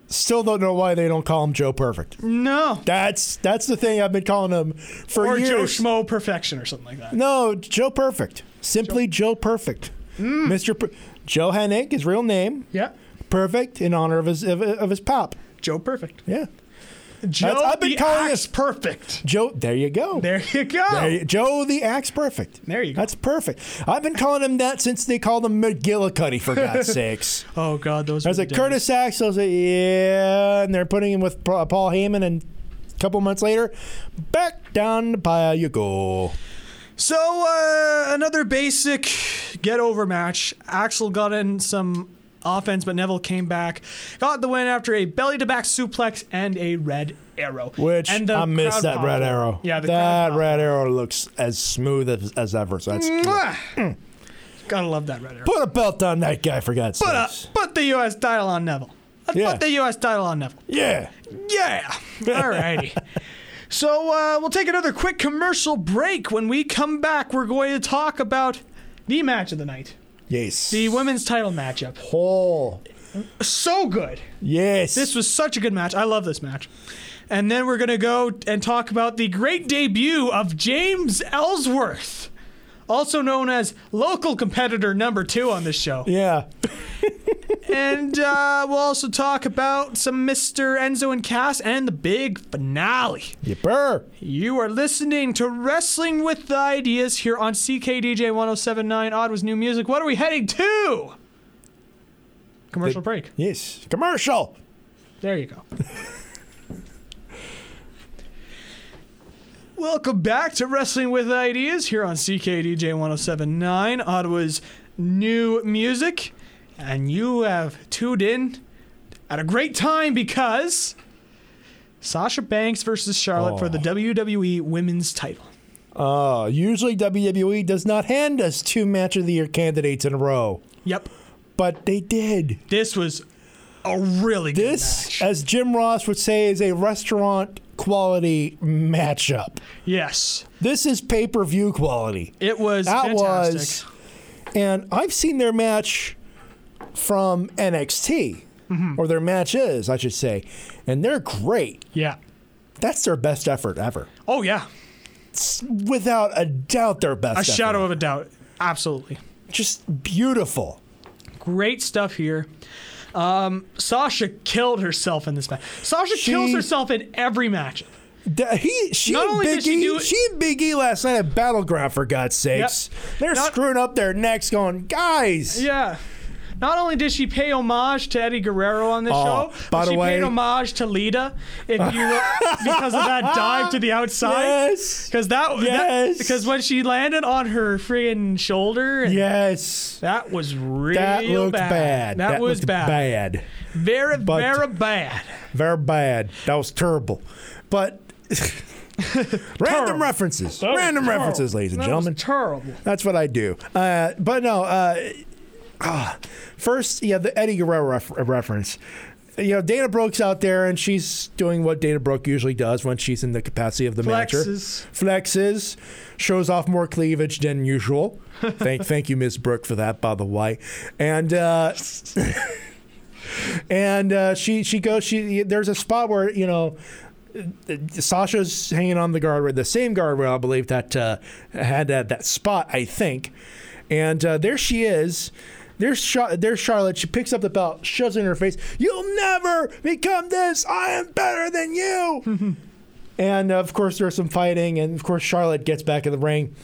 [SPEAKER 3] Still don't know why they don't call him Joe Perfect.
[SPEAKER 2] No.
[SPEAKER 3] That's that's the thing I've been calling him for
[SPEAKER 2] Or Joe
[SPEAKER 3] years.
[SPEAKER 2] Schmo Perfection or something like that.
[SPEAKER 3] No, Joe Perfect. Simply Joe, Perfect. Mr. Per- Joe Hennig, his real name,
[SPEAKER 2] Yeah.
[SPEAKER 3] Perfect in honor of his of, of his pop.
[SPEAKER 2] Joe Perfect.
[SPEAKER 3] Yeah.
[SPEAKER 2] Joe,
[SPEAKER 3] That's- I've been
[SPEAKER 2] the
[SPEAKER 3] calling
[SPEAKER 2] axe
[SPEAKER 3] this-
[SPEAKER 2] perfect.
[SPEAKER 3] Joe, there you go.
[SPEAKER 2] There you go.
[SPEAKER 3] There you- Joe the Axe Perfect.
[SPEAKER 2] There you go.
[SPEAKER 3] That's perfect. I've been calling him that since they called him McGillicuddy, for God's sakes.
[SPEAKER 2] oh God, those.
[SPEAKER 3] I was
[SPEAKER 2] were
[SPEAKER 3] like,
[SPEAKER 2] the
[SPEAKER 3] Curtis Axe. I was like, yeah. And they're putting him with Pa- Paul Heyman, and a couple months later, back down the pile you go.
[SPEAKER 2] days. So uh, another basic get over match. Axel got in some offense, but Neville came back, got the win after a belly to back suplex and a red arrow.
[SPEAKER 3] Which
[SPEAKER 2] and the
[SPEAKER 3] I miss
[SPEAKER 2] crowd
[SPEAKER 3] that
[SPEAKER 2] popped.
[SPEAKER 3] red arrow.
[SPEAKER 2] Yeah, the crowd
[SPEAKER 3] that
[SPEAKER 2] popped.
[SPEAKER 3] red arrow looks as smooth as, as ever. So that's
[SPEAKER 2] Mm.
[SPEAKER 3] cool.
[SPEAKER 2] Mwah! Gotta love that red arrow.
[SPEAKER 3] put a belt on that guy for God's
[SPEAKER 2] Put, uh,
[SPEAKER 3] sakes.
[SPEAKER 2] put the U.S. title on Neville. Let's
[SPEAKER 3] Yeah.
[SPEAKER 2] put the U.S. title on Neville.
[SPEAKER 3] Yeah.
[SPEAKER 2] Yeah. Alrighty. so uh, we'll take another quick commercial break. When we come back, we're going to talk about the match of the night,
[SPEAKER 3] Yes.
[SPEAKER 2] the women's title matchup.
[SPEAKER 3] Paul.
[SPEAKER 2] So good.
[SPEAKER 3] Yes.
[SPEAKER 2] This was such a good match. I love this match. And then we're going to go and talk about the great debut of James Ellsworth, also known as local competitor number two on this show.
[SPEAKER 3] yeah.
[SPEAKER 2] And uh, we'll also talk about some Mr. Enzo and Cass and the big finale.
[SPEAKER 3] Yipper.
[SPEAKER 2] You are listening to Wrestling with the Ideas here on CKDJ 1079 Ottawa's new music. What are we heading to? Commercial break.
[SPEAKER 3] Yes. Commercial.
[SPEAKER 2] There you go. Welcome back to Wrestling with Ideas here on CKDJ 1079, Ottawa's new music. And you have tuned in at a great time because Sasha Banks versus Charlotte for
[SPEAKER 3] Oh.
[SPEAKER 2] the WWE Women's title.
[SPEAKER 3] Uh, usually WWE does not hand us two match of the year candidates in a row,
[SPEAKER 2] Yep.
[SPEAKER 3] but they did.
[SPEAKER 2] This was a really good
[SPEAKER 3] This,
[SPEAKER 2] match.
[SPEAKER 3] as Jim Ross would say, is a restaurant quality matchup.
[SPEAKER 2] Yes.
[SPEAKER 3] This is pay per view quality.
[SPEAKER 2] It was
[SPEAKER 3] That
[SPEAKER 2] fantastic.
[SPEAKER 3] was. And I've seen their match from NXT,
[SPEAKER 2] Mm-hmm.
[SPEAKER 3] or their matches, I should say, and they're great.
[SPEAKER 2] Yeah.
[SPEAKER 3] That's their best effort ever.
[SPEAKER 2] Oh yeah.
[SPEAKER 3] It's without a doubt, their best
[SPEAKER 2] A
[SPEAKER 3] effort.
[SPEAKER 2] shadow of a doubt. Absolutely.
[SPEAKER 3] Just beautiful.
[SPEAKER 2] Great stuff here. Um, Sasha killed herself in this match. Sasha
[SPEAKER 3] She-
[SPEAKER 2] kills herself in every match.
[SPEAKER 3] Da- He, she,
[SPEAKER 2] Not
[SPEAKER 3] and
[SPEAKER 2] only
[SPEAKER 3] Big
[SPEAKER 2] did she
[SPEAKER 3] E,
[SPEAKER 2] do it-
[SPEAKER 3] she and Big E last night at Battleground, for God's sakes. They're
[SPEAKER 2] Not-
[SPEAKER 3] screwing up their necks, going, guys.
[SPEAKER 2] Yeah. Not only did she pay homage to Eddie Guerrero on this show,
[SPEAKER 3] Oh, by
[SPEAKER 2] but
[SPEAKER 3] the
[SPEAKER 2] she
[SPEAKER 3] way-
[SPEAKER 2] paid homage to Lita if you because of that dive to the outside.
[SPEAKER 3] Yes.
[SPEAKER 2] Because that,
[SPEAKER 3] Yes.
[SPEAKER 2] that because when she landed on her friggin' shoulder, and
[SPEAKER 3] Yes.
[SPEAKER 2] that was real
[SPEAKER 3] That looked bad.
[SPEAKER 2] That, was
[SPEAKER 3] looked
[SPEAKER 2] bad.
[SPEAKER 3] bad.
[SPEAKER 2] Very,
[SPEAKER 3] But-
[SPEAKER 2] very bad.
[SPEAKER 3] Very bad. That was terrible. But random
[SPEAKER 2] Terrible.
[SPEAKER 3] references.
[SPEAKER 2] That was
[SPEAKER 3] Random
[SPEAKER 2] terrible.
[SPEAKER 3] references, ladies and
[SPEAKER 2] That was
[SPEAKER 3] gentlemen.
[SPEAKER 2] terrible.
[SPEAKER 3] That's what I do. Uh, but no, uh, ah, first, yeah, the Eddie Guerrero ref- reference. You know, Dana Brooke's out there and she's doing what Dana Brooke usually does when she's in the capacity of the
[SPEAKER 2] Flexes.
[SPEAKER 3] manager. Flexes. Shows off more cleavage than usual. thank, thank you, Ms. Brooke, for that, by the way. And, uh, and uh, she she goes she there's a spot where you know Sasha's hanging on the guardrail the same guardrail I believe that uh, had that, that spot I think and uh, there she is there's Char- there's Charlotte she picks up the belt shoves it in her face you'll never become this I am better than you and uh, of course there's some fighting and of course Charlotte gets back in the ring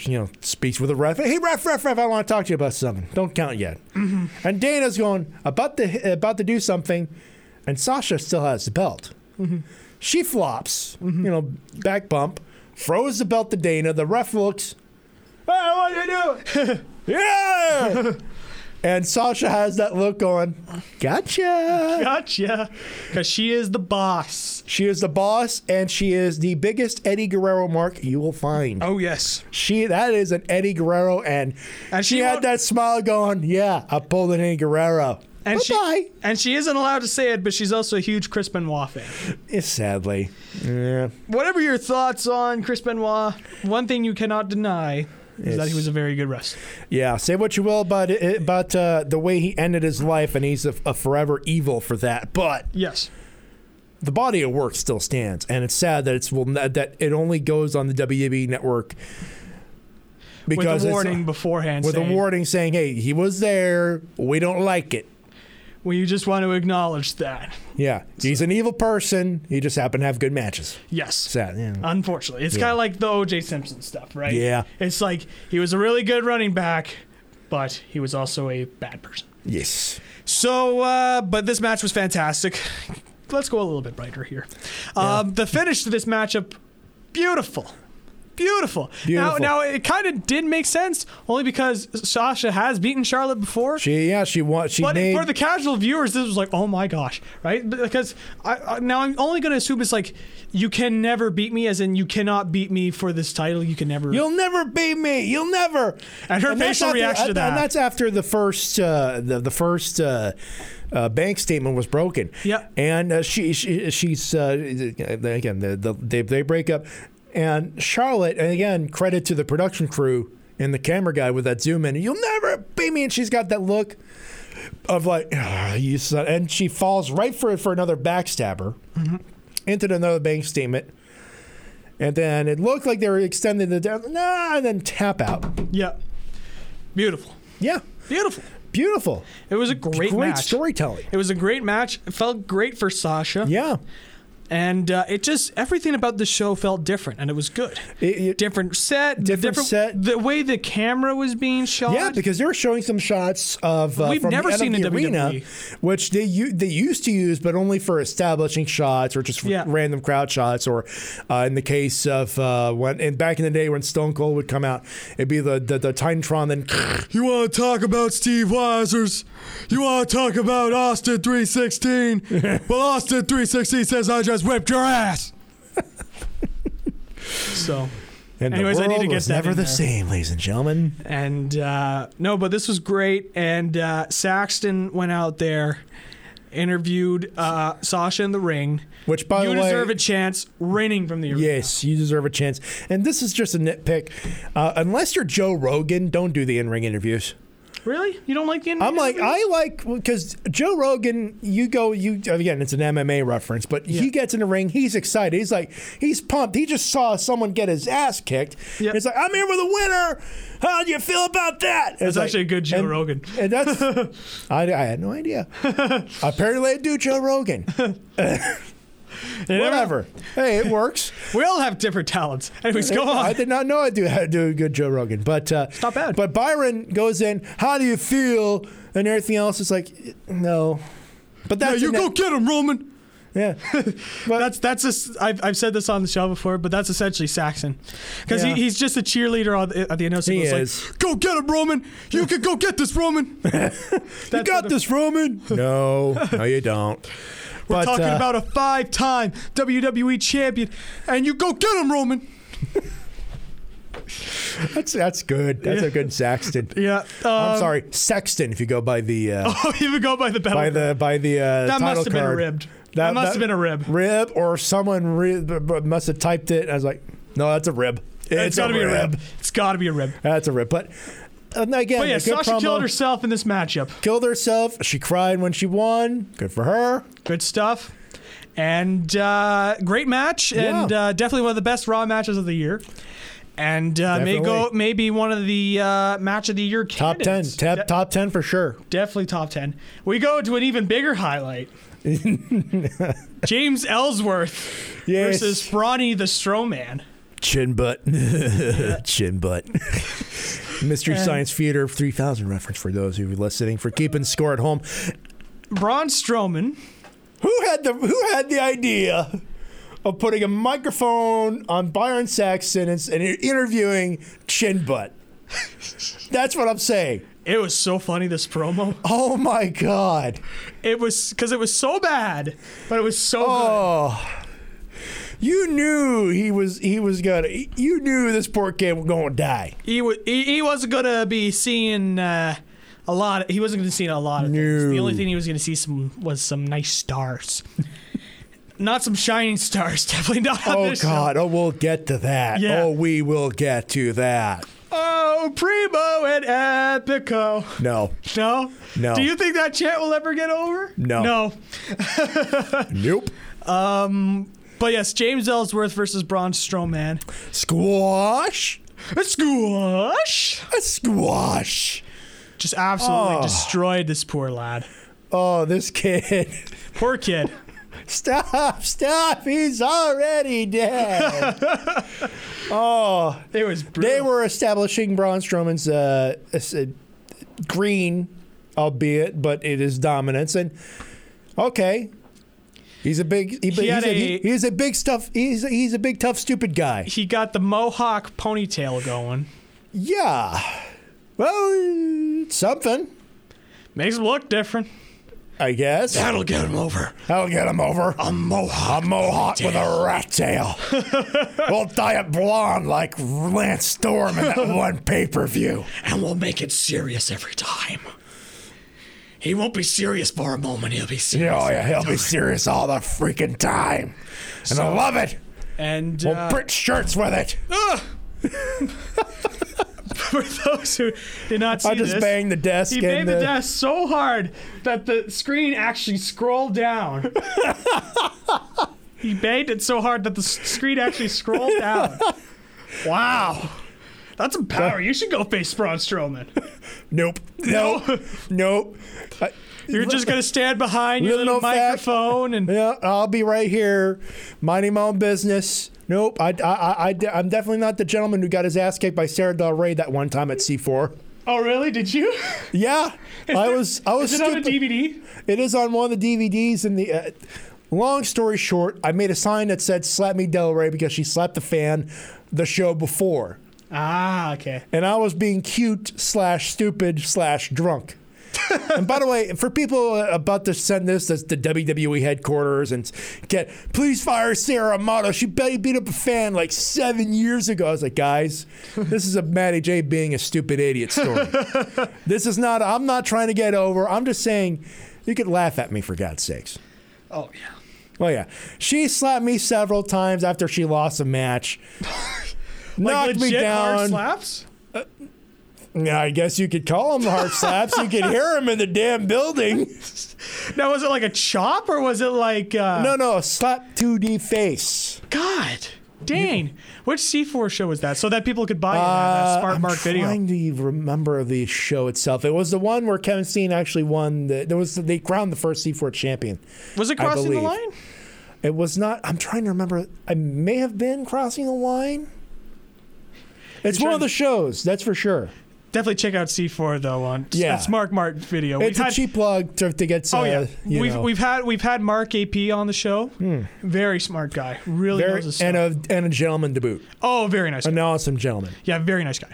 [SPEAKER 3] you know, speaks with a ref. Hey, ref, ref, ref! I want to talk to you about something. Don't count yet. And Dana's going about to about to do something, and Sasha still has the belt. She flops, you know, back bump, throws the belt to Dana. The ref looks, "Hey, what you doing?" yeah. and Sasha has that look going, "Gotcha."
[SPEAKER 2] Gotcha. Because she is the boss.
[SPEAKER 3] She is the boss, and she is the biggest Eddie Guerrero mark you will find.
[SPEAKER 2] Oh, yes.
[SPEAKER 3] She that is an Eddie Guerrero, and,
[SPEAKER 2] And
[SPEAKER 3] she,
[SPEAKER 2] she
[SPEAKER 3] had
[SPEAKER 2] won't-
[SPEAKER 3] that smile going. Yeah, I pulled an Eddie Guerrero.
[SPEAKER 2] And
[SPEAKER 3] bye bye.
[SPEAKER 2] she and she isn't allowed to say it, but she's also a huge Chris Benoit fan.
[SPEAKER 3] Sadly, yeah,
[SPEAKER 2] Whatever your thoughts on Chris Benoit, one thing you cannot deny is that
[SPEAKER 3] Yes.
[SPEAKER 2] he was a very good wrestler.
[SPEAKER 3] yeah. Say what you will about it, about uh, the way he ended his life, and he's a, a forever evil for that. But
[SPEAKER 2] Yes.
[SPEAKER 3] the body of work still stands, and it's sad that it's will not, that it only goes on the WWE network
[SPEAKER 2] With
[SPEAKER 3] because
[SPEAKER 2] a
[SPEAKER 3] it's-
[SPEAKER 2] warning beforehand.
[SPEAKER 3] with a
[SPEAKER 2] saying,
[SPEAKER 3] warning saying, "Hey, he was there. We don't like it."
[SPEAKER 2] We just want to acknowledge that.
[SPEAKER 3] Yeah, he's an evil person. He just happened to have good matches.
[SPEAKER 2] Yes.
[SPEAKER 3] Sad. Yeah.
[SPEAKER 2] Uh, Unfortunately, it's
[SPEAKER 3] Yeah.
[SPEAKER 2] kind of like the OJ Simpson stuff, right?
[SPEAKER 3] Yeah.
[SPEAKER 2] It's like he was a really good running back, but he was also a bad person.
[SPEAKER 3] yes.
[SPEAKER 2] So, uh, but this match was fantastic. Let's go a little bit brighter here. Um, the finish to this matchup, beautiful. Beautiful. Now,
[SPEAKER 3] Beautiful.
[SPEAKER 2] now it kind of did make sense only because Sasha has beaten Charlotte before.
[SPEAKER 3] She yeah she won. She
[SPEAKER 2] But
[SPEAKER 3] made
[SPEAKER 2] for the casual viewers, this was like, oh my gosh, right? Because I, I now I'm only going to assume it's like you can never beat me, as in you cannot beat me for this title. You can never.
[SPEAKER 3] You'll never beat me. You'll never.
[SPEAKER 2] And her
[SPEAKER 3] that's
[SPEAKER 2] facial
[SPEAKER 3] after-
[SPEAKER 2] reaction to
[SPEAKER 3] And
[SPEAKER 2] that.
[SPEAKER 3] that's after the first uh, the the first uh, uh, bank statement was broken.
[SPEAKER 2] Yep.
[SPEAKER 3] And uh, she, she she's uh, again the, the they they break up, and Charlotte and again credit to the production crew and the camera guy with that zoom in. You'll never beat me, and she's got that look of like "Ah, you son, and she falls right for for another backstabber into another bank statement. And then it looked like they were extending the down. Nah, and then tap out.
[SPEAKER 2] Yeah. Beautiful.
[SPEAKER 3] Yeah,
[SPEAKER 2] Beautiful.
[SPEAKER 3] beautiful.
[SPEAKER 2] It was a great,
[SPEAKER 3] Great
[SPEAKER 2] match.
[SPEAKER 3] storytelling.
[SPEAKER 2] It was a great match. It felt great for Sasha.
[SPEAKER 3] Yeah,
[SPEAKER 2] And uh, it just, everything about the show felt different and it was good.
[SPEAKER 3] It- it-
[SPEAKER 2] different set, the
[SPEAKER 3] Different set.
[SPEAKER 2] The way the camera was being shot.
[SPEAKER 3] yeah, because they were showing some shots of uh,
[SPEAKER 2] We've
[SPEAKER 3] from
[SPEAKER 2] never
[SPEAKER 3] the, end
[SPEAKER 2] seen
[SPEAKER 3] of the
[SPEAKER 2] in E.
[SPEAKER 3] arena,
[SPEAKER 2] WWE.
[SPEAKER 3] which they u- they used to use, but only for establishing shots or just
[SPEAKER 2] Yeah.
[SPEAKER 3] random crowd shots. Or uh, in the case of uh, when and back in the day when Stone Cold would come out, it'd be the the, the Titantron. Then
[SPEAKER 5] You want to talk about Steve Weisers? You want to talk about Austin 316? well, Austin 316 says I just whipped your ass.
[SPEAKER 2] So.
[SPEAKER 3] and
[SPEAKER 2] Anyways,
[SPEAKER 3] the
[SPEAKER 2] I need
[SPEAKER 3] world
[SPEAKER 2] to get
[SPEAKER 3] was
[SPEAKER 2] that
[SPEAKER 3] never
[SPEAKER 2] in
[SPEAKER 3] the
[SPEAKER 2] there.
[SPEAKER 3] same, ladies and gentlemen.
[SPEAKER 2] And uh, no, but this was great. And uh, Saxton went out there, interviewed uh, Sasha in the ring.
[SPEAKER 3] Which, by
[SPEAKER 2] you
[SPEAKER 3] the way,
[SPEAKER 2] deserve a chance, reigning from the arena.
[SPEAKER 3] Yes, you deserve a chance. And this is just a nitpick. Uh, unless you're Joe Rogan, don't do the in-ring interviews.
[SPEAKER 2] Really? You don't like the?
[SPEAKER 3] I'm like, I like because Joe Rogan. You go, you again. It's an MMA reference, but
[SPEAKER 2] Yeah.
[SPEAKER 3] he gets in the ring. He's excited. He's like, he's pumped. He just saw someone get his ass kicked.
[SPEAKER 2] Yep.
[SPEAKER 3] It's like, I'm here with a winner. How do you feel about that? It's
[SPEAKER 2] That's
[SPEAKER 3] like-
[SPEAKER 2] actually a good Joe
[SPEAKER 3] and-
[SPEAKER 2] Rogan.
[SPEAKER 3] And that's, I, I had no idea. Apparently, I do Joe Rogan. Whatever. Hey, it works.
[SPEAKER 2] We all have different talents. Anyways, go
[SPEAKER 3] I
[SPEAKER 2] on.
[SPEAKER 3] did not know I do I do a good Joe Rogan, but uh, it's
[SPEAKER 2] not bad.
[SPEAKER 3] But Byron goes in. How do you feel? And everything else is like no. But
[SPEAKER 5] Yeah,
[SPEAKER 3] that's e
[SPEAKER 5] you
[SPEAKER 3] a
[SPEAKER 5] go
[SPEAKER 3] net-
[SPEAKER 5] get him, Roman.
[SPEAKER 3] Yeah, but
[SPEAKER 2] That's that's a s- I've, I've said this on the show before, but that's essentially Saxon, because
[SPEAKER 3] Yeah.
[SPEAKER 2] he, he's just a cheerleader on the, at the announcing.
[SPEAKER 3] he
[SPEAKER 2] booth. Like,
[SPEAKER 3] is.
[SPEAKER 5] Go get him, Roman. You can go get this, Roman.
[SPEAKER 3] you got this, Roman. no, no, you don't. uh, We're
[SPEAKER 2] talking about a five-time WWE champion, and you go get him, Roman.
[SPEAKER 3] that's that's good. That's a good Saxton.
[SPEAKER 2] Yeah.
[SPEAKER 3] I'm
[SPEAKER 2] um,
[SPEAKER 3] sorry, Sexton. If you go by the uh,
[SPEAKER 2] Oh, you would go by the battle.
[SPEAKER 3] by the by the uh,
[SPEAKER 2] That
[SPEAKER 3] title
[SPEAKER 2] must have been
[SPEAKER 3] card.
[SPEAKER 2] ribbed. That, must have been a rib.
[SPEAKER 3] Rib or someone rib, must have typed it. I was like, no, that's a rib.
[SPEAKER 2] it's gotta be a rib. It's gotta be a rib.
[SPEAKER 3] That's a rip. But uh, again,
[SPEAKER 2] But yeah,
[SPEAKER 3] a good
[SPEAKER 2] Sasha
[SPEAKER 3] promo.
[SPEAKER 2] killed herself in this matchup.
[SPEAKER 3] Killed herself. She cried when she won. Good for her.
[SPEAKER 2] Good stuff. And uh, great match, and
[SPEAKER 3] Yeah.
[SPEAKER 2] uh, definitely one of the best Raw matches of the year. And uh, may go
[SPEAKER 3] Definitely.
[SPEAKER 2] maybe one of the uh, match of the year
[SPEAKER 3] Top ten.
[SPEAKER 2] candidates.
[SPEAKER 3] Tap,
[SPEAKER 2] De-
[SPEAKER 3] top ten for sure.
[SPEAKER 2] definitely top ten. We go to an even bigger highlight. James Ellsworth
[SPEAKER 3] Yes.
[SPEAKER 2] versus Bronny the Strowman.
[SPEAKER 3] chin butt. chin butt. Mystery
[SPEAKER 2] And-
[SPEAKER 3] Science Theater 3000 reference for those who are listening for keeping score at home.
[SPEAKER 2] Braun Strowman.
[SPEAKER 3] Who had the Who had the idea of putting a microphone on Byron Saxton and, and interviewing Chin Butt? That's what I'm saying.
[SPEAKER 2] It was so funny this promo.
[SPEAKER 3] Oh my God.
[SPEAKER 2] It was because it was so bad, but it was so
[SPEAKER 3] Oh, you knew he was he was gonna. You knew this poor kid was gonna die.
[SPEAKER 2] good. He, wa- he he wasn't gonna be seeing uh, a lot. he wasn't gonna see a lot of things. The
[SPEAKER 3] No.
[SPEAKER 2] only thing he was gonna see some was some nice stars, not some shining stars. Definitely not. On
[SPEAKER 3] Oh
[SPEAKER 2] this show.
[SPEAKER 3] God! Oh, we'll get to that.
[SPEAKER 2] Yeah.
[SPEAKER 3] Oh, we will get to that.
[SPEAKER 2] Oh, Primo and Epico.
[SPEAKER 3] No,
[SPEAKER 2] No,
[SPEAKER 3] No.
[SPEAKER 2] Do you think that chant will ever get over?
[SPEAKER 3] No.
[SPEAKER 2] No.
[SPEAKER 3] nope.
[SPEAKER 2] But yes, James Ellsworth versus Braun Strowman.
[SPEAKER 3] Squash,
[SPEAKER 2] Squash.
[SPEAKER 3] a squash.
[SPEAKER 2] Just absolutely
[SPEAKER 3] Oh.
[SPEAKER 2] destroyed this poor lad.
[SPEAKER 3] Oh, this kid.
[SPEAKER 2] Poor kid.
[SPEAKER 3] Stop, stop. He's already dead. oh,
[SPEAKER 2] It was brutal.
[SPEAKER 3] they were establishing Braun Strowman's uh, s- uh, green, albeit, but it is dominance. And okay, he's a big.
[SPEAKER 2] He
[SPEAKER 3] He, he's,
[SPEAKER 2] had
[SPEAKER 3] a, he-
[SPEAKER 2] a-
[SPEAKER 3] he's a big stuff. He's he's a big tough stupid guy.
[SPEAKER 2] he got the mohawk ponytail going.
[SPEAKER 3] Yeah. Well, something.
[SPEAKER 2] Makes him look different.
[SPEAKER 3] I guess.
[SPEAKER 5] That'll get him over.
[SPEAKER 3] I'll get him over. A mohawk. A mohawk with a rat tail. we'll dye it blonde like Lance Storm in that one pay per view.
[SPEAKER 5] And we'll make it serious every time. He won't be serious for a moment. He'll be serious.
[SPEAKER 3] Oh, yeah, he'll be serious all the freaking time. And I love it.
[SPEAKER 2] And
[SPEAKER 3] We'll
[SPEAKER 2] uh,
[SPEAKER 3] print shirts with it.
[SPEAKER 2] for those who did not see
[SPEAKER 3] I just
[SPEAKER 2] this,
[SPEAKER 3] banged the desk.
[SPEAKER 2] he
[SPEAKER 3] and uh,
[SPEAKER 2] banged the desk so hard that the screen actually scrolled down. he banged it so hard that the s- screen actually scrolled down. Wow. That's a power. You should go face Braun Strowman.
[SPEAKER 3] Nope. Nope. nope. I,
[SPEAKER 2] You're just gonna stand behind your
[SPEAKER 3] Little
[SPEAKER 2] little
[SPEAKER 3] fat-
[SPEAKER 2] microphone and
[SPEAKER 3] yeah, I'll be right here, minding my own business. Nope. I, I, I, I, am definitely not the gentleman who got his ass kicked by Sarah Del Rey that one time at C4.
[SPEAKER 2] oh really? Did you?
[SPEAKER 3] Yeah, I was. I was.
[SPEAKER 2] Is it on a
[SPEAKER 3] stupid.
[SPEAKER 2] DVD?
[SPEAKER 3] It is on one of the DVDs. And the uh, long story short, I made a sign that said "Slap me, Del Rey" because she slapped the fan the show before,
[SPEAKER 2] Ah, okay.
[SPEAKER 3] and I was being cute slash stupid slash drunk. and by the way, for people about to send this, that's the WWE headquarters, and get please fire Sarah Amato. She be- beat up a fan like seven years ago. I was like, guys, this is a Matty J being a stupid idiot story. this is not. I'm not trying to get over. I'm just saying, you could laugh at me for God's sakes.
[SPEAKER 2] Oh yeah.
[SPEAKER 3] Oh yeah, she slapped me several times after she lost a match. Knocked me
[SPEAKER 2] legit Hard
[SPEAKER 3] down.
[SPEAKER 2] slaps?
[SPEAKER 3] Yeah, I guess you could call them hard slaps. You could hear them in the damn building.
[SPEAKER 2] Now was it like a chop or was it like uh,
[SPEAKER 3] No, no, slap 2D face.
[SPEAKER 2] God, dang! Which C4 show was that? So that people could buy it on
[SPEAKER 3] Uh,
[SPEAKER 2] that Smart
[SPEAKER 3] I'm
[SPEAKER 2] Mark video.
[SPEAKER 3] trying to remember the show itself. It was the one where Kevin Steen actually won. The, there was they crowned the first C4 champion.
[SPEAKER 2] was it
[SPEAKER 3] I
[SPEAKER 2] crossing the
[SPEAKER 3] believe.
[SPEAKER 2] line?
[SPEAKER 3] It was not. I'm trying to remember. I may have been crossing the line. It's
[SPEAKER 2] You're
[SPEAKER 3] one of
[SPEAKER 2] trying-
[SPEAKER 3] the shows, that's for sure.
[SPEAKER 2] Definitely check out C4 though on
[SPEAKER 3] Yeah.
[SPEAKER 2] yeah. Smart Mark video.
[SPEAKER 3] It's a cheap plug to, to get. Uh,
[SPEAKER 2] Oh yeah,
[SPEAKER 3] you
[SPEAKER 2] we've
[SPEAKER 3] know, Hmm.
[SPEAKER 2] we've had we've had Mark AP on the show. Very smart guy, really
[SPEAKER 3] very,
[SPEAKER 2] knows his
[SPEAKER 3] and
[SPEAKER 2] stuff.
[SPEAKER 3] a and a gentleman to boot,
[SPEAKER 2] oh, very nice.
[SPEAKER 3] an awesome gentleman.
[SPEAKER 2] Yeah, very nice guy.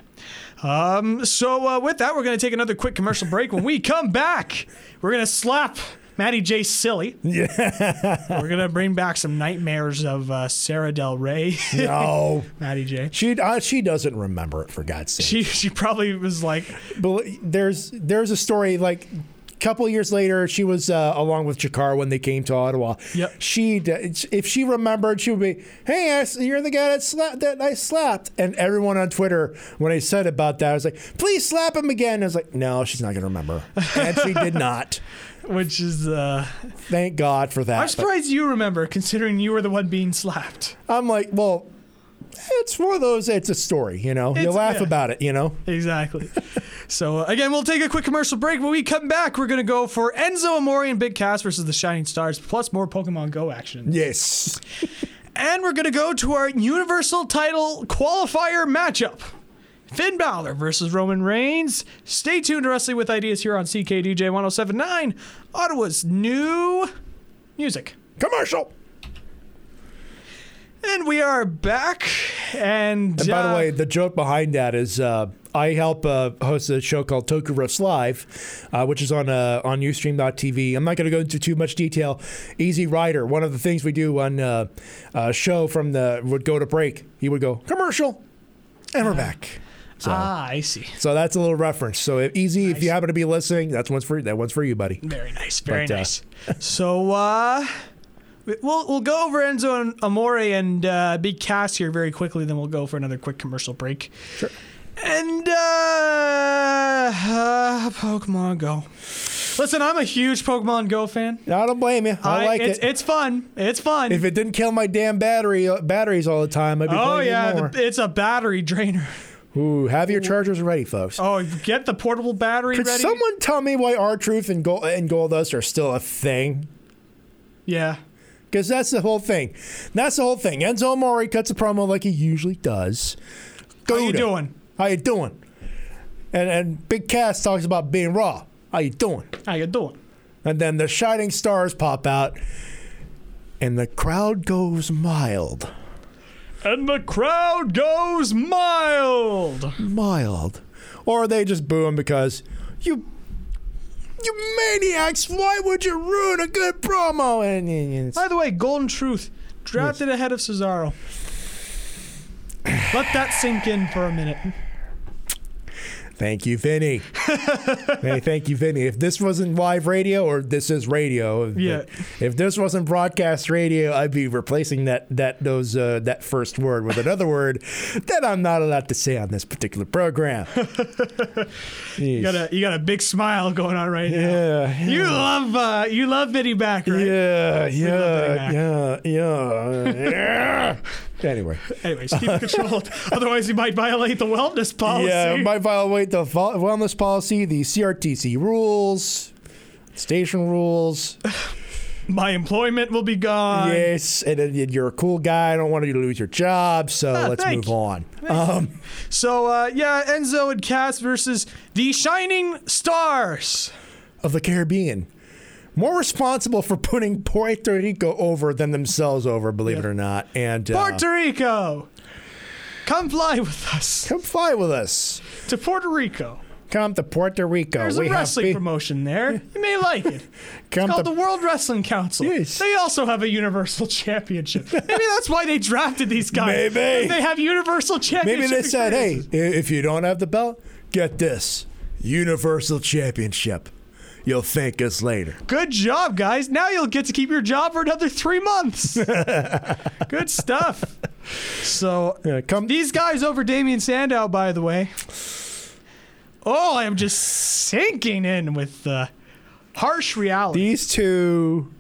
[SPEAKER 2] Um, so uh, with that, we're going to take another quick commercial break. When we come back, we're going to slap Maddie J. Silly. Yeah. we're going to bring back some nightmares of uh, Sarah Del Rey,
[SPEAKER 3] No,
[SPEAKER 2] Maddie J.
[SPEAKER 3] she uh, she doesn't remember it for God's sake.
[SPEAKER 2] She she probably was like,
[SPEAKER 3] Bel- there's there's a story like a couple years later she was uh, along with Jakar when they came to Ottawa.
[SPEAKER 2] Yep.
[SPEAKER 3] She d- if she remembered she would be, "Hey, I s- you're the guy that slapped that I slapped." And everyone on Twitter when I said about that I was like, "Please slap him again." I was like, "No, she's not going to remember." And she did not.
[SPEAKER 2] which is uh,
[SPEAKER 3] Thank God for that.
[SPEAKER 2] I'm surprised you remember, considering you were the one being slapped.
[SPEAKER 3] But I'm like, "Well, it's one of those it's a story, you know. you
[SPEAKER 2] It's-
[SPEAKER 3] laugh
[SPEAKER 2] yeah.
[SPEAKER 3] about it, you know."
[SPEAKER 2] Exactly. so uh, again, we'll take a quick commercial break. When we come back, we're gonna go for Enzo Amore and Big Cass versus the Shining Stars, plus more Pokemon Go action.
[SPEAKER 3] Yes.
[SPEAKER 2] And we're going to go to our Universal title qualifier matchup Finn Balor versus Roman Reigns. Stay tuned to Wrestling with Ideas here on CKDJ 1079, Ottawa's new music.
[SPEAKER 3] Commercial.
[SPEAKER 2] And we are back. And,
[SPEAKER 3] And by the
[SPEAKER 2] uh,
[SPEAKER 3] way, the joke behind that is uh, I help uh, host a show called Toku Roast Live, uh, which is on uh, on Ustream.tv. I'm not going to go into too much detail. Easy Rider, one of the things we do on uh, a show from the would go to break. He would go commercial, and we're back. So,
[SPEAKER 2] ah, I see.
[SPEAKER 3] so that's a little reference. So if, easy, if you happen to be listening, that's one's for that one's for you, buddy.
[SPEAKER 2] Very nice. Very
[SPEAKER 3] But, uh,
[SPEAKER 2] nice. so, uh,. we- We'll, we'll go over Enzo and Amore and uh, Big Cass here very quickly, then we'll go for another quick commercial break. Sure. And uh, uh, Pokemon Go. Listen, I'm a huge Pokemon Go fan.
[SPEAKER 3] I don't blame you. I, like
[SPEAKER 2] it's,
[SPEAKER 3] it.
[SPEAKER 2] It's fun. It's fun.
[SPEAKER 3] if it didn't kill my damn battery uh, batteries all the time, I'd be
[SPEAKER 2] oh
[SPEAKER 3] playing it
[SPEAKER 2] yeah,
[SPEAKER 3] more.
[SPEAKER 2] the, it's a battery drainer.
[SPEAKER 3] Ooh, have your chargers ready, folks.
[SPEAKER 2] Oh, get the portable battery
[SPEAKER 3] Could
[SPEAKER 2] ready.
[SPEAKER 3] someone tell me why R Truth and Gold and Goldust are still a thing?
[SPEAKER 2] yeah.
[SPEAKER 3] Because that's the whole thing. That's the whole thing. Enzo Mori cuts a promo like he usually does. Go
[SPEAKER 2] How you doing?
[SPEAKER 3] How you doing? And and Big Cass talks about being raw. How you doing?
[SPEAKER 2] How you doing?
[SPEAKER 3] And then the shining stars pop out, and the crowd goes mild,
[SPEAKER 2] And the crowd goes mild.
[SPEAKER 3] mild, or they just boo him because you. You maniacs! Why would you ruin a good promo? And, and- and it's-
[SPEAKER 2] By the way, Golden Truth drafted ahead of Cesaro. Let that sink in for a minute.
[SPEAKER 3] Thank you, Vinny. hey, thank you, Vinny. If this wasn't live radio, or this is radio,
[SPEAKER 2] Yeah.
[SPEAKER 3] If this wasn't broadcast radio, I'd be replacing that that those uh, that first word with another word that I'm not allowed to say on this particular program. Jeez.
[SPEAKER 2] You got a you got a big smile going on right now.
[SPEAKER 3] yeah,
[SPEAKER 2] You love uh, you love Vinny back, right?
[SPEAKER 3] yeah,
[SPEAKER 2] love
[SPEAKER 3] yeah, yeah, yeah, yeah. Anyway,
[SPEAKER 2] Anyways, keep it controlled. Otherwise, you might violate the wellness policy.
[SPEAKER 3] yeah, might violate the vol- wellness policy, the CRTC rules, station rules.
[SPEAKER 2] My employment will be gone.
[SPEAKER 3] Yes, and then you're a cool guy. I don't want you to lose your job, so
[SPEAKER 2] Ah,
[SPEAKER 3] let's
[SPEAKER 2] thank
[SPEAKER 3] move
[SPEAKER 2] you.
[SPEAKER 3] on. Um,
[SPEAKER 2] So uh, yeah, Enzo and Cass versus the Shining Stars.
[SPEAKER 3] of the Caribbean, more responsible for putting Puerto Rico over than themselves over, believe it or not. And uh,
[SPEAKER 2] Puerto Rico. Come fly with us
[SPEAKER 3] come fly with us.
[SPEAKER 2] to Puerto Rico.
[SPEAKER 3] Come to Puerto Rico.
[SPEAKER 2] There's
[SPEAKER 3] we
[SPEAKER 2] a wrestling
[SPEAKER 3] have
[SPEAKER 2] promotion there. You may like it.
[SPEAKER 3] be- come
[SPEAKER 2] It's
[SPEAKER 3] to
[SPEAKER 2] called the World Wrestling Council.
[SPEAKER 3] Yes.
[SPEAKER 2] They also have a Universal Championship. Maybe that's why they drafted these guys.
[SPEAKER 3] Maybe.
[SPEAKER 2] They have Universal Championship.
[SPEAKER 3] Maybe they said, "Hey,
[SPEAKER 2] experiences.
[SPEAKER 3] i- if you don't have the belt, get this Universal Championship. You'll thank us later."
[SPEAKER 2] Good job, guys. Now you'll get to keep your job for another three months. Good stuff. So,
[SPEAKER 3] Yeah, come.
[SPEAKER 2] these guys over Damian Sandow, by the way. Oh, I am just sinking in with the harsh reality.
[SPEAKER 3] These two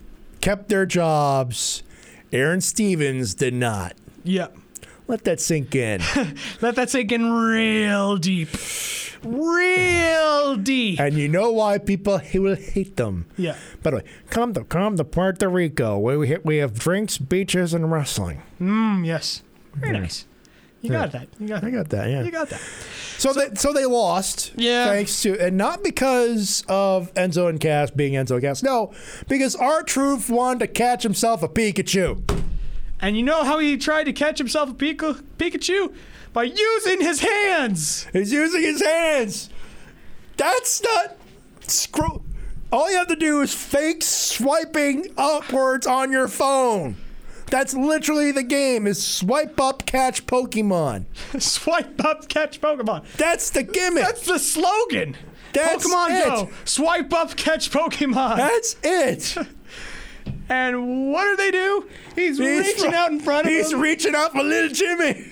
[SPEAKER 3] kept their jobs. Aaron Stevens did not.
[SPEAKER 2] yep.
[SPEAKER 3] Let that sink in.
[SPEAKER 2] Let that sink in real deep. Real deep.
[SPEAKER 3] and you know why people he will hate them.
[SPEAKER 2] Yeah.
[SPEAKER 3] By the way, come to come to Puerto Rico. where We we have drinks, beaches, and wrestling.
[SPEAKER 2] Mm, yes. Very nice. You got that. You got
[SPEAKER 3] I
[SPEAKER 2] that.
[SPEAKER 3] got that. Yeah.
[SPEAKER 2] You got that.
[SPEAKER 3] so, they so they lost.
[SPEAKER 2] Yeah.
[SPEAKER 3] Thanks to and not because of Enzo and Cass being Enzo and Cass. No, because our truth wanted to catch himself a Pikachu.
[SPEAKER 2] And you know how he tried to catch himself a Pika- Pikachu? By using his hands.
[SPEAKER 3] He's using his hands. That's not screw. All you have to do is fake swiping upwards on your phone. That's literally the game. Is swipe up, catch Pokemon.
[SPEAKER 2] Swipe up, catch Pokemon.
[SPEAKER 3] That's the gimmick.
[SPEAKER 2] That's the slogan.
[SPEAKER 3] That's
[SPEAKER 2] Pokemon
[SPEAKER 3] it.
[SPEAKER 2] Go. Swipe up, catch Pokemon.
[SPEAKER 3] That's it.
[SPEAKER 2] and what do they do? He's, reaching
[SPEAKER 3] fr-
[SPEAKER 2] out in front of
[SPEAKER 3] He's
[SPEAKER 2] him.
[SPEAKER 3] reaching out for little Jimmy.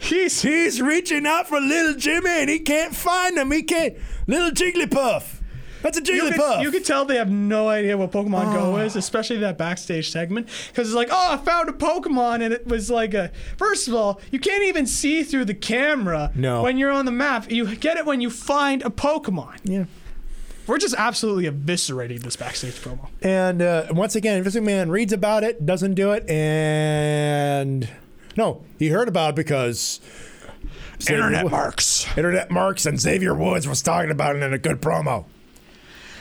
[SPEAKER 2] he's
[SPEAKER 3] He's reaching out for little Jimmy, and he can't find him. He can't. Little Jigglypuff. That's a
[SPEAKER 2] You
[SPEAKER 3] Jigglypuff.
[SPEAKER 2] can, you can tell they have no idea what Pokemon
[SPEAKER 3] Oh.
[SPEAKER 2] Go is, especially that backstage segment. Because it's like, oh, I found a Pokemon, and it was like a. First of all, you can't even see through the camera
[SPEAKER 3] No.
[SPEAKER 2] when you're on the map. You get it when you find a Pokemon.
[SPEAKER 3] Yeah.
[SPEAKER 2] We're just absolutely eviscerating this backstage promo.
[SPEAKER 3] And uh, once again, Invisible Man reads about it, doesn't do it, and no, he heard about it because Internet
[SPEAKER 2] marks.
[SPEAKER 3] Internet Marks and Xavier Woods was talking about it in a good promo.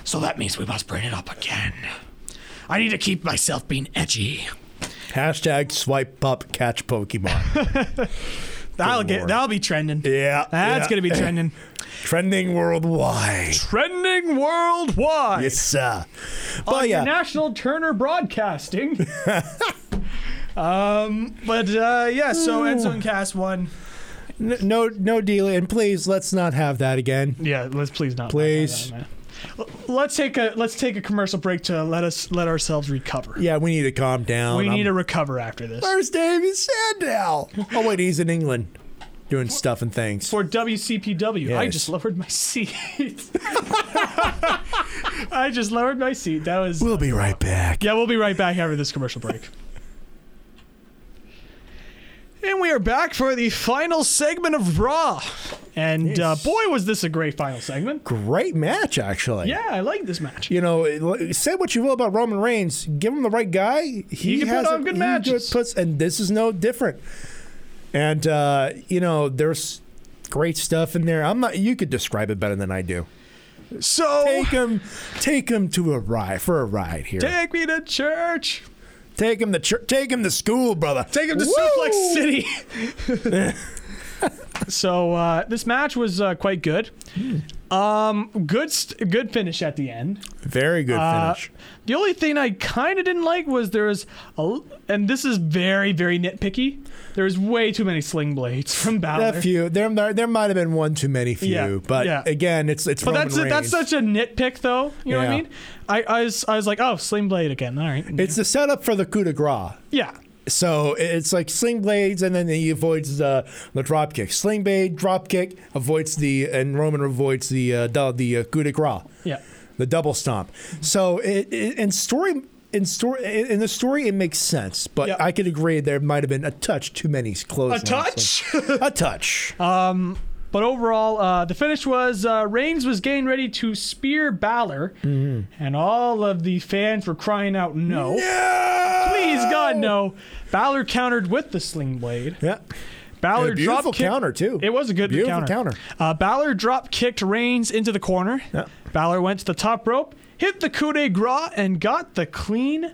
[SPEAKER 2] So that means we must bring it up again. I need to keep myself being edgy.
[SPEAKER 3] Hashtag swipe up catch Pokemon.
[SPEAKER 2] That'll get.
[SPEAKER 3] lord.
[SPEAKER 2] That'll be trending.
[SPEAKER 3] yeah,
[SPEAKER 2] That's gonna be trending.
[SPEAKER 3] trending worldwide.
[SPEAKER 2] trending worldwide.
[SPEAKER 3] Yes, sir.
[SPEAKER 2] on
[SPEAKER 3] But
[SPEAKER 2] your
[SPEAKER 3] yeah,
[SPEAKER 2] National Turner Broadcasting. um, but uh, yeah, so Enzo and Cass won.
[SPEAKER 3] n- no, no deal, and please let's not have that again.
[SPEAKER 2] Yeah, let's please not.
[SPEAKER 3] Please.
[SPEAKER 2] Let's take a let's take a commercial break to let us let ourselves recover.
[SPEAKER 3] Yeah, we need to calm down.
[SPEAKER 2] we
[SPEAKER 3] I'm-
[SPEAKER 2] need to recover after this.
[SPEAKER 3] First name is Sandow. Oh wait, he's in England, doing stuff and things.
[SPEAKER 2] For WCPW, I
[SPEAKER 3] Yes.
[SPEAKER 2] just lowered my seat. I just lowered my seat. That was
[SPEAKER 3] We'll be right back.
[SPEAKER 2] Yeah, we'll be right back after this commercial break. And we are back for the final segment of Raw. And uh, boy, was this a great final segment.
[SPEAKER 3] Great match, actually.
[SPEAKER 2] Yeah, I like this match.
[SPEAKER 3] You know, it- say what you will about Roman Reigns, give him the right guy. He,
[SPEAKER 2] can put
[SPEAKER 3] has
[SPEAKER 2] on
[SPEAKER 3] a-
[SPEAKER 2] good
[SPEAKER 3] he
[SPEAKER 2] matches.
[SPEAKER 3] puts, and this is no different. And uh, you know, there's great stuff in there. I'm not. You could describe it better than I do.
[SPEAKER 2] So,
[SPEAKER 3] Take him, take him to a ride for a ride here.
[SPEAKER 2] take me to church.
[SPEAKER 3] Take him to church. Take him to school, brother.
[SPEAKER 2] Take him to Suplex City. so uh, this match was uh, quite good. Um, good, st- good finish at the end.
[SPEAKER 3] Very good
[SPEAKER 2] Uh,
[SPEAKER 3] finish.
[SPEAKER 2] the only thing I kind of didn't like was there was, a, l- and this is very, very nitpicky. There was way too many sling blades from Balor.
[SPEAKER 3] That few. There, there, there might have been one too many few.
[SPEAKER 2] Yeah,
[SPEAKER 3] But
[SPEAKER 2] yeah.
[SPEAKER 3] again, it's it's.
[SPEAKER 2] but
[SPEAKER 3] Roman
[SPEAKER 2] that's that's
[SPEAKER 3] Reigns.
[SPEAKER 2] such a nitpick, though. You know what I
[SPEAKER 3] Yeah.
[SPEAKER 2] mean? I, I was I was like, oh, sling blade again. All right.
[SPEAKER 3] It's the setup for the coup de grace.
[SPEAKER 2] yeah.
[SPEAKER 3] So it's like sling blades, and then he avoids the the drop kick. Sling blade, drop kick, avoids the, and Roman avoids the uh, the, the uh, coup de grace,
[SPEAKER 2] Yeah.
[SPEAKER 3] the double stomp. So it, it and story. In story, in the story, it makes sense, but
[SPEAKER 2] Yeah.
[SPEAKER 3] I could agree there might have been a touch too many close. a touch.
[SPEAKER 2] Oh. But overall, uh, the finish was uh, Reigns was getting ready to spear Balor,
[SPEAKER 3] Mm-hmm.
[SPEAKER 2] and all of the fans were crying out, "No! Please, God, no!" Balor countered with the sling blade.
[SPEAKER 3] yeah,
[SPEAKER 2] Balor
[SPEAKER 3] And a beautiful
[SPEAKER 2] drop kick-
[SPEAKER 3] counter, too.
[SPEAKER 2] It was a good
[SPEAKER 3] Beautiful
[SPEAKER 2] counter.
[SPEAKER 3] counter.
[SPEAKER 2] Uh, Balor drop kicked Reigns into the corner.
[SPEAKER 3] Yeah.
[SPEAKER 2] Balor went to the top rope, hit the coup de grace, and got the clean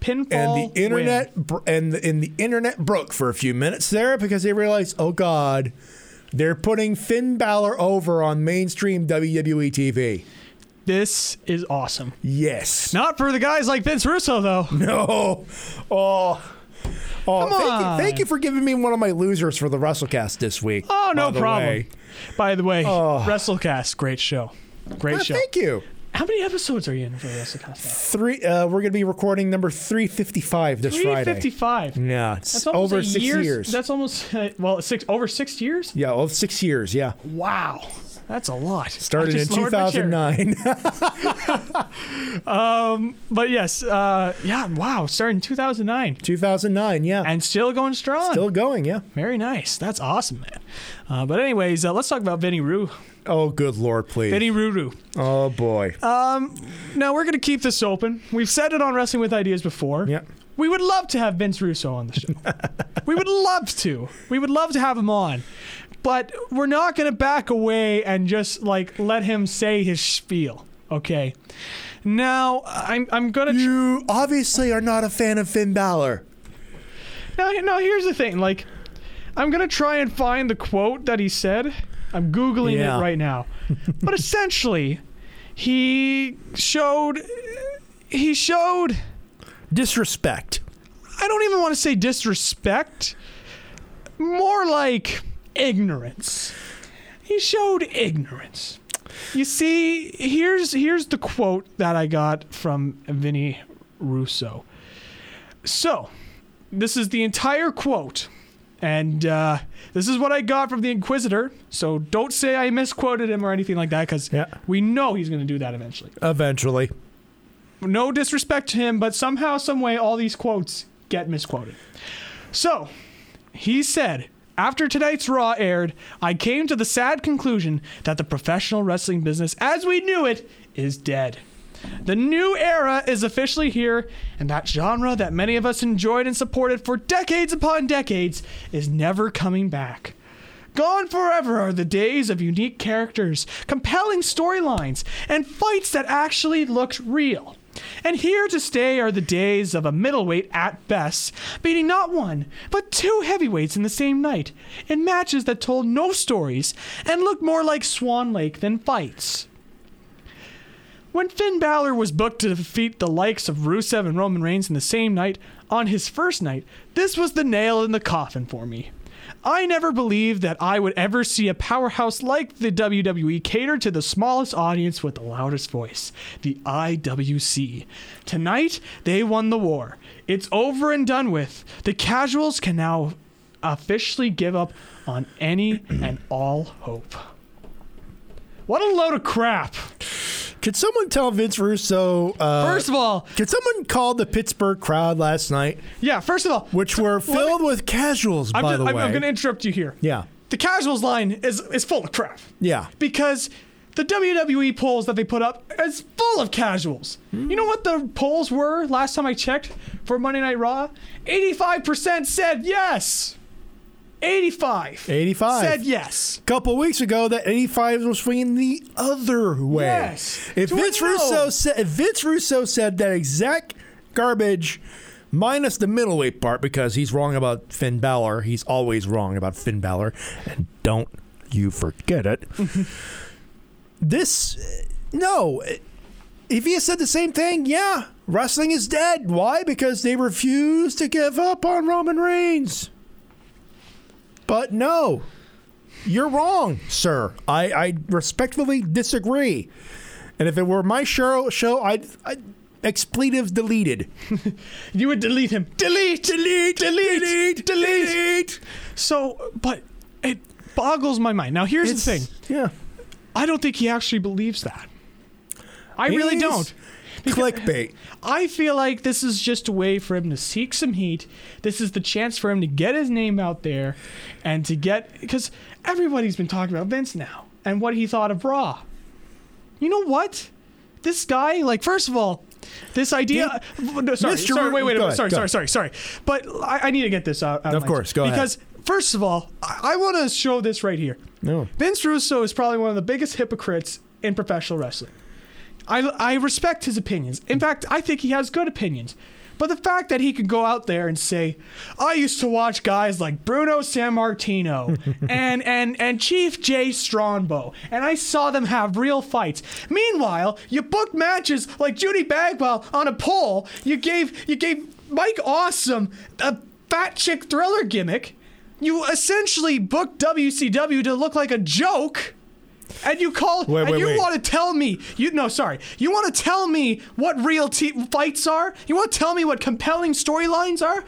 [SPEAKER 2] pinfall.
[SPEAKER 3] and the
[SPEAKER 2] win.
[SPEAKER 3] internet br- and the, and the internet broke for a few minutes there because they realized, oh God, they're putting Finn Balor over on mainstream E WWE TV.
[SPEAKER 2] This is awesome.
[SPEAKER 3] Yes.
[SPEAKER 2] Not for the guys like Vince Russo though.
[SPEAKER 3] No. Oh. Oh, thank,
[SPEAKER 2] on.
[SPEAKER 3] You, thank you for giving me one of my losers for the WrestleCast this week.
[SPEAKER 2] Oh, no
[SPEAKER 3] by the
[SPEAKER 2] problem.
[SPEAKER 3] way.
[SPEAKER 2] By the way,
[SPEAKER 3] Oh.
[SPEAKER 2] WrestleCast, great show. Great
[SPEAKER 3] Ah,
[SPEAKER 2] show.
[SPEAKER 3] thank you.
[SPEAKER 2] How many episodes are you in for WrestleCast?
[SPEAKER 3] Three. Uh, we're gonna be recording number three fifty five this Friday.
[SPEAKER 2] 355.
[SPEAKER 3] Yeah, it's
[SPEAKER 2] That's almost
[SPEAKER 3] over
[SPEAKER 2] a
[SPEAKER 3] six
[SPEAKER 2] year's-
[SPEAKER 3] years.
[SPEAKER 2] That's almost well, six over six years.
[SPEAKER 3] yeah, over six years. Yeah,
[SPEAKER 2] Wow, that's a lot.
[SPEAKER 3] started
[SPEAKER 2] I
[SPEAKER 3] in
[SPEAKER 2] just
[SPEAKER 3] two
[SPEAKER 2] lowered my chair.
[SPEAKER 3] thousand nine.
[SPEAKER 2] But yes, uh, yeah, wow, starting in 2009
[SPEAKER 3] two thousand nine. Yeah,
[SPEAKER 2] and still going strong.
[SPEAKER 3] still going. Yeah.
[SPEAKER 2] Very nice. That's awesome, man. Uh, but anyways, uh, let's talk about Vinny Roo.
[SPEAKER 3] Oh, good lord, please.
[SPEAKER 2] Vinny Roo.
[SPEAKER 3] oh boy.
[SPEAKER 2] Uh, Now we're gonna keep this open. We've said it on Wrestling with Ideas before.
[SPEAKER 3] Yep.
[SPEAKER 2] We would love to have Vince Russo on the show. we would love to. We would love to have him on. But we're not going to back away and just like let him say his spiel, okay? Now, I'm I'm going to
[SPEAKER 3] you obviously are not a fan of Finn Balor.
[SPEAKER 2] Now, now here's the thing, like I'm going to try and find the quote that he said. I'm googling
[SPEAKER 3] Yeah.
[SPEAKER 2] it right now. but essentially, he showed he showed
[SPEAKER 3] Disrespect.
[SPEAKER 2] I don't even want to say disrespect, more like ignorance. He showed ignorance. You see, here's here's the quote that I got from Vinny Russo. So, this is the entire quote, and uh, this is what I got from the Inquisitor. So don't say I misquoted him or anything like that, because
[SPEAKER 3] Yeah.
[SPEAKER 2] we know he's going to do that eventually
[SPEAKER 3] Eventually.
[SPEAKER 2] no disrespect to him, but somehow, some way, all these quotes get misquoted. So, he said, after tonight's Raw aired, I came to the sad conclusion that the professional wrestling business, as we knew it, is dead. The new era is officially here, and that genre that many of us enjoyed and supported for decades upon decades is never coming back. Gone forever are the days of unique characters, compelling storylines, and fights that actually looked real. And here to stay are the days of a middleweight at best, beating not one, but two heavyweights in the same night, in matches that told no stories and looked more like Swan Lake than fights. When Finn Balor was booked to defeat the likes of Rusev and Roman Reigns in the same night, on his first night, this was the nail in the coffin for me. I never believed that I would ever see a powerhouse like the WWE cater to the smallest audience with the loudest voice, the IWC. Tonight, they won the war. It's over and done with. The casuals can now officially give up on any and all hope. What a load of crap!
[SPEAKER 3] Could someone tell Vince Russo? Uh,
[SPEAKER 2] First of all,
[SPEAKER 3] could someone call the Pittsburgh crowd last night,
[SPEAKER 2] yeah. First of all,
[SPEAKER 3] which were filled with casuals?
[SPEAKER 2] I'm,
[SPEAKER 3] by
[SPEAKER 2] just,
[SPEAKER 3] the
[SPEAKER 2] I'm,
[SPEAKER 3] way,
[SPEAKER 2] I'm going to interrupt you here.
[SPEAKER 3] yeah,
[SPEAKER 2] The casuals line is is full of crap.
[SPEAKER 3] yeah.
[SPEAKER 2] because the WWE polls that they put up is full of casuals.
[SPEAKER 3] Hmm.
[SPEAKER 2] You know what the polls were last time I checked for Monday Night Raw? 85% said yes. 85
[SPEAKER 3] 85.
[SPEAKER 2] said yes.
[SPEAKER 3] couple weeks ago that 85 was swinging the other way.
[SPEAKER 2] Yes.
[SPEAKER 3] If
[SPEAKER 2] Do we
[SPEAKER 3] Vince
[SPEAKER 2] know?
[SPEAKER 3] Russo said if Vince Russo said that exact garbage minus the middleweight part because he's wrong about Finn Balor, he's always wrong about Finn Balor and don't you forget it. this no, if he had said the same thing, yeah, wrestling is dead. Why? Because they refuse to give up on Roman Reigns. But no, you're wrong, sir. I, I respectfully disagree. And if it were my show, show I'd, I'd expletives deleted.
[SPEAKER 2] You would delete him. Delete, delete, delete, delete. So, but it boggles my mind. Now, here's the thing.
[SPEAKER 3] Yeah.
[SPEAKER 2] I don't think he actually believes that. I really
[SPEAKER 3] He's-
[SPEAKER 2] don't.
[SPEAKER 3] Clickbait.
[SPEAKER 2] I feel like this is just a way for him to seek some heat. This is the chance for him to get his name out there and to get because everybody's been talking about Vince now and what he thought of Raw. You know what? This guy, like, first of all, this idea. no, sorry,
[SPEAKER 3] Mr.
[SPEAKER 2] sorry, wait, wait,
[SPEAKER 3] Go
[SPEAKER 2] wait,
[SPEAKER 3] ahead,
[SPEAKER 2] sorry,
[SPEAKER 3] go
[SPEAKER 2] sorry,
[SPEAKER 3] ahead.
[SPEAKER 2] sorry, sorry. But I, I need to get this uh, out. out
[SPEAKER 3] Of
[SPEAKER 2] my-
[SPEAKER 3] course, go ahead.
[SPEAKER 2] Because first of all, I, I want to show this right here.
[SPEAKER 3] No.
[SPEAKER 2] Vince Russo is probably one of the biggest hypocrites in professional wrestling. I, I respect his opinions. In fact, I think he has good opinions. But the fact that he could go out there and say, I used to watch guys like Bruno Sammartino and, and, and Chief Jay Strongbow, and I saw them have real fights. Meanwhile, you booked matches like Judy Bagwell on a pole. You gave, you gave Mike Awesome a fat chick thriller gimmick. You essentially booked WCW to look like a joke. And you call
[SPEAKER 3] Wait,
[SPEAKER 2] and
[SPEAKER 3] wait,
[SPEAKER 2] you
[SPEAKER 3] wait.
[SPEAKER 2] want to tell me you no sorry you want to tell me what real te- fights are you want to tell me what compelling storylines are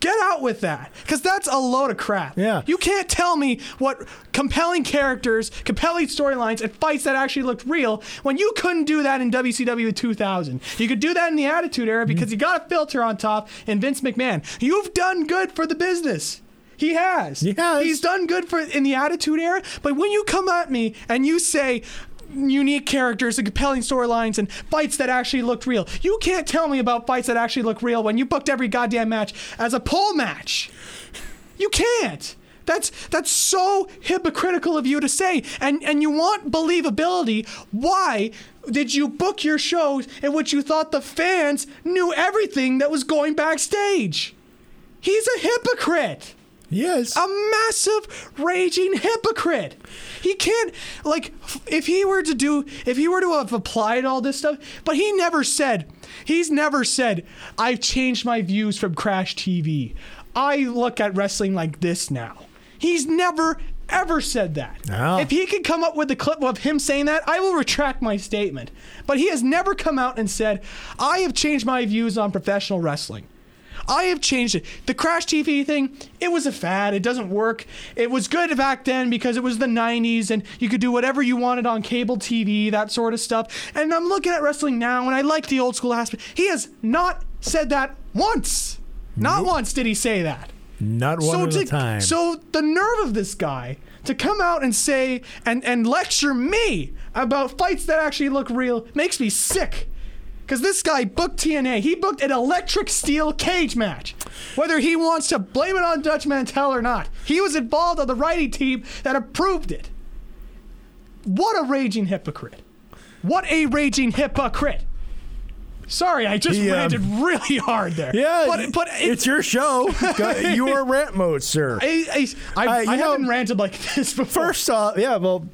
[SPEAKER 2] get out with that because that's a load of crap
[SPEAKER 3] Yeah.
[SPEAKER 2] you can't tell me what compelling characters compelling storylines and fights that actually looked real when you couldn't do that in wcw in 2000 you could do that in the attitude era because you got a filter on top and vince mcmahon you've done good for the business he has.
[SPEAKER 3] He has.
[SPEAKER 2] He's done good for in the Attitude Era, but when you come at me and you say unique characters and compelling storylines and fights that actually looked real, you can't tell me about fights that actually look real when you booked every goddamn match as a pole match. You can't. That's that's so hypocritical of you to say. And and you want believability. Why did you book your shows in which you thought the fans knew everything that was going backstage? He's a hypocrite
[SPEAKER 3] Yes.
[SPEAKER 2] a massive raging hypocrite. He can't like f- if he were to do if he were to have applied all this stuff, but he never said he's never said I've changed my views from Crash TV. I look at wrestling like this now. He's never ever said that.
[SPEAKER 3] No.
[SPEAKER 2] If he could come up with a clip of him saying that, I will retract my statement. But he has never come out and said, "I have changed my views on professional wrestling." I have changed it. The Crash TV thing, it was a fad. It doesn't work. It was good back then because it was the 90s and you could do whatever you wanted on cable TV, that sort of stuff. And I'm looking at wrestling now and I like the old school aspect. He has not said that once. Not once did he say that
[SPEAKER 3] Not one at
[SPEAKER 2] to,
[SPEAKER 3] a time.
[SPEAKER 2] So the nerve of this guy to come out and say and and lecture me about fights that actually look real makes me sick. Cause this guy booked TNA. He booked an electric steel cage match. Whether he wants to blame it on Dutch Mantel or not, he was involved on the righty team that approved it. What a raging hypocrite. What a raging hypocrite. Sorry, I just
[SPEAKER 3] He, um,
[SPEAKER 2] ranted really hard there.
[SPEAKER 3] yeah,
[SPEAKER 2] but, but it-
[SPEAKER 3] it's your show. Go- you are rant mode, sir.
[SPEAKER 2] I, I,
[SPEAKER 3] Uh,
[SPEAKER 2] I,
[SPEAKER 3] you
[SPEAKER 2] I
[SPEAKER 3] know-
[SPEAKER 2] haven't ranted like this before.
[SPEAKER 3] First off, yeah, well,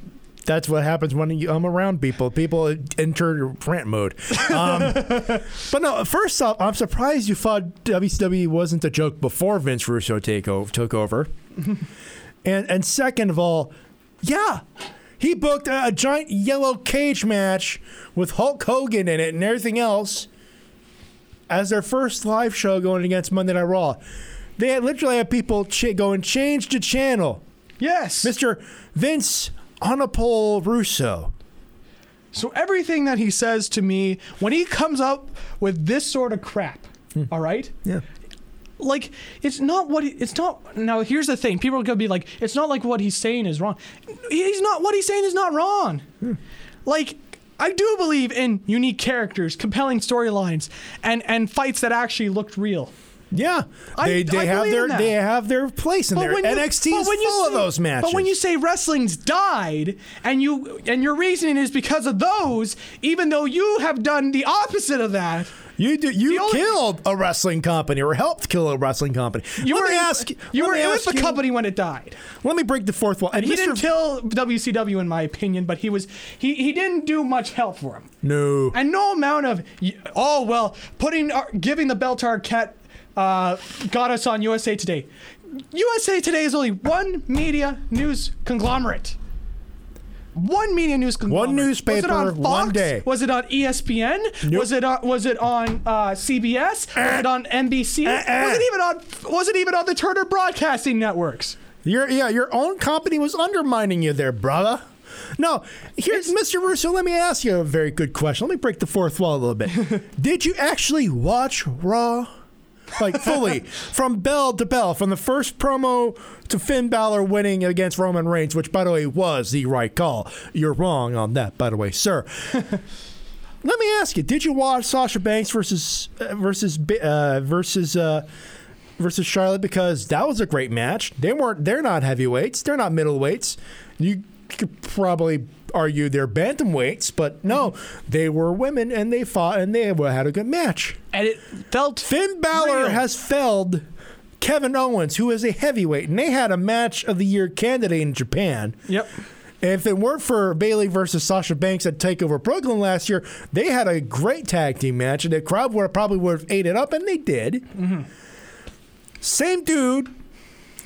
[SPEAKER 3] that's what happens when you, I'm around people. People enter rant mode. Um, but no, first off, I'm surprised you thought WCW wasn't a joke before Vince Russo take o- took over. and and second of all, yeah, he booked a, a giant yellow cage match with Hulk Hogan in it and everything else as their first live show going against Monday Night Raw. They had literally had people ch- going change to channel.
[SPEAKER 2] yes.
[SPEAKER 3] Mr. Vince Onapole Russo.
[SPEAKER 2] So everything that he says to me when he comes up with this sort of crap, all right?
[SPEAKER 3] Yeah.
[SPEAKER 2] Like it's not what he, it's not. Now here's the thing: people are gonna be like, it's not like what he's saying is wrong. He's not what he's saying is not wrong. Like I do believe in unique characters, compelling storylines, and and fights that actually looked real.
[SPEAKER 3] Yeah,
[SPEAKER 2] I-
[SPEAKER 3] they, they
[SPEAKER 2] I
[SPEAKER 3] have
[SPEAKER 2] believe
[SPEAKER 3] their
[SPEAKER 2] in that.
[SPEAKER 3] they have their place in there. NXT
[SPEAKER 2] but
[SPEAKER 3] is
[SPEAKER 2] when you
[SPEAKER 3] full of
[SPEAKER 2] say-
[SPEAKER 3] those matches.
[SPEAKER 2] But when you say wrestling's died, and you and your reasoning is because of those, even though you have done the opposite of that,
[SPEAKER 3] you do,
[SPEAKER 2] the
[SPEAKER 3] you
[SPEAKER 2] only-
[SPEAKER 3] killed a wrestling company or helped kill a wrestling company.
[SPEAKER 2] you
[SPEAKER 3] let
[SPEAKER 2] were
[SPEAKER 3] me
[SPEAKER 2] in-
[SPEAKER 3] ask
[SPEAKER 2] you
[SPEAKER 3] let
[SPEAKER 2] were
[SPEAKER 3] me
[SPEAKER 2] in with
[SPEAKER 3] ask
[SPEAKER 2] the
[SPEAKER 3] you-
[SPEAKER 2] company when it died.
[SPEAKER 3] Let me break the fourth wall. And
[SPEAKER 2] He
[SPEAKER 3] Mr.
[SPEAKER 2] didn't kill WCW in my opinion, but he was he he didn't do much help for him.
[SPEAKER 3] no.
[SPEAKER 2] And no amount of oh well, putting Ar- giving the belt to Arquette uh, got us on USA Today. USA Today is only one media news conglomerate. One media news conglomerate. Was
[SPEAKER 3] newspaper,
[SPEAKER 2] it on Fox?
[SPEAKER 3] one day.
[SPEAKER 2] Was it on E ESPN?
[SPEAKER 3] Nope.
[SPEAKER 2] Was it on, was it on uh, CBS? was it on NBC?
[SPEAKER 3] Uh-uh.
[SPEAKER 2] Was it even on was it even on the Turner Broadcasting Networks?
[SPEAKER 3] Your yeah, your own company was undermining you there, brother. No, here's Mr. Russo. Let me ask you a very good question. Let me break the fourth wall a little bit. Did you actually watch Raw? Like fully, from bell to bell, from the first promo to Finn Balor winning against Roman Reigns, which by the way was the right call. You're wrong on that, by the way, sir. Let me ask you: Did you watch Sasha Banks versus uh, versus Bi- uh, versus uh, versus Charlotte because that was a great match. They weren't. They're not heavyweights. They're not middleweights. You could probably argue they're bantamweights, but no, they were women and they fought and they were- had a good match.
[SPEAKER 2] And it felt
[SPEAKER 3] Finn Balor
[SPEAKER 2] Real.
[SPEAKER 3] has felled Kevin Owens, who is a heavyweight, and they had a match of the year candidate in Japan.
[SPEAKER 2] Yep.
[SPEAKER 3] If it weren't for Bailey versus Sasha Banks at Takeover Brooklyn last year, they had a great tag team match, and the crowd would probably would have ate it up, and they did. Same dude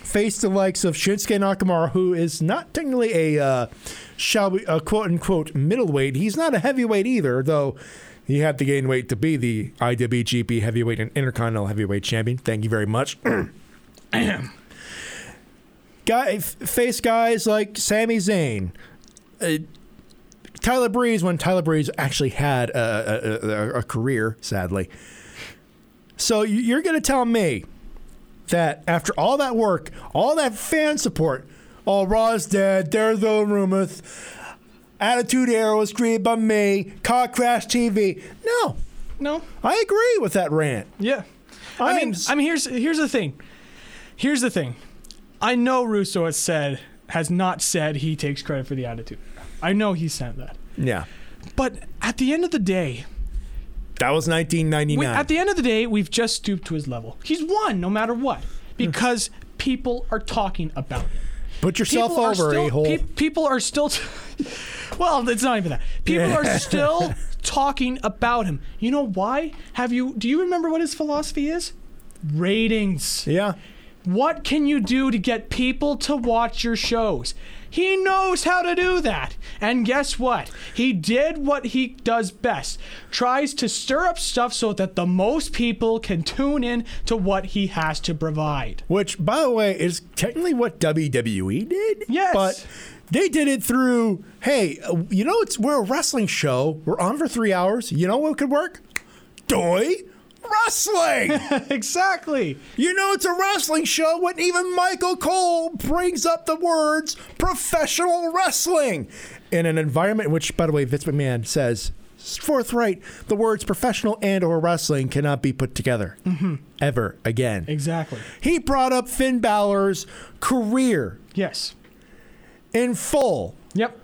[SPEAKER 3] faced the likes of Shinsuke Nakamura, who is not technically a uh, shall we a quote unquote middleweight. He's not a heavyweight either, though. He had to gain weight to be the IWGP heavyweight and intercontinental heavyweight champion. Thank you very much. guy f- face guys like Sami Zayn, uh, Tyler Breeze when Tyler Breeze actually had a, a, a, a career, sadly. So you- you're going to tell me that after all that work, all that fan support, all Raw's dead, there's the rumors, Attitude Era was created by me, Car Crash TV. No,
[SPEAKER 2] No.
[SPEAKER 3] I agree with that rant.
[SPEAKER 2] Yeah. I
[SPEAKER 3] I'm
[SPEAKER 2] mean,
[SPEAKER 3] s-
[SPEAKER 2] I mean, here's here's the thing. Here's the thing. I know Russo has said has not said he takes credit for the attitude. I know he said that.
[SPEAKER 3] Yeah,
[SPEAKER 2] But at the end of the day,
[SPEAKER 3] that was
[SPEAKER 2] we,
[SPEAKER 3] 1999.
[SPEAKER 2] at the end of the day, we've just stooped to his level. He's won no matter what because people are talking about him.
[SPEAKER 3] Put yourself
[SPEAKER 2] people are
[SPEAKER 3] over
[SPEAKER 2] still,
[SPEAKER 3] a hole.
[SPEAKER 2] pe- people are still. T- well, it's not even that. People are still talking about him. You know why? Have you? Do you remember what his philosophy is? Ratings.
[SPEAKER 3] yeah.
[SPEAKER 2] What can you do to get people to watch your shows? He knows how to do that. And guess what? He did what he does best. Tries to stir up stuff so that the most people can tune in to what he has to provide.
[SPEAKER 3] Which, by the way, is technically what WWE did.
[SPEAKER 2] Yes.
[SPEAKER 3] But they did it through, hey, uh, you know, it's we're a wrestling show. We're on for three hours. You know what could work? Doi wrestling.
[SPEAKER 2] exactly.
[SPEAKER 3] you know, it's a wrestling show when even Michael Cole brings up the words professional wrestling in an environment which, by the way, Vince McMahon says forthright the words professional and or wrestling cannot be put together ever again.
[SPEAKER 2] Exactly.
[SPEAKER 3] He brought up Finn Balor's career
[SPEAKER 2] Yes.
[SPEAKER 3] in full.
[SPEAKER 2] Yep.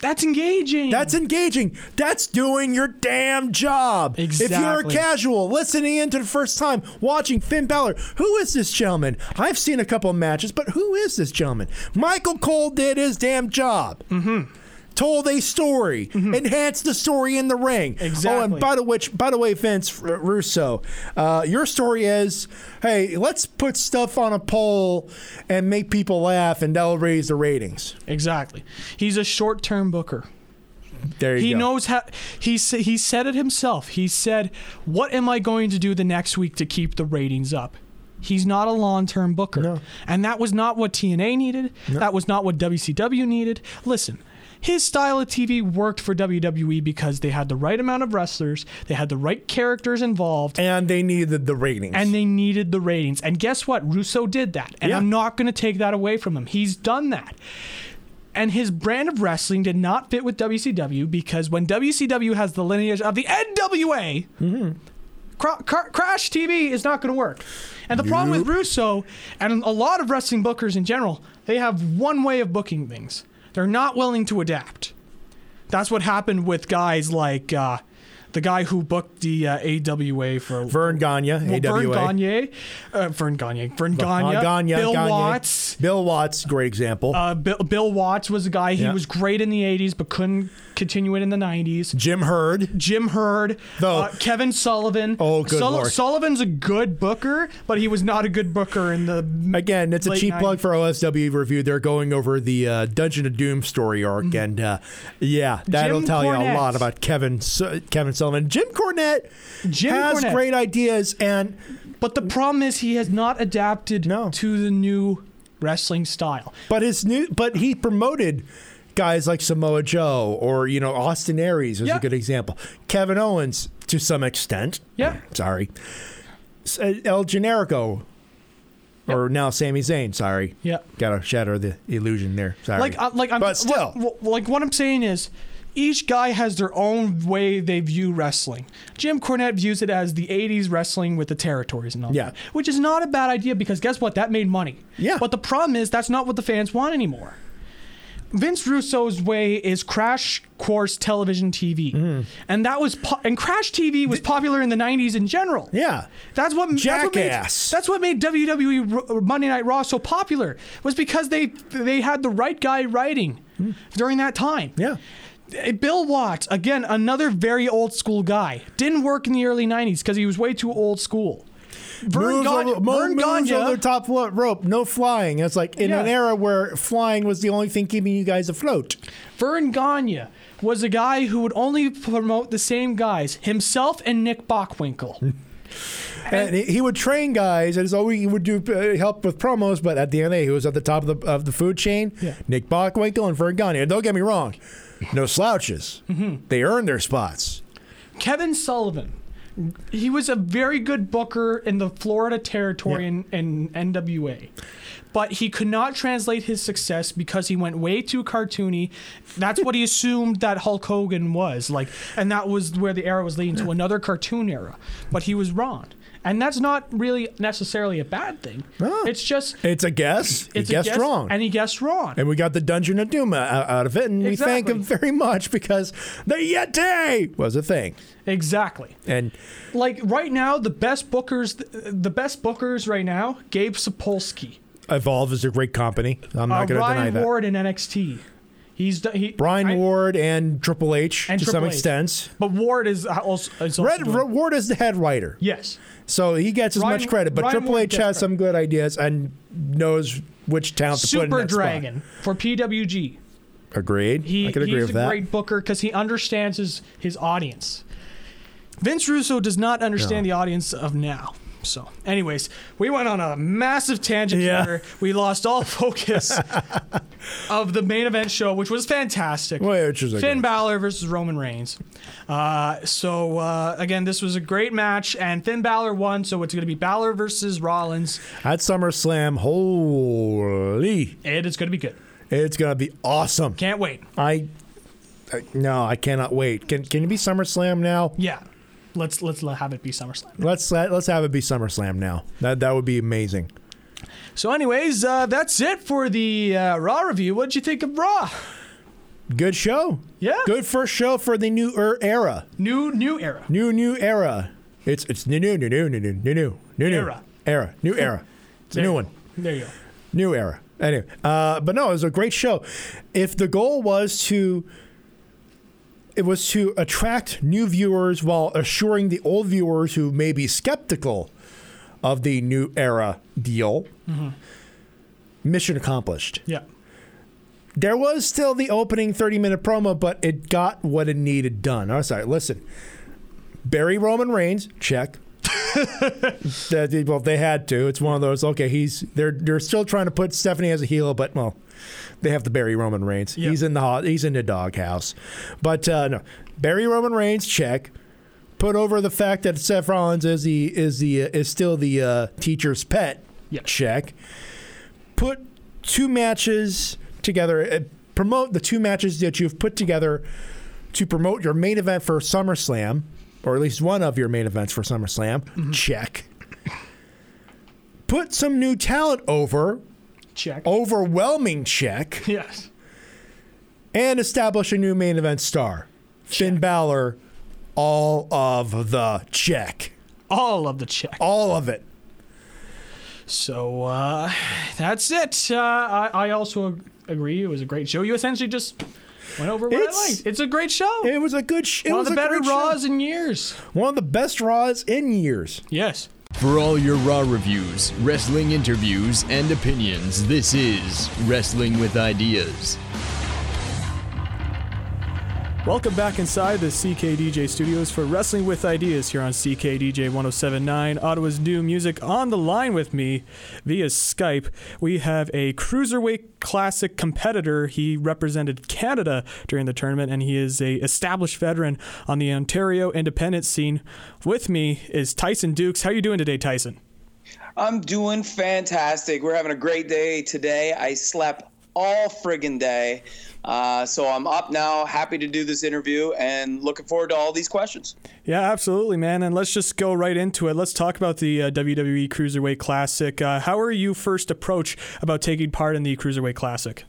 [SPEAKER 2] That's engaging.
[SPEAKER 3] That's engaging. That's doing your damn job. If you're a
[SPEAKER 2] Exactly.
[SPEAKER 3] casual listening in to the first time watching Finn Balor, who is this gentleman? I've seen a couple of matches, but who is this gentleman? Michael Cole did his damn job. Mm-hmm. Told a story, enhanced the story in the ring. Oh, and
[SPEAKER 2] Mm-hmm. Exactly.
[SPEAKER 3] by the which, by the way, Vince R- Russo, uh, your story is, hey, let's put stuff on a poll and make people laugh, and that'll raise the ratings.
[SPEAKER 2] exactly. He's a short-term booker.
[SPEAKER 3] There you
[SPEAKER 2] He
[SPEAKER 3] go.
[SPEAKER 2] knows how. He sa- he said it himself. He said, "What am I going to do the next week to keep the ratings up?" He's not a long-term booker. And that was not what TNA needed. That was not what WCW needed. Listen, his style of TV worked for WWE because they had the right amount of wrestlers, they had the right characters involved,
[SPEAKER 3] and they needed the ratings.
[SPEAKER 2] and they needed the ratings. And guess what? Russo did that. And
[SPEAKER 3] Yeah.
[SPEAKER 2] I'm not going to take that away from him. He's done that. And his brand of wrestling did not fit with WCW because when WCW has the lineage of the NWA,
[SPEAKER 3] Mm-hmm.
[SPEAKER 2] cra- cra- Crash TV is not going to work. And the problem with Russo and a lot of wrestling bookers in general, they have one way of booking things. They're not willing to adapt. That's what happened with guys like uh, the guy who booked the uh, AWA for
[SPEAKER 3] Vern Gagne, AWA.
[SPEAKER 2] Vern Gagne, uh, Vern Gagne, Vern Gagne,
[SPEAKER 3] Uh,
[SPEAKER 2] Bill
[SPEAKER 3] Gagne.
[SPEAKER 2] Watts.
[SPEAKER 3] Bill Watts, great example.
[SPEAKER 2] Uh, Bill, Bill Watts was a guy. He
[SPEAKER 3] Yeah.
[SPEAKER 2] was great in the '80s, but couldn't continue it in the '90s.
[SPEAKER 3] Jim Hurd.
[SPEAKER 2] Jim Hurd,
[SPEAKER 3] Though-
[SPEAKER 2] uh, Kevin Sullivan.
[SPEAKER 3] Oh, good lord.
[SPEAKER 2] Sullivan's a good booker, but he was not a good booker in the
[SPEAKER 3] Again, it's a
[SPEAKER 2] Late
[SPEAKER 3] cheap
[SPEAKER 2] night.
[SPEAKER 3] plug for OSW review. They're going over the uh, Dungeon of Doom story arc, and uh, yeah, that'll
[SPEAKER 2] Mm-hmm. Jim
[SPEAKER 3] tell you a
[SPEAKER 2] Cornette.
[SPEAKER 3] lot about Kevin Su- Kevin Sullivan. Jim Cornette
[SPEAKER 2] Jim
[SPEAKER 3] has
[SPEAKER 2] Cornette.
[SPEAKER 3] great ideas, and
[SPEAKER 2] But the problem is he has not adapted
[SPEAKER 3] No.
[SPEAKER 2] to the new wrestling style.
[SPEAKER 3] but his new but he promoted guys like Samoa Joe or you know Austin Aries is
[SPEAKER 2] Yeah.
[SPEAKER 3] a good example. Kevin Owens to some extent.
[SPEAKER 2] Yeah.
[SPEAKER 3] Sorry. S- uh, El Generico. Or now Sami Zayn, sorry.
[SPEAKER 2] Yeah.
[SPEAKER 3] Gotta shatter the illusion there. Sorry.
[SPEAKER 2] Like, uh, like I'm
[SPEAKER 3] But still.
[SPEAKER 2] like, like what I'm saying is, each guy has their own way they view wrestling. Jim Cornette views it as the '80s wrestling with the territories and all
[SPEAKER 3] Yeah.
[SPEAKER 2] that, which is not a bad idea because guess what? That made money.
[SPEAKER 3] Yeah.
[SPEAKER 2] But the problem is that's not what the fans want anymore. Vince Russo's way is crash course television TV,
[SPEAKER 3] Mm-hmm.
[SPEAKER 2] and that was po- and crash TV was popular in the '90s in general.
[SPEAKER 3] yeah.
[SPEAKER 2] That's what
[SPEAKER 3] Jackass.
[SPEAKER 2] That's what made, that's what made WWE Ro- uh, Monday Night Raw so popular was because they they had the right guy writing during that time.
[SPEAKER 3] Hmm. Yeah.
[SPEAKER 2] Uh, Bill Watts again, another very old school guy. Didn't work in the early '90s because he was way too old school. Vern,
[SPEAKER 3] Moves
[SPEAKER 2] Gagne,
[SPEAKER 3] over, mo-
[SPEAKER 2] Vern
[SPEAKER 3] moves
[SPEAKER 2] Gagne-
[SPEAKER 3] over the top lo- rope, no flying. It's like in
[SPEAKER 2] Yeah.
[SPEAKER 3] an era where flying was the only thing keeping you guys afloat.
[SPEAKER 2] Vern Gagne was a guy who would only promote the same guys, himself and Nick Bockwinkel.
[SPEAKER 3] And he he would train guys, and it's all he would do uh, help with promos. But at the end of the day, he was at the top of the of the food chain.
[SPEAKER 2] Yeah.
[SPEAKER 3] Nick Bockwinkel and Vern Gagne. And don't get me wrong, no slouches.
[SPEAKER 2] Mm-hmm.
[SPEAKER 3] They earned their spots.
[SPEAKER 2] Kevin Sullivan. He was a very good booker in the Florida territory
[SPEAKER 3] Yeah.
[SPEAKER 2] in in NWA. But he could not translate his success because he went way too cartoony. That's what he assumed that Hulk Hogan was. Like and that was where the era was leading to another cartoon era. But he was wrong. And that's not really necessarily a bad thing.
[SPEAKER 3] No.
[SPEAKER 2] It's just
[SPEAKER 3] It's a guess.
[SPEAKER 2] it's
[SPEAKER 3] he guessed
[SPEAKER 2] a guess,
[SPEAKER 3] wrong,
[SPEAKER 2] And he guessed wrong.
[SPEAKER 3] And we got the Dungeon of Doom o- out of it, and we thank
[SPEAKER 2] Exactly.
[SPEAKER 3] him very much because the Yeti was a thing.
[SPEAKER 2] exactly.
[SPEAKER 3] And
[SPEAKER 2] Like right now, the best bookers the best bookers right now, Gabe Sapolsky.
[SPEAKER 3] Evolve is a great company. I'm not
[SPEAKER 2] uh,
[SPEAKER 3] going to
[SPEAKER 2] Brian
[SPEAKER 3] deny that.
[SPEAKER 2] Ward in NXT. He's the, he
[SPEAKER 3] Brian
[SPEAKER 2] I-
[SPEAKER 3] Ward and Triple H
[SPEAKER 2] And
[SPEAKER 3] to some
[SPEAKER 2] Triple H.
[SPEAKER 3] extent.
[SPEAKER 2] but Ward is uh, also, is also
[SPEAKER 3] Red,
[SPEAKER 2] doing-
[SPEAKER 3] Ward is the head writer.
[SPEAKER 2] yes.
[SPEAKER 3] So he gets as
[SPEAKER 2] Ryan-
[SPEAKER 3] much credit, but
[SPEAKER 2] Ryan
[SPEAKER 3] Triple
[SPEAKER 2] Ward
[SPEAKER 3] H
[SPEAKER 2] gets
[SPEAKER 3] has some good ideas and knows which talent to put in
[SPEAKER 2] Super
[SPEAKER 3] that spot.
[SPEAKER 2] Dragon for PWG.
[SPEAKER 3] Agreed.
[SPEAKER 2] He,
[SPEAKER 3] I could agree
[SPEAKER 2] he's
[SPEAKER 3] with
[SPEAKER 2] a
[SPEAKER 3] that.
[SPEAKER 2] great booker because he understands his, his audience. Vince Russo does not understand the audience of now. So, anyways, we went on a massive tangent
[SPEAKER 3] Yeah.
[SPEAKER 2] here. We lost all focus of the main event show, which was fantastic.
[SPEAKER 3] Well, which is a
[SPEAKER 2] Finn
[SPEAKER 3] good-
[SPEAKER 2] Balor versus Roman Reigns. Uh, so, uh, again, this was a great match, and Finn Balor won, so it's going to be Balor versus Rollins.
[SPEAKER 3] At SummerSlam, holy,
[SPEAKER 2] It is going to be good.
[SPEAKER 3] it's gonna be awesome.
[SPEAKER 2] Can't wait.
[SPEAKER 3] I, I, no, I cannot wait. Can can it be SummerSlam now?
[SPEAKER 2] Yeah. Let's let's let- have it be SummerSlam.
[SPEAKER 3] Let's let, let's have it be SummerSlam now. That that would be amazing.
[SPEAKER 2] So, anyways, uh, that's it for the uh, Raw review. What'd you think of Raw?
[SPEAKER 3] Good show.
[SPEAKER 2] Yeah.
[SPEAKER 3] Good first show for the new er, era.
[SPEAKER 2] New new era.
[SPEAKER 3] New new era. It's it's new new new new new new new new new
[SPEAKER 2] Era.
[SPEAKER 3] era new era. It's a new one.
[SPEAKER 2] There you go.
[SPEAKER 3] new era. Anyway, uh, but no, it was a great show. If the goal was to, it was to attract new viewers while assuring the old viewers who may be skeptical of the new era deal. Mission accomplished.
[SPEAKER 2] Yeah.
[SPEAKER 3] There was still the opening 30 minute promo, but it got what it needed done. Oh, sorry. Listen, Barry Roman Reigns, check. That they- well, they had to. It's one of those. Okay, he's they're they're still trying to put Stephanie as a heel, but well, they have to bury Roman Reigns.
[SPEAKER 2] Yeah.
[SPEAKER 3] He's in the ho- he's in the doghouse. But uh, no, bury Roman Reigns. Check. Put over the fact that Seth Rollins is the is the uh, is still the uh, teacher's pet.
[SPEAKER 2] Yeah.
[SPEAKER 3] Check. Put two matches together. Uh, promote the two matches that you've put together to promote your main event for SummerSlam, or at least one of your main events for SummerSlam.
[SPEAKER 2] Mm-hmm.
[SPEAKER 3] Check. Put some new talent over,
[SPEAKER 2] Check.
[SPEAKER 3] Oh. overwhelming check,
[SPEAKER 2] Yes.
[SPEAKER 3] and establish a new main event star. Finn Balor, all of the check.
[SPEAKER 2] All of the check.
[SPEAKER 3] All of it.
[SPEAKER 2] So uh, that's it. Uh, I, I also ag- agree. It was a great show. You essentially just went over what I
[SPEAKER 3] It's-
[SPEAKER 2] liked. It's a great show.
[SPEAKER 3] It was a good sh- it
[SPEAKER 2] One of
[SPEAKER 3] was
[SPEAKER 2] the
[SPEAKER 3] a
[SPEAKER 2] better
[SPEAKER 3] great show.
[SPEAKER 2] Raws in years.
[SPEAKER 3] One of the best Raws in years.
[SPEAKER 2] Yes.
[SPEAKER 4] For all your Raw reviews, wrestling interviews, and opinions, this is Wrestling with Ideas.
[SPEAKER 6] Welcome back inside the CKDJ studios for Wrestling with Ideas here on CKDJ 1079, Ottawa's new music on the line with me via Skype. We have a Cruiserweight Classic competitor. He represented Canada during the tournament and he is a established veteran on the Ontario independent scene. With me is Tyson Dukes. How are you doing today, Tyson?
[SPEAKER 7] I'm doing fantastic. We're having a great day today. I slept all friggin' day. Uh, so I'm up now, happy to do this interview and looking forward to all these questions.
[SPEAKER 6] Yeah, absolutely, man. And let's just go right into it. Let's talk about the uh, WWE Cruiserweight Classic. Uh, how are you first approach about taking part in the Cruiserweight Classic?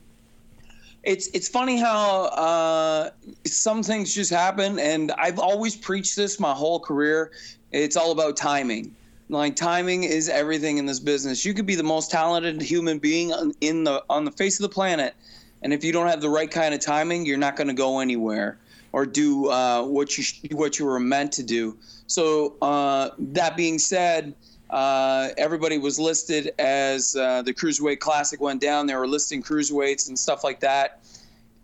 [SPEAKER 7] It's it's funny how uh, some things just happen, and I've always preached this my whole career. It's all about timing. Like timing is everything in this business. You could be the most talented human being on, in the on the face of the planet, and if you don't have the right kind of timing, you're not going to go anywhere or do uh, what you sh- what you were meant to do. So uh, that being said, uh, everybody was listed as uh, the cruiserweight classic went down. They were listing cruiserweights and stuff like that.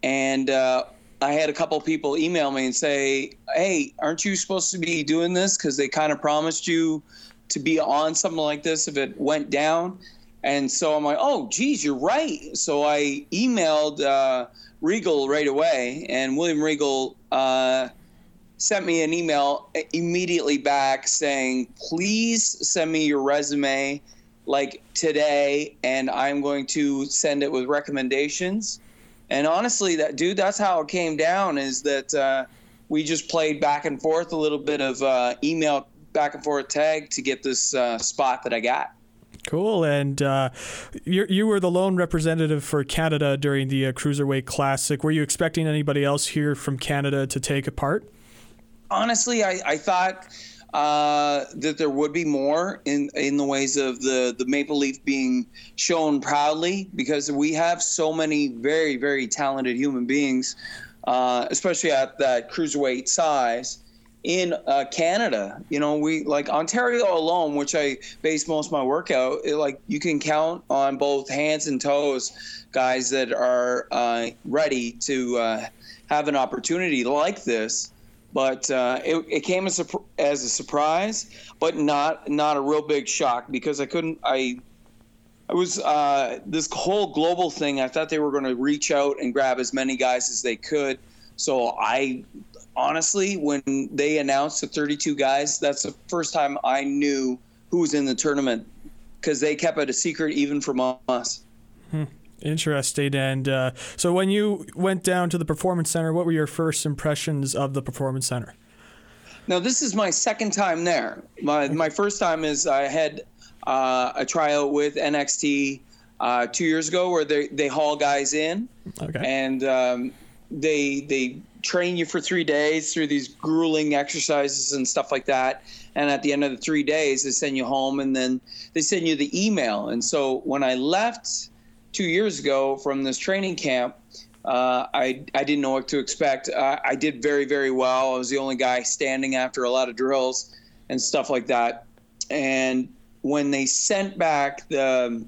[SPEAKER 7] And uh, I had a couple people email me and say, "Hey, aren't you supposed to be doing this? Because they kind of promised you to be on something like this if it went down." And so I'm like, "Oh, geez, you're right." So I emailed uh, Regal right away, and William Regal. Uh, sent me an email immediately back saying, please send me your resume like today, and I'm going to send it with recommendations. And honestly, that dude, that's how it came down is that uh, we just played back and forth a little bit of uh, email back and forth tag to get this uh, spot that I got.
[SPEAKER 6] Cool. And uh, you you were the lone representative for Canada during the uh, Cruiserweight Classic. Were you expecting anybody else here from Canada to take a part?
[SPEAKER 7] honestly, I, I thought uh, that there would be more in in the ways of the the maple leaf being shown proudly because we have so many very very talented human beings, uh, especially at that cruiserweight size in uh, Canada. You know, we like Ontario alone, which I base most of my workout. It, like you can count on both hands and toes, guys that are uh, ready to uh, have an opportunity like this. But uh, it, it came as a, surpr- as a surprise, but not not a real big shock because I couldn't I I was uh, this whole global thing. I thought they were going to reach out and grab as many guys as they could. So I honestly, when they announced the 32 guys, that's the first time I knew who was in the tournament because they kept it a secret even from us.
[SPEAKER 6] Interesting. And uh, so when you went down to the Performance Center, what were your first impressions of the Performance Center?
[SPEAKER 7] Now this is my second time there. My my first time is I had uh, a tryout with NXT uh, two years ago where they they haul guys in.
[SPEAKER 6] Okay.
[SPEAKER 7] and um, they they train you for three days through these grueling exercises and stuff like that. And at the end of the three days, they send you home, and then they send you the email. And so when I left two years ago from this training camp, uh, I I didn't know what to expect. I, I did very very well. I was the only guy standing after a lot of drills and stuff like that. And when they sent back the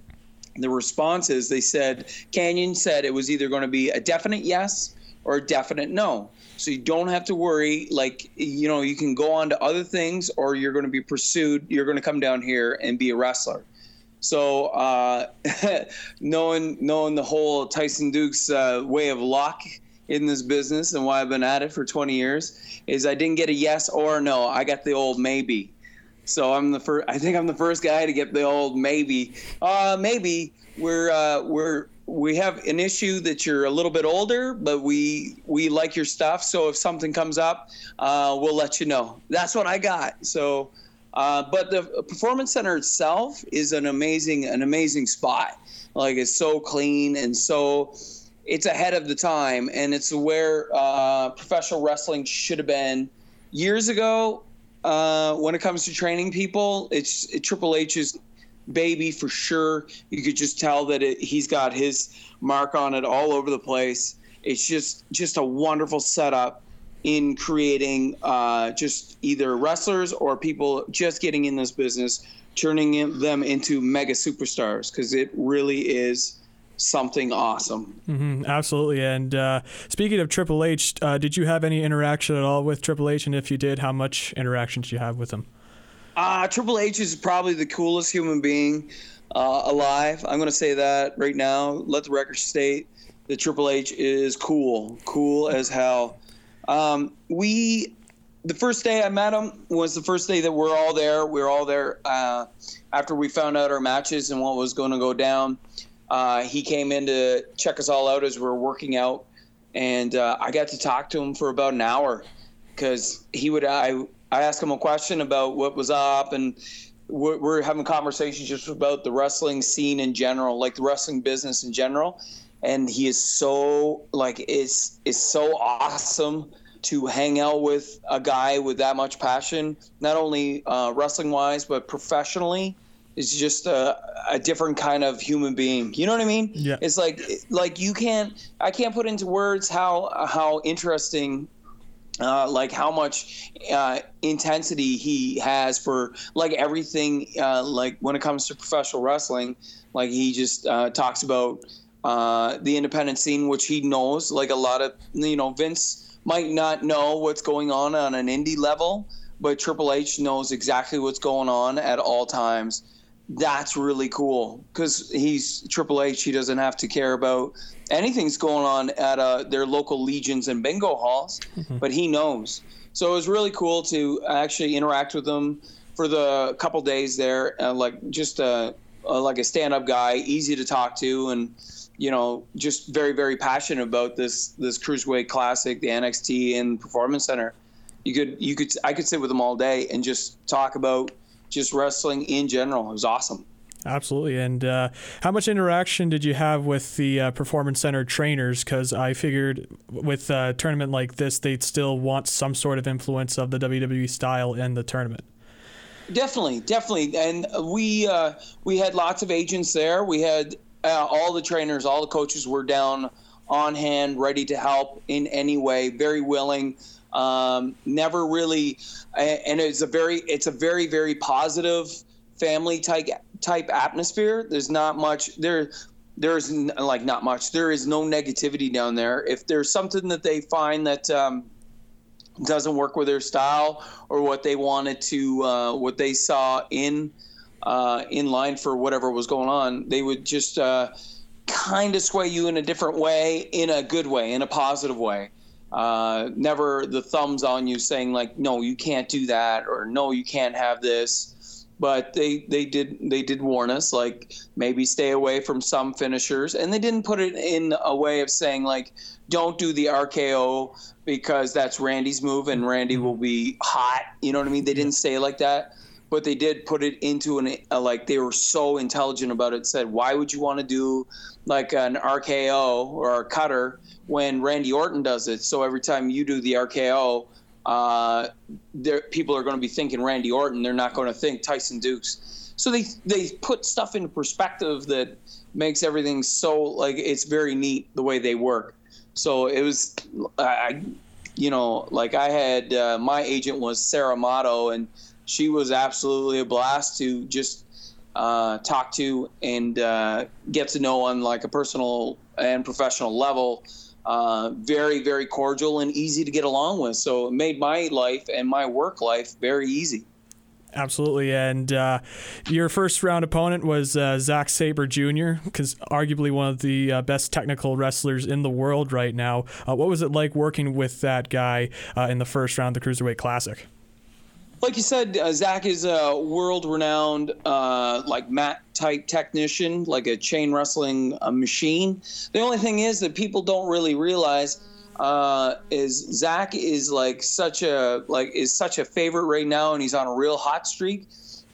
[SPEAKER 7] the responses, they said Canyon said it was either going to be a definite yes or a definite no. So you don't have to worry. Like you know, you can go on to other things, or you're going to be pursued. You're going to come down here and be a wrestler. So uh, knowing knowing the whole Tyson Duke's uh, way of luck in this business and why I've been at it for 20 years is I didn't get a yes or a no. I got the old maybe. So I'm the first. I think I'm the first guy to get the old maybe. Uh, maybe we're uh, we're we have an issue that you're a little bit older, but we we like your stuff. So if something comes up, uh, we'll let you know. That's what I got. So, uh, but the performance center itself is an amazing an amazing spot. Like it's so clean and so it's ahead of the time, and it's where uh, professional wrestling should have been years ago uh, when it comes to training people, it's it, Triple H's baby for sure. You could just tell that it, he's got his mark on it all over the place. It's just just a wonderful setup in creating uh, just either wrestlers or people just getting in this business, turning in, them into mega superstars because it really is something awesome.
[SPEAKER 6] Mm, Absolutely. And uh, speaking of Triple H, uh, did you have any interaction at all with Triple H? And if you did, how much interaction did you have with him?
[SPEAKER 7] Uh, Triple H is probably the coolest human being uh, alive. I'm going to say that right now. Let the record state that Triple H is cool, cool as hell. Um, we, the first day I met him was the first day that we're all there. We were all there uh, after we found out our matches and what was going to go down. Uh, he came in to check us all out as we were working out, and uh, I got to talk to him for about an hour because he would I I asked him a question about what was up and we're, we're having conversations just about the wrestling scene in general, like the wrestling business in general. And he is so like it's it's so awesome to hang out with a guy with that much passion, not only uh, wrestling wise but professionally. It's just a, a different kind of human being. You know what I mean?
[SPEAKER 6] Yeah.
[SPEAKER 7] It's like like you can't I can't put into words how how interesting uh, like how much uh, intensity he has for like everything uh, like when it comes to professional wrestling like he just uh, talks about uh, the independent scene which he knows like a lot of you know vince might not know what's going on on an indie level but triple h knows exactly what's going on at all times that's really cool because he's Triple H. He doesn't have to care about anything's going on at uh, their local legions and bingo halls, but he knows. So it was really cool to actually interact with him for the couple days there, uh, like just uh, uh, like a stand-up guy, easy to talk to, and you know, just very very passionate about this this cruiserweight classic, the NXT and Performance Center. You could you could I could sit with him all day and just talk about just wrestling in general. It was awesome.
[SPEAKER 6] Absolutely. And uh, how much interaction did you have with the uh, Performance Center trainers? Because I figured with a tournament like this, they'd still want some sort of influence of the WWE style in the tournament.
[SPEAKER 7] Definitely, definitely, and we uh, we had lots of agents there. We had uh, all the trainers, all the coaches were down on hand, ready to help in any way, very willing. Um, never really, a- and it's a very it's a very very positive family type type atmosphere. There's not much there. There's n- like not much. There is no negativity down there. If there's something that they find that um, doesn't work with their style or what they wanted to uh, what they saw in uh, in line for whatever was going on they would just uh, kind of sway you in a different way in a good way in a positive way uh, never the thumbs on you saying like no you can't do that or no you can't have this but they they did they did warn us like maybe stay away from some finishers and they didn't put it in a way of saying like don't do the RKO because that's Randy's move and Randy will be hot. You know what I mean? They didn't say it like that, but they did put it into an uh, like they were so intelligent about it. Said, why would you want to do like an RKO or a cutter when Randy Orton does it? So every time you do the RKO, uh, there people are going to be thinking Randy Orton. They're not going to think Tyson Dukes. So they they put stuff into perspective that makes everything so like it's very neat the way they work. So it was, I, I- you know, like I had uh, my agent was Sarah Mato, and she was absolutely a blast to just uh, talk to and uh, get to know on like a personal and professional level. Uh, very, very cordial and easy to get along with. So it made my life and my work life very easy.
[SPEAKER 2] Absolutely. And uh, your first round opponent was uh, Zack Sabre Jr., because arguably one of the uh, best technical wrestlers in the world right now. Uh, what was it like working with that guy uh, in the first round of the Cruiserweight Classic?
[SPEAKER 7] like you said, uh, Zach is a world-renowned, uh, like mat type technician, like a chain wrestling uh, machine. The only thing is that people don't really realize uh, is Zach is like such a like is such a favorite right now, and he's on a real hot streak.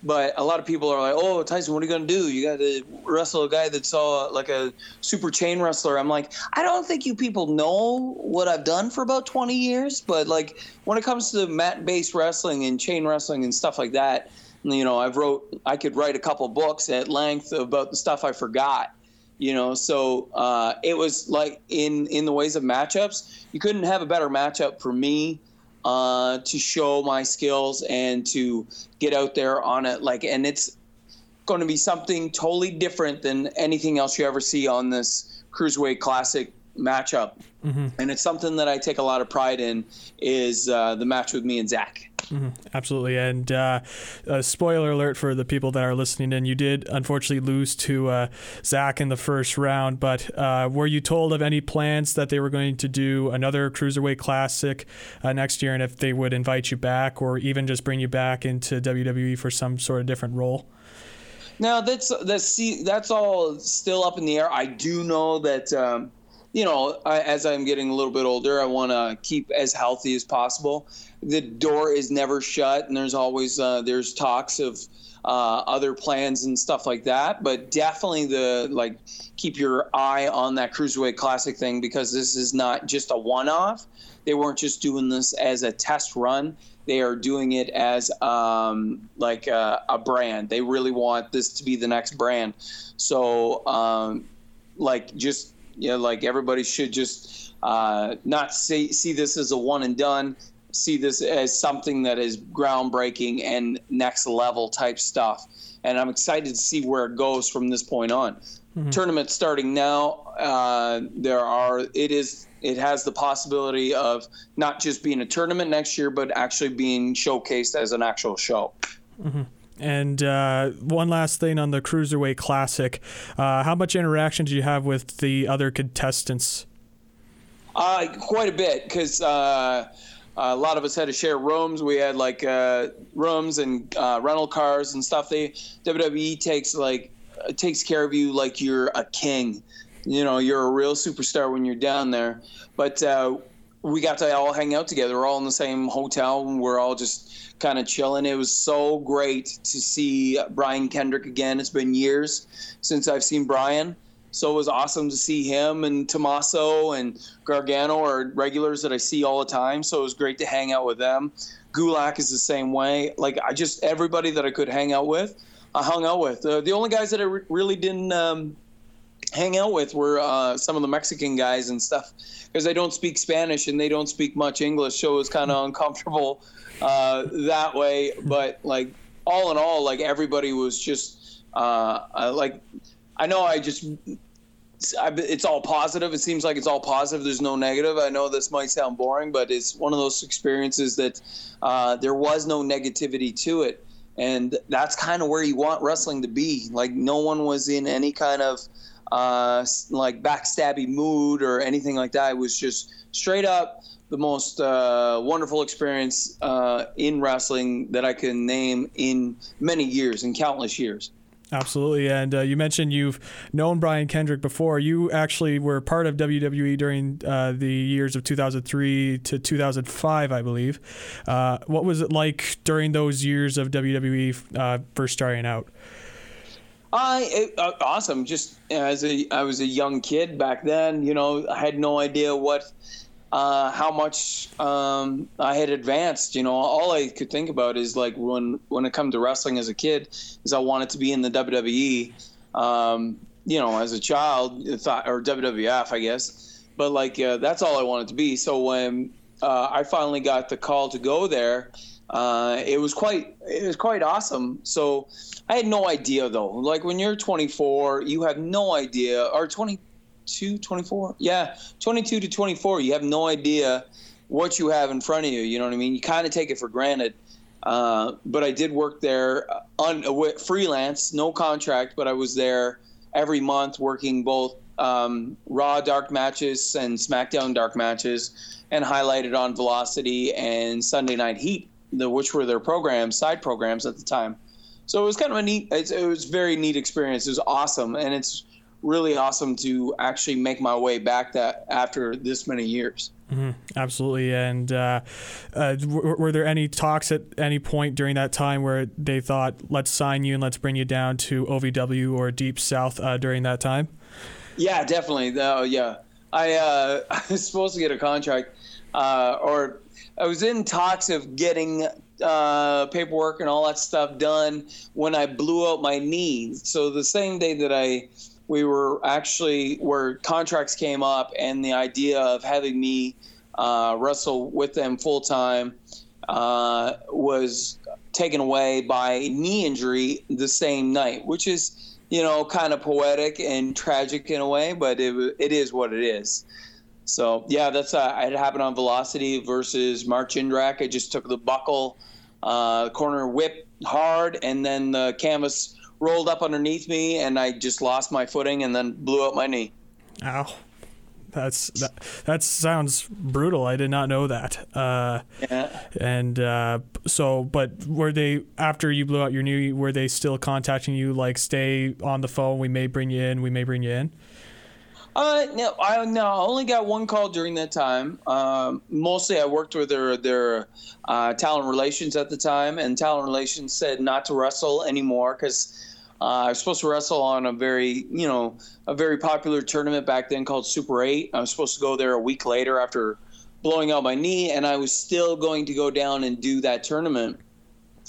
[SPEAKER 7] But a lot of people are like, "Oh, Tyson, what are you gonna do? You got to wrestle a guy that's all like a super chain wrestler." I'm like, I don't think you people know what I've done for about 20 years. But like, when it comes to mat-based wrestling and chain wrestling and stuff like that, you know, I've wrote, I could write a couple books at length about the stuff I forgot. You know, so uh, it was like in in the ways of matchups, you couldn't have a better matchup for me uh, to show my skills and to get out there on it. Like, and it's going to be something totally different than anything else you ever see on this cruiserweight classic matchup. And it's something that I take a lot of pride in is uh, the match with me and Zach.
[SPEAKER 2] Absolutely. And uh, uh, spoiler alert for the people that are listening in, you did unfortunately lose to uh, Zach in the first round, but uh, were you told of any plans that they were going to do another Cruiserweight Classic uh, next year and if they would invite you back or even just bring you back into WWE for some sort of different role?
[SPEAKER 7] Now that's that's see that's all still up in the air. I do know that um, you know I, as I'm getting a little bit older, I want to keep as healthy as possible. The door is never shut, and there's always uh, there's talks of uh, other plans and stuff like that. But definitely the like keep your eye on that cruiserweight classic thing because this is not just a one off. They weren't just doing this as a test run they are doing it as um, like a, a brand. They really want this to be the next brand. So, um, like, just you know, like everybody should just uh, not see see this as a one and done. See this as something that is groundbreaking and next level type stuff. And I'm excited to see where it goes from this point on. Tournament starting now. Uh, there are it is it has the possibility of not just being a tournament next year, but actually being showcased as an actual show.
[SPEAKER 2] And uh, one last thing on the Cruiserweight Classic. Uh, how much interaction did you have with the other contestants?
[SPEAKER 7] Uh, quite a bit because uh, a lot of us had to share rooms. We had like uh, rooms and uh, rental cars and stuff. They WWE takes like uh, takes care of you like you're a king. You know, you're a real superstar when you're down there. But uh, we got to all hang out together. We're all in the same hotel. And we're all just kind of chilling. It was so great to see Brian Kendrick again. It's been years since I've seen Brian. So it was awesome to see him and Tommaso and Gargano are regulars that I see all the time. So it was great to hang out with them. Gulak is the same way. Like I just everybody that I could hang out with, I hung out with. Uh, the only guys that I re- really didn't um, hang out with were uh, some of the Mexican guys and stuff because they don't speak Spanish and they don't speak much English, so it was kind of uncomfortable uh, that way. But like all in all, like everybody was just uh, uh, like I know I just I, it's all positive. It seems like it's all positive. There's no negative. I know this might sound boring, but it's one of those experiences that uh, there was no negativity to it. And that's kind of where you want wrestling to be. Like, no one was in any kind of uh, s- like backstabby mood or anything like that. It was just straight up the most uh, wonderful experience uh, in wrestling that I can name in many years, in countless years.
[SPEAKER 2] Absolutely. And uh, you mentioned you've known Brian Kendrick before. You actually were part of WWE during uh, the years of 2003 to 2005, I believe. Uh, what was it like during those years of WWE uh, first starting out?
[SPEAKER 7] I it, uh, awesome. Just as a I was a young kid back then, you know, I had no idea what uh, how much um, I had advanced. You know, all I could think about is like when when it come to wrestling as a kid, is I wanted to be in the WWE. Um, you know, as a child, I thought or WWF, I guess. But like uh, that's all I wanted to be. So when uh, I finally got the call to go there, uh, it was quite it was quite awesome. So I had no idea though. Like when you're 24, you have no idea, or 22, 24, yeah, 22 to 24, you have no idea what you have in front of you. You know what I mean? You kind of take it for granted. Uh, but I did work there on with freelance, no contract, but I was there every month working both um, Raw dark matches and SmackDown dark matches, and highlighted on Velocity and Sunday Night Heat, the, which were their programs, side programs at the time. So it was kind of a neat. It, it was a very neat experience. It was awesome, and it's really awesome to actually make my way back that after this many years.
[SPEAKER 6] Absolutely. And uh, uh, were, were there any talks at any point during that time where they thought, let's sign you and let's bring you down to OVW or Deep South uh, during that time?
[SPEAKER 7] Yeah, definitely. though yeah, I uh, I was supposed to get a contract, uh, or I was in talks of getting uh, paperwork and all that stuff done when I blew out my knee. So the same day that I we were actually where contracts came up and the idea of having me uh, wrestle with them full time uh, was taken away by knee injury the same night, which is you know kind of poetic and tragic in a way, but it wa- it is what it is. So yeah, that's uh, it happened on Velocity versus Mark Jindrak. I just took the buckle, uh, corner whip hard, and then the canvas rolled up underneath me, and I just lost my footing and then blew out my knee.
[SPEAKER 6] Ow. That's that, that sounds brutal. I did not know that. Uh,
[SPEAKER 7] Yeah.
[SPEAKER 6] and uh, so, but were they after you blew out your knee? Were they still contacting you? Like, stay on the phone. We may bring you in. We may bring you in.
[SPEAKER 7] Uh, no, I no, I only got one call during that time. Um, mostly, I worked with their their uh, talent relations at the time, and talent relations said not to wrestle anymore because uh, I was supposed to wrestle on a very you know a very popular tournament back then called Super Eight. I was supposed to go there a week later after blowing out my knee, and I was still going to go down and do that tournament,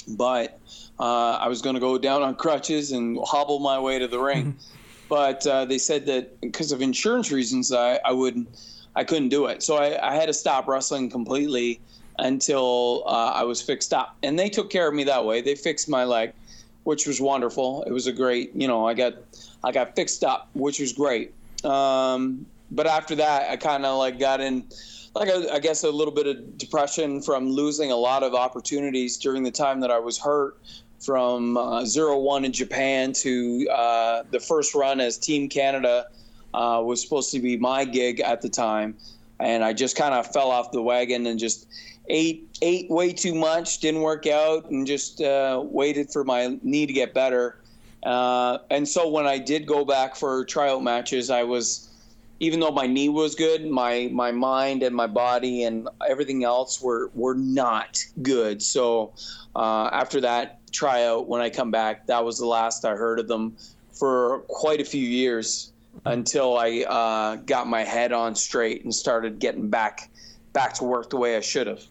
[SPEAKER 7] but uh, I was going to go down on crutches and hobble my way to the ring but uh, they said that because of insurance reasons, I, I would I couldn't do it. So I, I had to stop wrestling completely until uh, I was fixed up, and they took care of me that way. They fixed my leg, which was wonderful. It was a great, you know, I got I got fixed up, which was great. Um, but after that, I kind of like got in. Like I, I guess a little bit of depression from losing a lot of opportunities during the time that I was hurt from uh, zero one in Japan to uh, the first run as Team Canada uh, was supposed to be my gig at the time, and I just kind of fell off the wagon and just ate ate way too much, didn't work out, and just uh, waited for my knee to get better. Uh, and so when I did go back for tryout matches, I was even though my knee was good, my my mind and my body and everything else were were not good. So uh, after that tryout, when I come back, that was the last I heard of them for quite a few years until I uh, got my head on straight and started getting back back to work the way I should have.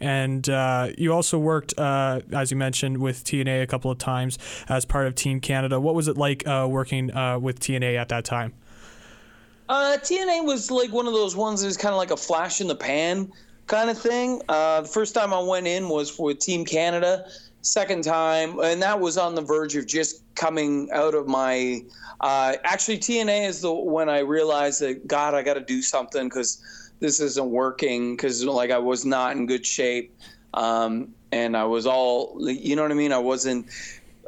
[SPEAKER 6] And uh, you also worked, uh, as you mentioned, with TNA a couple of times as part of Team Canada. What was it like uh, working uh, with TNA at that time?
[SPEAKER 7] Uh, TNA was like one of those ones that is kind of like a flash in the pan kind of thing. Uh, the first time I went in was for Team Canada. Second time, and that was on the verge of just coming out of my. Uh, actually, TNA is the when I realized that God, I got to do something because this isn't working. Because like I was not in good shape, um, and I was all, you know what I mean. I wasn't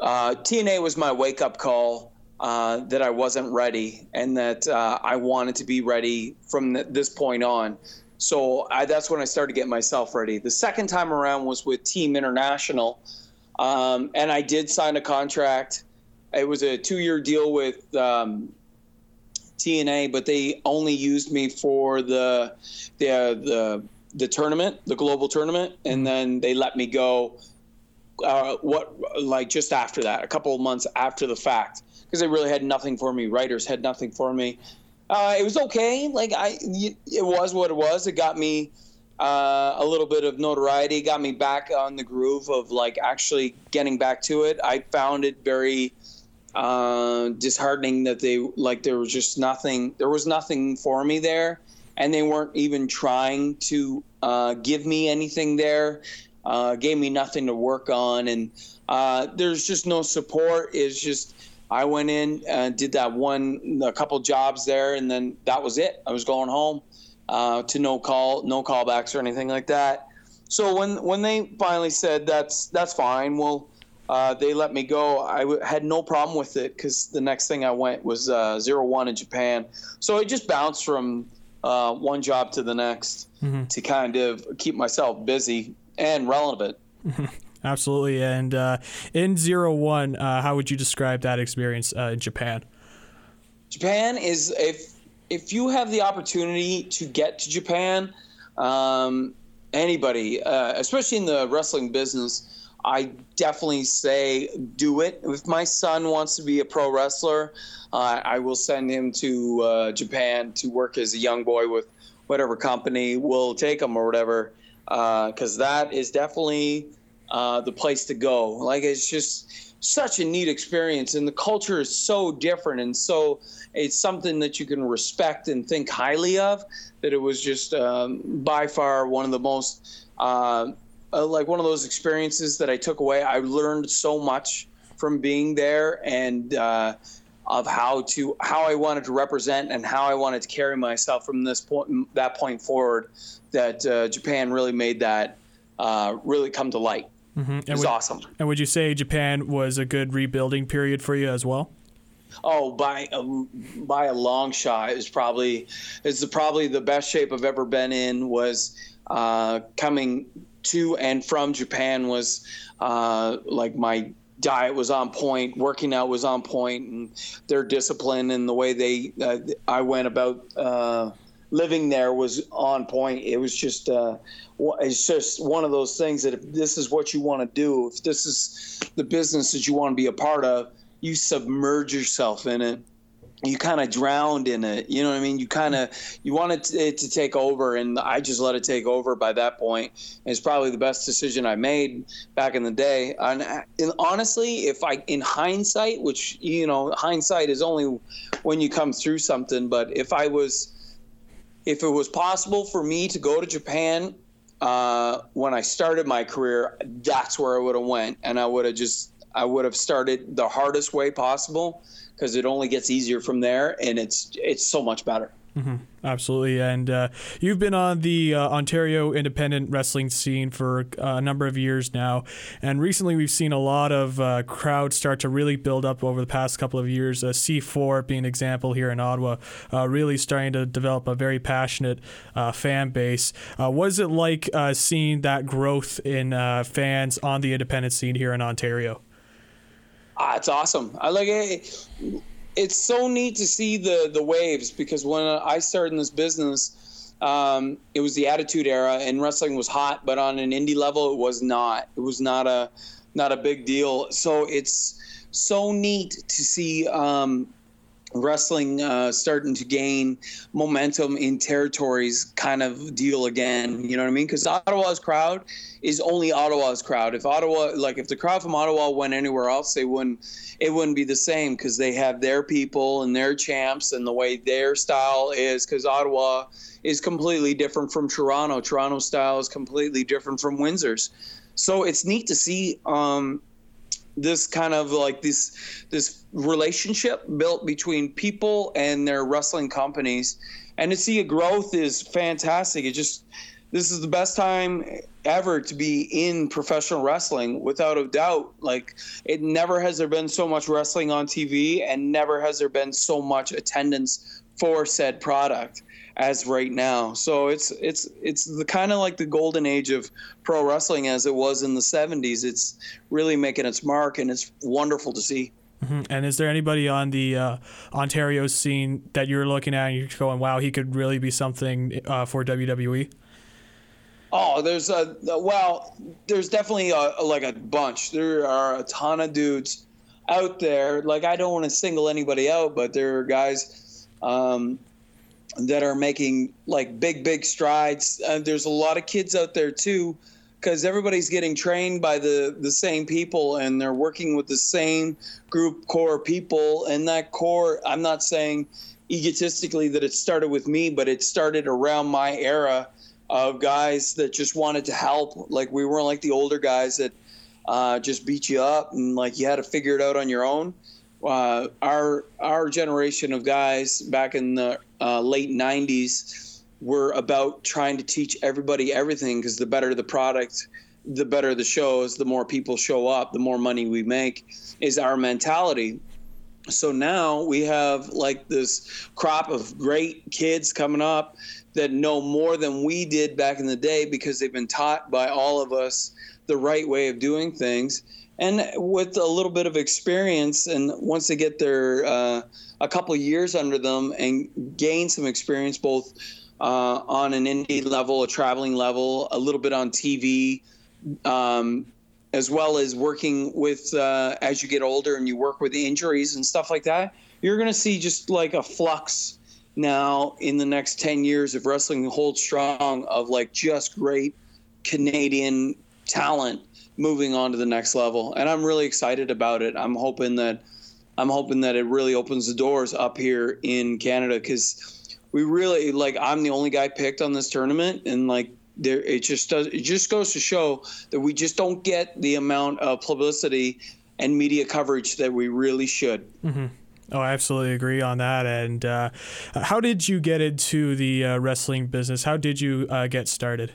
[SPEAKER 7] uh, TNA was my wake up call uh, that I wasn't ready and that uh, I wanted to be ready from th- this point on. So I, that's when I started getting myself ready. The second time around was with Team International, um, and I did sign a contract. It was a two year deal with um, TNA, but they only used me for the the uh, the the tournament, the global tournament, and then they let me go uh, what like just after that, a couple of months after the fact, because they really had nothing for me. Writers had nothing for me. Uh, it was okay. Like I, y- it was what it was. It got me uh, a little bit of notoriety. Got me back on the groove of like actually getting back to it. I found it very uh, disheartening that they like there was just nothing. There was nothing for me there, and they weren't even trying to uh, give me anything there. uh, gave me nothing to work on, and uh, there's just no support. It's just I went in, uh, did that one, a couple jobs there, and then that was it. I was going home uh, to no call, no callbacks or anything like that. So when when they finally said that's that's fine, well, uh, they let me go. I w- had no problem with it because the next thing I went was uh, zero one in Japan. So I just bounced from uh, one job to the next to kind of keep myself busy and relevant.
[SPEAKER 6] Absolutely. And uh, in zero one, uh, how would you describe that experience uh, in Japan?
[SPEAKER 7] Japan is if if you have the opportunity to get to Japan, um, anybody, uh, especially in the wrestling business, I definitely say do it. If my son wants to be a pro wrestler, uh, I will send him to uh, Japan to work as a young boy with whatever company will take him or whatever, because that is definitely uh, the place to go. Like it's just such a neat experience, and the culture is so different, and so it's something that you can respect and think highly of. That it was just um, by far one of the most uh, uh, like one of those experiences that I took away. I learned so much from being there, and uh, of how to how I wanted to represent and how I wanted to carry myself from this point that point forward. That uh, Japan really made that uh, really come to light. It was awesome.
[SPEAKER 6] And would you say Japan was a good rebuilding period for you as well?
[SPEAKER 7] Oh, by a, by a long shot, is probably is the, probably the best shape I've ever been in. Was uh, coming to and from Japan was uh, like my diet was on point, working out was on point, and their discipline and the way they uh, I went about uh, living there was on point. It was just uh, wa- it's just one of those things that if this is what you want to do, if this is the business that you want to be a part of, you submerge yourself in it you kind of drowned in it you know what i mean you kind of you wanted t- it to take over and i just let it take over by that point And it's probably the best decision i made back in the day and, I- and honestly if i in hindsight which you know hindsight is only when you come through something but if i was if it was possible for me to go to Japan uh, when I started my career, that's where I would have went, and I would have just I would have started the hardest way possible because it only gets easier from there, and it's it's so much better.
[SPEAKER 6] Absolutely, and uh, you've been on the uh, Ontario independent wrestling scene for uh, a number of years now, and recently we've seen a lot of uh, crowds start to really build up over the past couple of years. Uh, C4 being an example here in Ottawa, uh, really starting to develop a very passionate uh, fan base. Uh, what is it like uh, seeing that growth in uh, fans on the independent scene here in Ontario?
[SPEAKER 7] Ah, it's awesome. I like it. It's so neat to see the the waves because when I started in this business, um, it was the Attitude Era and wrestling was hot, but on an indie level, it was not. It was not a not a big deal. So it's so neat to see um, wrestling uh, starting to gain momentum in territories kind of deal again you know what i mean because ottawa's crowd is only ottawa's crowd if ottawa like if the crowd from ottawa went anywhere else they wouldn't it wouldn't be the same because they have their people and their champs and the way their style is because ottawa is completely different from toronto toronto style is completely different from windsor's so it's neat to see um, this kind of like this this relationship built between people and their wrestling companies and to see a growth is fantastic it just this is the best time ever to be in professional wrestling without a doubt like it never has there been so much wrestling on tv and never has there been so much attendance for said product as right now so it's it's it's the kind of like the golden age of pro wrestling as it was in the 70s it's really making its mark and it's wonderful to see
[SPEAKER 6] And is there anybody on the uh, Ontario scene that you're looking at and you're going, wow, he could really be something uh, for WWE?
[SPEAKER 7] Oh, there's a well, there's definitely a, like a bunch. There are a ton of dudes out there. Like I don't want to single anybody out, but there are guys um, that are making like big, big strides. Uh, there's a lot of kids out there too, because everybody's getting trained by the the same people, and they're working with the same group core people. And that core, I'm not saying egotistically that it started with me, but it started around my era of guys that just wanted to help. Like we weren't like the older guys that uh, just beat you up and like you had to figure it out on your own. Uh, our our generation of guys back in the uh, late '90s were about trying to teach everybody everything because the better the product, the better the shows, the more people show up, the more money we make. Is our mentality so now we have like this crop of great kids coming up that know more than we did back in the day because they've been taught by all of us the right way of doing things and with a little bit of experience and once they get their uh, a couple of years under them and gain some experience both uh, on an indie level a traveling level a little bit on tv um, as well as working with uh, as you get older and you work with injuries and stuff like that you're going to see just like a flux now in the next 10 years if wrestling holds strong of like just great canadian talent moving on to the next level and i'm really excited about it i'm hoping that i'm hoping that it really opens the doors up here in canada because we really like i'm the only guy picked on this tournament and like there it just does it just goes to show that we just don't get the amount of publicity and media coverage that we really should
[SPEAKER 6] Oh, I absolutely agree on that. And uh, how did you get into the uh, wrestling business? How did you uh, get started?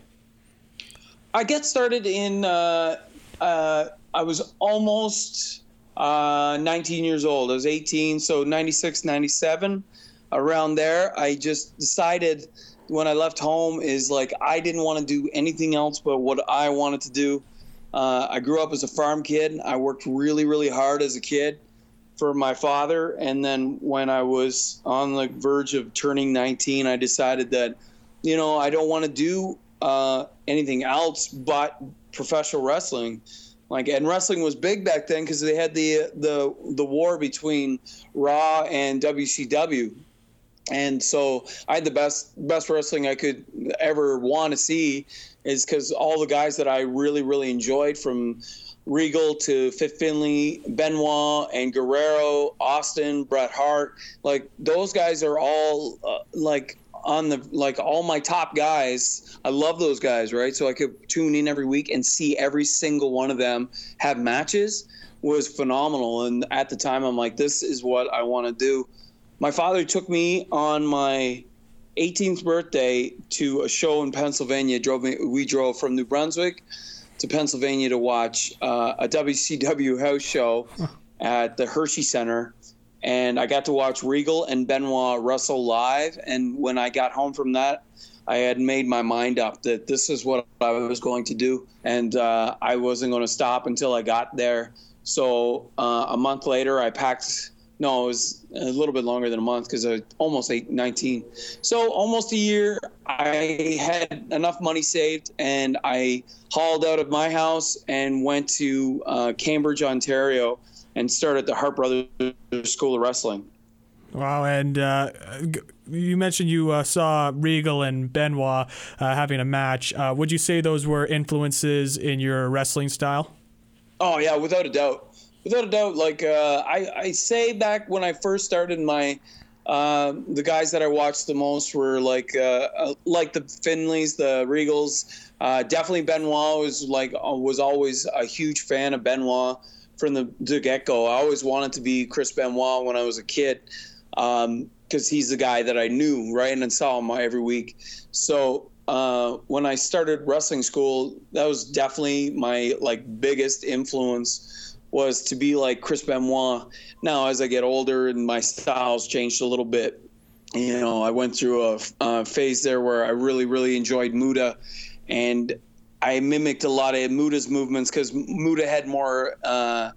[SPEAKER 7] i get started in uh, uh, i was almost uh, 19 years old i was 18 so 96 97 around there i just decided when i left home is like i didn't want to do anything else but what i wanted to do uh, i grew up as a farm kid i worked really really hard as a kid for my father and then when i was on the verge of turning 19 i decided that you know i don't want to do uh, anything else but professional wrestling like and wrestling was big back then because they had the the the war between raw and wcw and so I had the best best wrestling I could ever want to see is because all the guys that I really really enjoyed from Regal to Fit Finley, Benoit and Guerrero, Austin, Bret Hart, like those guys are all uh, like on the like all my top guys. I love those guys, right? So I could tune in every week and see every single one of them have matches was phenomenal. And at the time, I'm like, this is what I want to do my father took me on my 18th birthday to a show in Pennsylvania. Drove me, we drove from New Brunswick to Pennsylvania to watch uh, a WCW house show at the Hershey Center, and I got to watch Regal and Benoit wrestle live. And when I got home from that, I had made my mind up that this is what I was going to do, and uh, I wasn't going to stop until I got there. So uh, a month later, I packed no, it was a little bit longer than a month because I was almost eight, 19. So almost a year, I had enough money saved, and I hauled out of my house and went to uh, Cambridge, Ontario, and started the Hart Brothers School of Wrestling.
[SPEAKER 6] Wow, and uh, g- you mentioned you uh, saw Regal and Benoit uh, having a match. Uh, would you say those were influences in your wrestling style?
[SPEAKER 7] Oh yeah, without a doubt, without a doubt. Like uh, I, I say back when I first started my, uh, the guys that I watched the most were like uh, uh, like the Finleys, the Regals. Uh, definitely Benoit was like uh, was always a huge fan of Benoit from the, the get go. I always wanted to be Chris Benoit when I was a kid because he's the guy that I knew right and I saw him every week. So uh, when I started wrestling school, that was definitely my like biggest influence was to be like Chris Benoit. Now, as I get older and my styles changed a little bit, you know, I went through a, a phase there where I really, really enjoyed Muda, and I mimicked a lot of Muda's movements because Muda had more uh,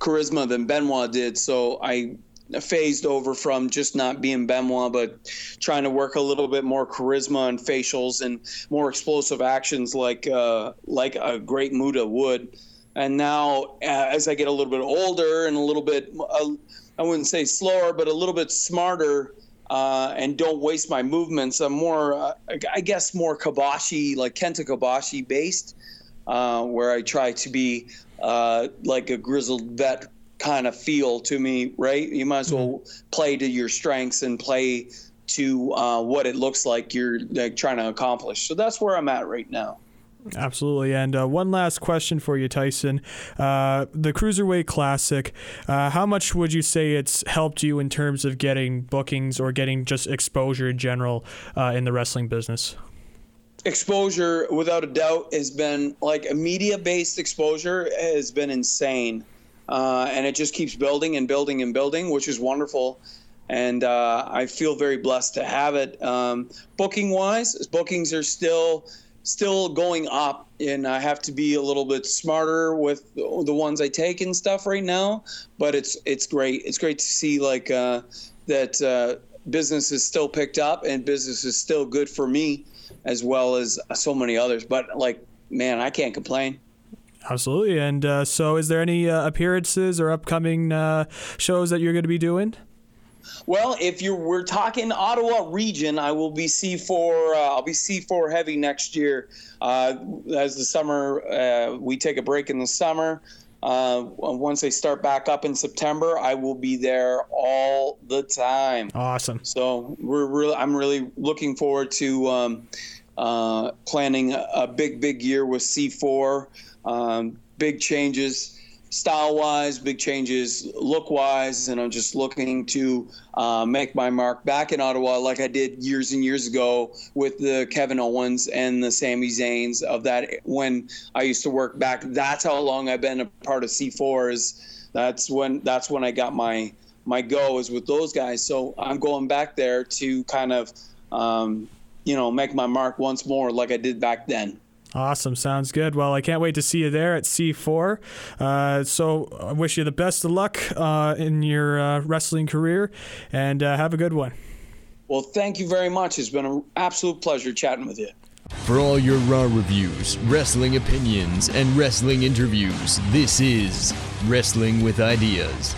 [SPEAKER 7] charisma than Benoit did. So I phased over from just not being Benoit, but trying to work a little bit more charisma and facials and more explosive actions like uh, like a great Muda would. And now, uh, as I get a little bit older and a little bit, uh, I wouldn't say slower, but a little bit smarter, uh, and don't waste my movements. I'm more, uh, I guess, more Kabashi, like Kenta Kabashi based, uh, where I try to be uh, like a grizzled vet kind of feel to me, right? You might as well play to your strengths and play to uh, what it looks like you're like, trying to accomplish. So that's where I'm at right now.
[SPEAKER 6] Absolutely. And uh, one last question for you, Tyson. Uh, the Cruiserweight Classic, uh, how much would you say it's helped you in terms of getting bookings or getting just exposure in general uh, in the wrestling business?
[SPEAKER 7] exposure without a doubt has been like a media based exposure has been insane uh, and it just keeps building and building and building which is wonderful and uh, i feel very blessed to have it um, booking wise bookings are still still going up and i have to be a little bit smarter with the ones i take and stuff right now but it's it's great it's great to see like uh, that uh, business is still picked up and business is still good for me as well as so many others. But like, man, I can't complain.
[SPEAKER 6] Absolutely. And uh, so, is there any uh, appearances or upcoming uh, shows that you're going to be doing?
[SPEAKER 7] Well, if you we're talking Ottawa region, I will be C4. Uh, I'll be C4 heavy next year. Uh, as the summer, uh, we take a break in the summer. Uh, once they start back up in September, I will be there all the time.
[SPEAKER 6] Awesome.
[SPEAKER 7] So we're really, I'm really looking forward to um, uh, planning a, a big, big year with C4. Um, big changes, style-wise, big changes, look-wise, and I'm just looking to uh, make my mark back in Ottawa, like I did years and years ago with the Kevin Owens and the Sami Zayn's of that when I used to work back. That's how long I've been a part of C4. Is that's when that's when I got my my go is with those guys. So I'm going back there to kind of, um, you know, make my mark once more, like I did back then.
[SPEAKER 6] Awesome. Sounds good. Well, I can't wait to see you there at C4. Uh, so, I wish you the best of luck uh, in your uh, wrestling career and uh, have a good one.
[SPEAKER 7] Well, thank you very much. It's been an absolute pleasure chatting with you.
[SPEAKER 4] For all your Raw reviews, wrestling opinions, and wrestling interviews, this is Wrestling with Ideas.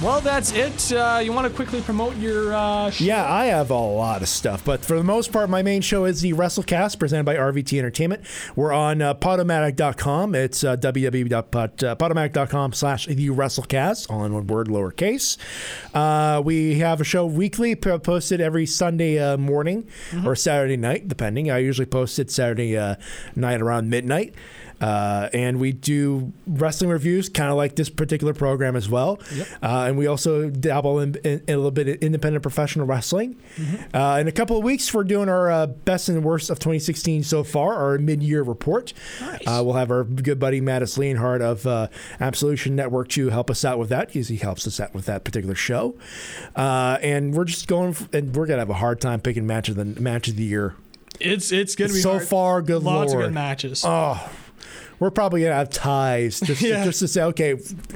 [SPEAKER 2] Well, that's it. Uh, you want to quickly promote your uh, sh-
[SPEAKER 3] Yeah, I have a lot of stuff, but for the most part, my main show is the WrestleCast presented by RVT Entertainment. We're on uh, Podomatic.com. It's uh, www.podomatic.com slash the WrestleCast, all in one word, lowercase. Uh, we have a show weekly p- posted every Sunday uh, morning or Saturday night, depending. I usually post it Saturday uh, night around midnight. Uh, and we do wrestling reviews, kind of like this particular program as well. Uh, and we also dabble in, in, in a little bit of independent professional wrestling. Uh, in a couple of weeks, we're doing our uh, best and worst of 2016 so far, our mid year report. Uh, we'll have our good buddy Mattis Leonhardt of uh, Absolution Network to help us out with that because he helps us out with that particular show. Uh, and we're just going, f- and we're going to have a hard time picking match of the, match of the year.
[SPEAKER 2] It's it's gonna be
[SPEAKER 3] so
[SPEAKER 2] hard.
[SPEAKER 3] far, good
[SPEAKER 2] Lots
[SPEAKER 3] lord. Uh,
[SPEAKER 2] of good matches.
[SPEAKER 3] We're probably gonna have ties just,
[SPEAKER 2] Yeah.
[SPEAKER 3] just to say, okay,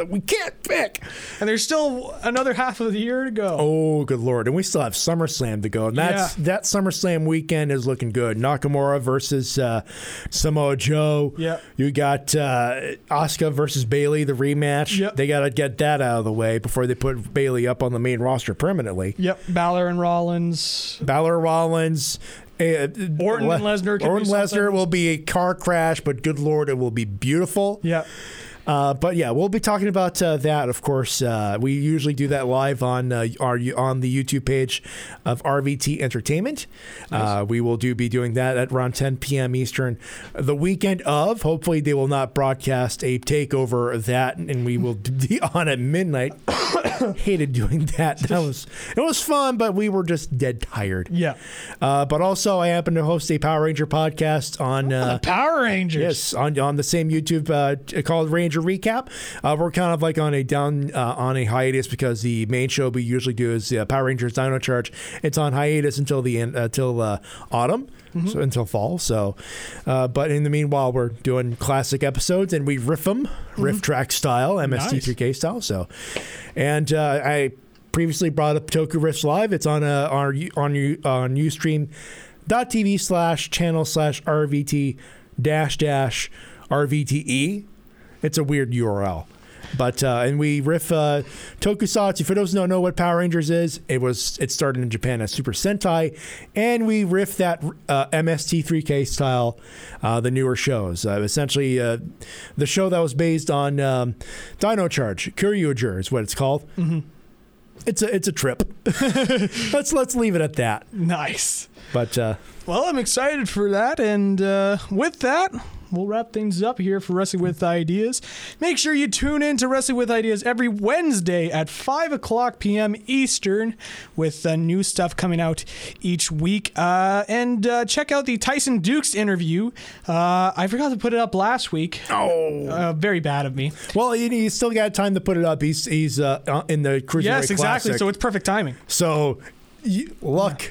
[SPEAKER 3] we can't pick.
[SPEAKER 2] and there's still another half of the year to go.
[SPEAKER 3] Oh, good lord! And we still have SummerSlam to go, and that's
[SPEAKER 2] Yeah.
[SPEAKER 3] that SummerSlam weekend is looking good. Nakamura versus uh, Samoa Joe.
[SPEAKER 2] Yep.
[SPEAKER 3] You got uh, Asuka versus Bailey, the rematch.
[SPEAKER 2] Yep.
[SPEAKER 3] They gotta get that out of the way before they put Bailey up on the main roster permanently.
[SPEAKER 2] Yep, Balor and Rollins.
[SPEAKER 3] Balor Rollins. eh,
[SPEAKER 2] Orton and Lesnar could
[SPEAKER 3] Orton
[SPEAKER 2] do something.
[SPEAKER 3] Lesnar will be a car crash, but good lord, it will be beautiful.
[SPEAKER 2] Yep.
[SPEAKER 3] Uh, but yeah, we'll be talking about uh, that, of course. Uh, we usually do that live on uh, our on the YouTube page of RVT Entertainment. Uh, we will do be doing that at around 10 p.m. Eastern, the weekend of. Hopefully, they will not broadcast a takeover of that, and we will be on at midnight. Hated doing that. That was it was fun, but we were just dead tired.
[SPEAKER 2] Yeah.
[SPEAKER 3] Uh, but also, I happen to host a Power Ranger podcast on. Uh,
[SPEAKER 2] Power Rangers.
[SPEAKER 3] Yes, on, on the same YouTube uh, t- called Ranger Recap. Uh, we're kind of like on a down uh, on a hiatus because the main show we usually do is uh, Power Rangers Dino Charge. It's on hiatus until the end until uh, autumn, so until fall. So, uh, but in the meanwhile, we're doing classic episodes and we riff them, riff track style, MST3K style. So, and uh, I previously brought up Toku Riffs Live. It's on uh, on our- on you on UStream dot tv slash channel slash rvt dash dash rvte. E. It's a weird URL. But uh, and we riff uh, Tokusatsu. For those who don't know what Power Rangers is, it was it started in Japan as Super Sentai, and we riff that uh, MST3K style, uh, the newer shows. Uh, essentially, uh, the show that was based on um, Dino Charge, Kyryuger is what it's called It's a it's a trip. let's let's leave it at that.
[SPEAKER 2] Nice.
[SPEAKER 3] But uh,
[SPEAKER 2] Well, I'm excited for that. And uh, with that, we'll wrap things up here for Wrestling with Ideas. Make sure you tune in to Wrestling with Ideas every Wednesday at 5 o'clock p.m. Eastern with uh, new stuff coming out each week. Uh, and uh, check out the Tyson Dukes interview. Uh, I forgot to put it up last week. Oh. Uh, very bad of me.
[SPEAKER 3] well, you, you still got time to put it up. He's he's uh, uh, in the cruiserweight
[SPEAKER 2] Yes, exactly.
[SPEAKER 3] Classic.
[SPEAKER 2] So it's perfect timing.
[SPEAKER 3] So, you, luck.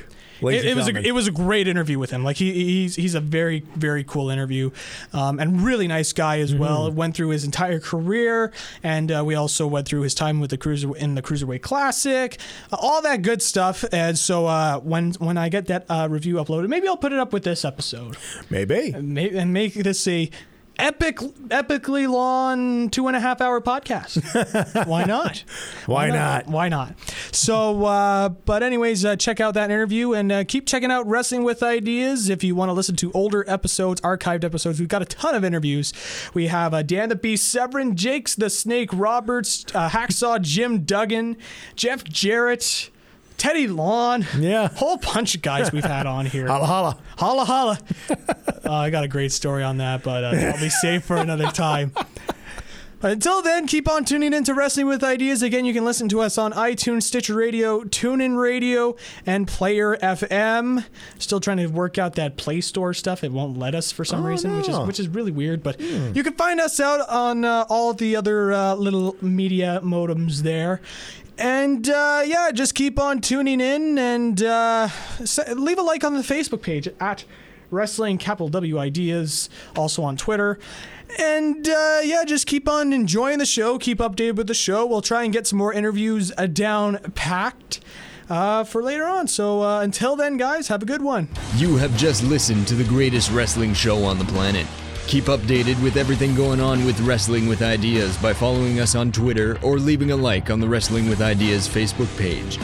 [SPEAKER 3] ladies
[SPEAKER 2] It, it
[SPEAKER 3] and
[SPEAKER 2] was a,
[SPEAKER 3] gentlemen.
[SPEAKER 2] it was a great interview with him. Like he he's he's a very very cool interview, um, and really nice guy as well.
[SPEAKER 3] Mm-hmm.
[SPEAKER 2] Went through his entire career, and uh, we also went through his time with the cruiser in the cruiserweight classic, uh, all that good stuff. And so uh, when when I get that uh, review uploaded, maybe I'll put it up with this episode,
[SPEAKER 3] maybe.
[SPEAKER 2] May and make this a epic epically long two and a half hour podcast. Why not?
[SPEAKER 3] Why not?
[SPEAKER 2] Why not? So, uh, but anyways, uh, check out that interview and uh, keep checking out Wrestling with Ideas if you want to listen to older episodes, archived episodes. We've got a ton of interviews. We have uh, Dan the Beast, Severin, Jakes the Snake, Roberts, uh, Hacksaw, Jim Duggan, Jeff Jarrett. Teddy Lawn,
[SPEAKER 3] Yeah.
[SPEAKER 2] whole bunch of guys we've had on here.
[SPEAKER 3] Holla holla.
[SPEAKER 2] Holla holla. Uh, I got a great story on that, but uh, I'll be safe for another time. Until then, keep on tuning into Wrestling with Ideas. Again, you can listen to us on iTunes, Stitcher Radio, TuneIn Radio, and Player FM. Still trying to work out that Play Store stuff. It won't let us for some reason, which is
[SPEAKER 3] no.
[SPEAKER 2] which is really weird. But you can find us out on uh, all the other uh, little media modems there. And uh, yeah, just keep on tuning in and uh, s- leave a like on the Facebook page at Wrestling Capital W Ideas, also on Twitter. And uh, yeah, just keep on enjoying the show. Keep updated with the show. We'll try and get some more interviews uh, down packed uh, for later on. So uh, until then, guys, have a good one.
[SPEAKER 4] You have just listened to the greatest wrestling show on the planet. Keep updated with everything going on with Wrestling with Ideas by following us on Twitter or leaving a like on the Wrestling with Ideas Facebook page.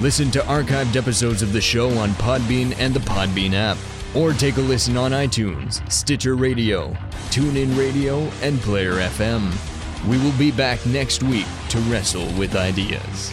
[SPEAKER 4] Listen to archived episodes of the show on Podbean and the Podbean app, or take a listen on iTunes, Stitcher Radio, TuneIn Radio, and Player FM. We will be back next week to wrestle with ideas.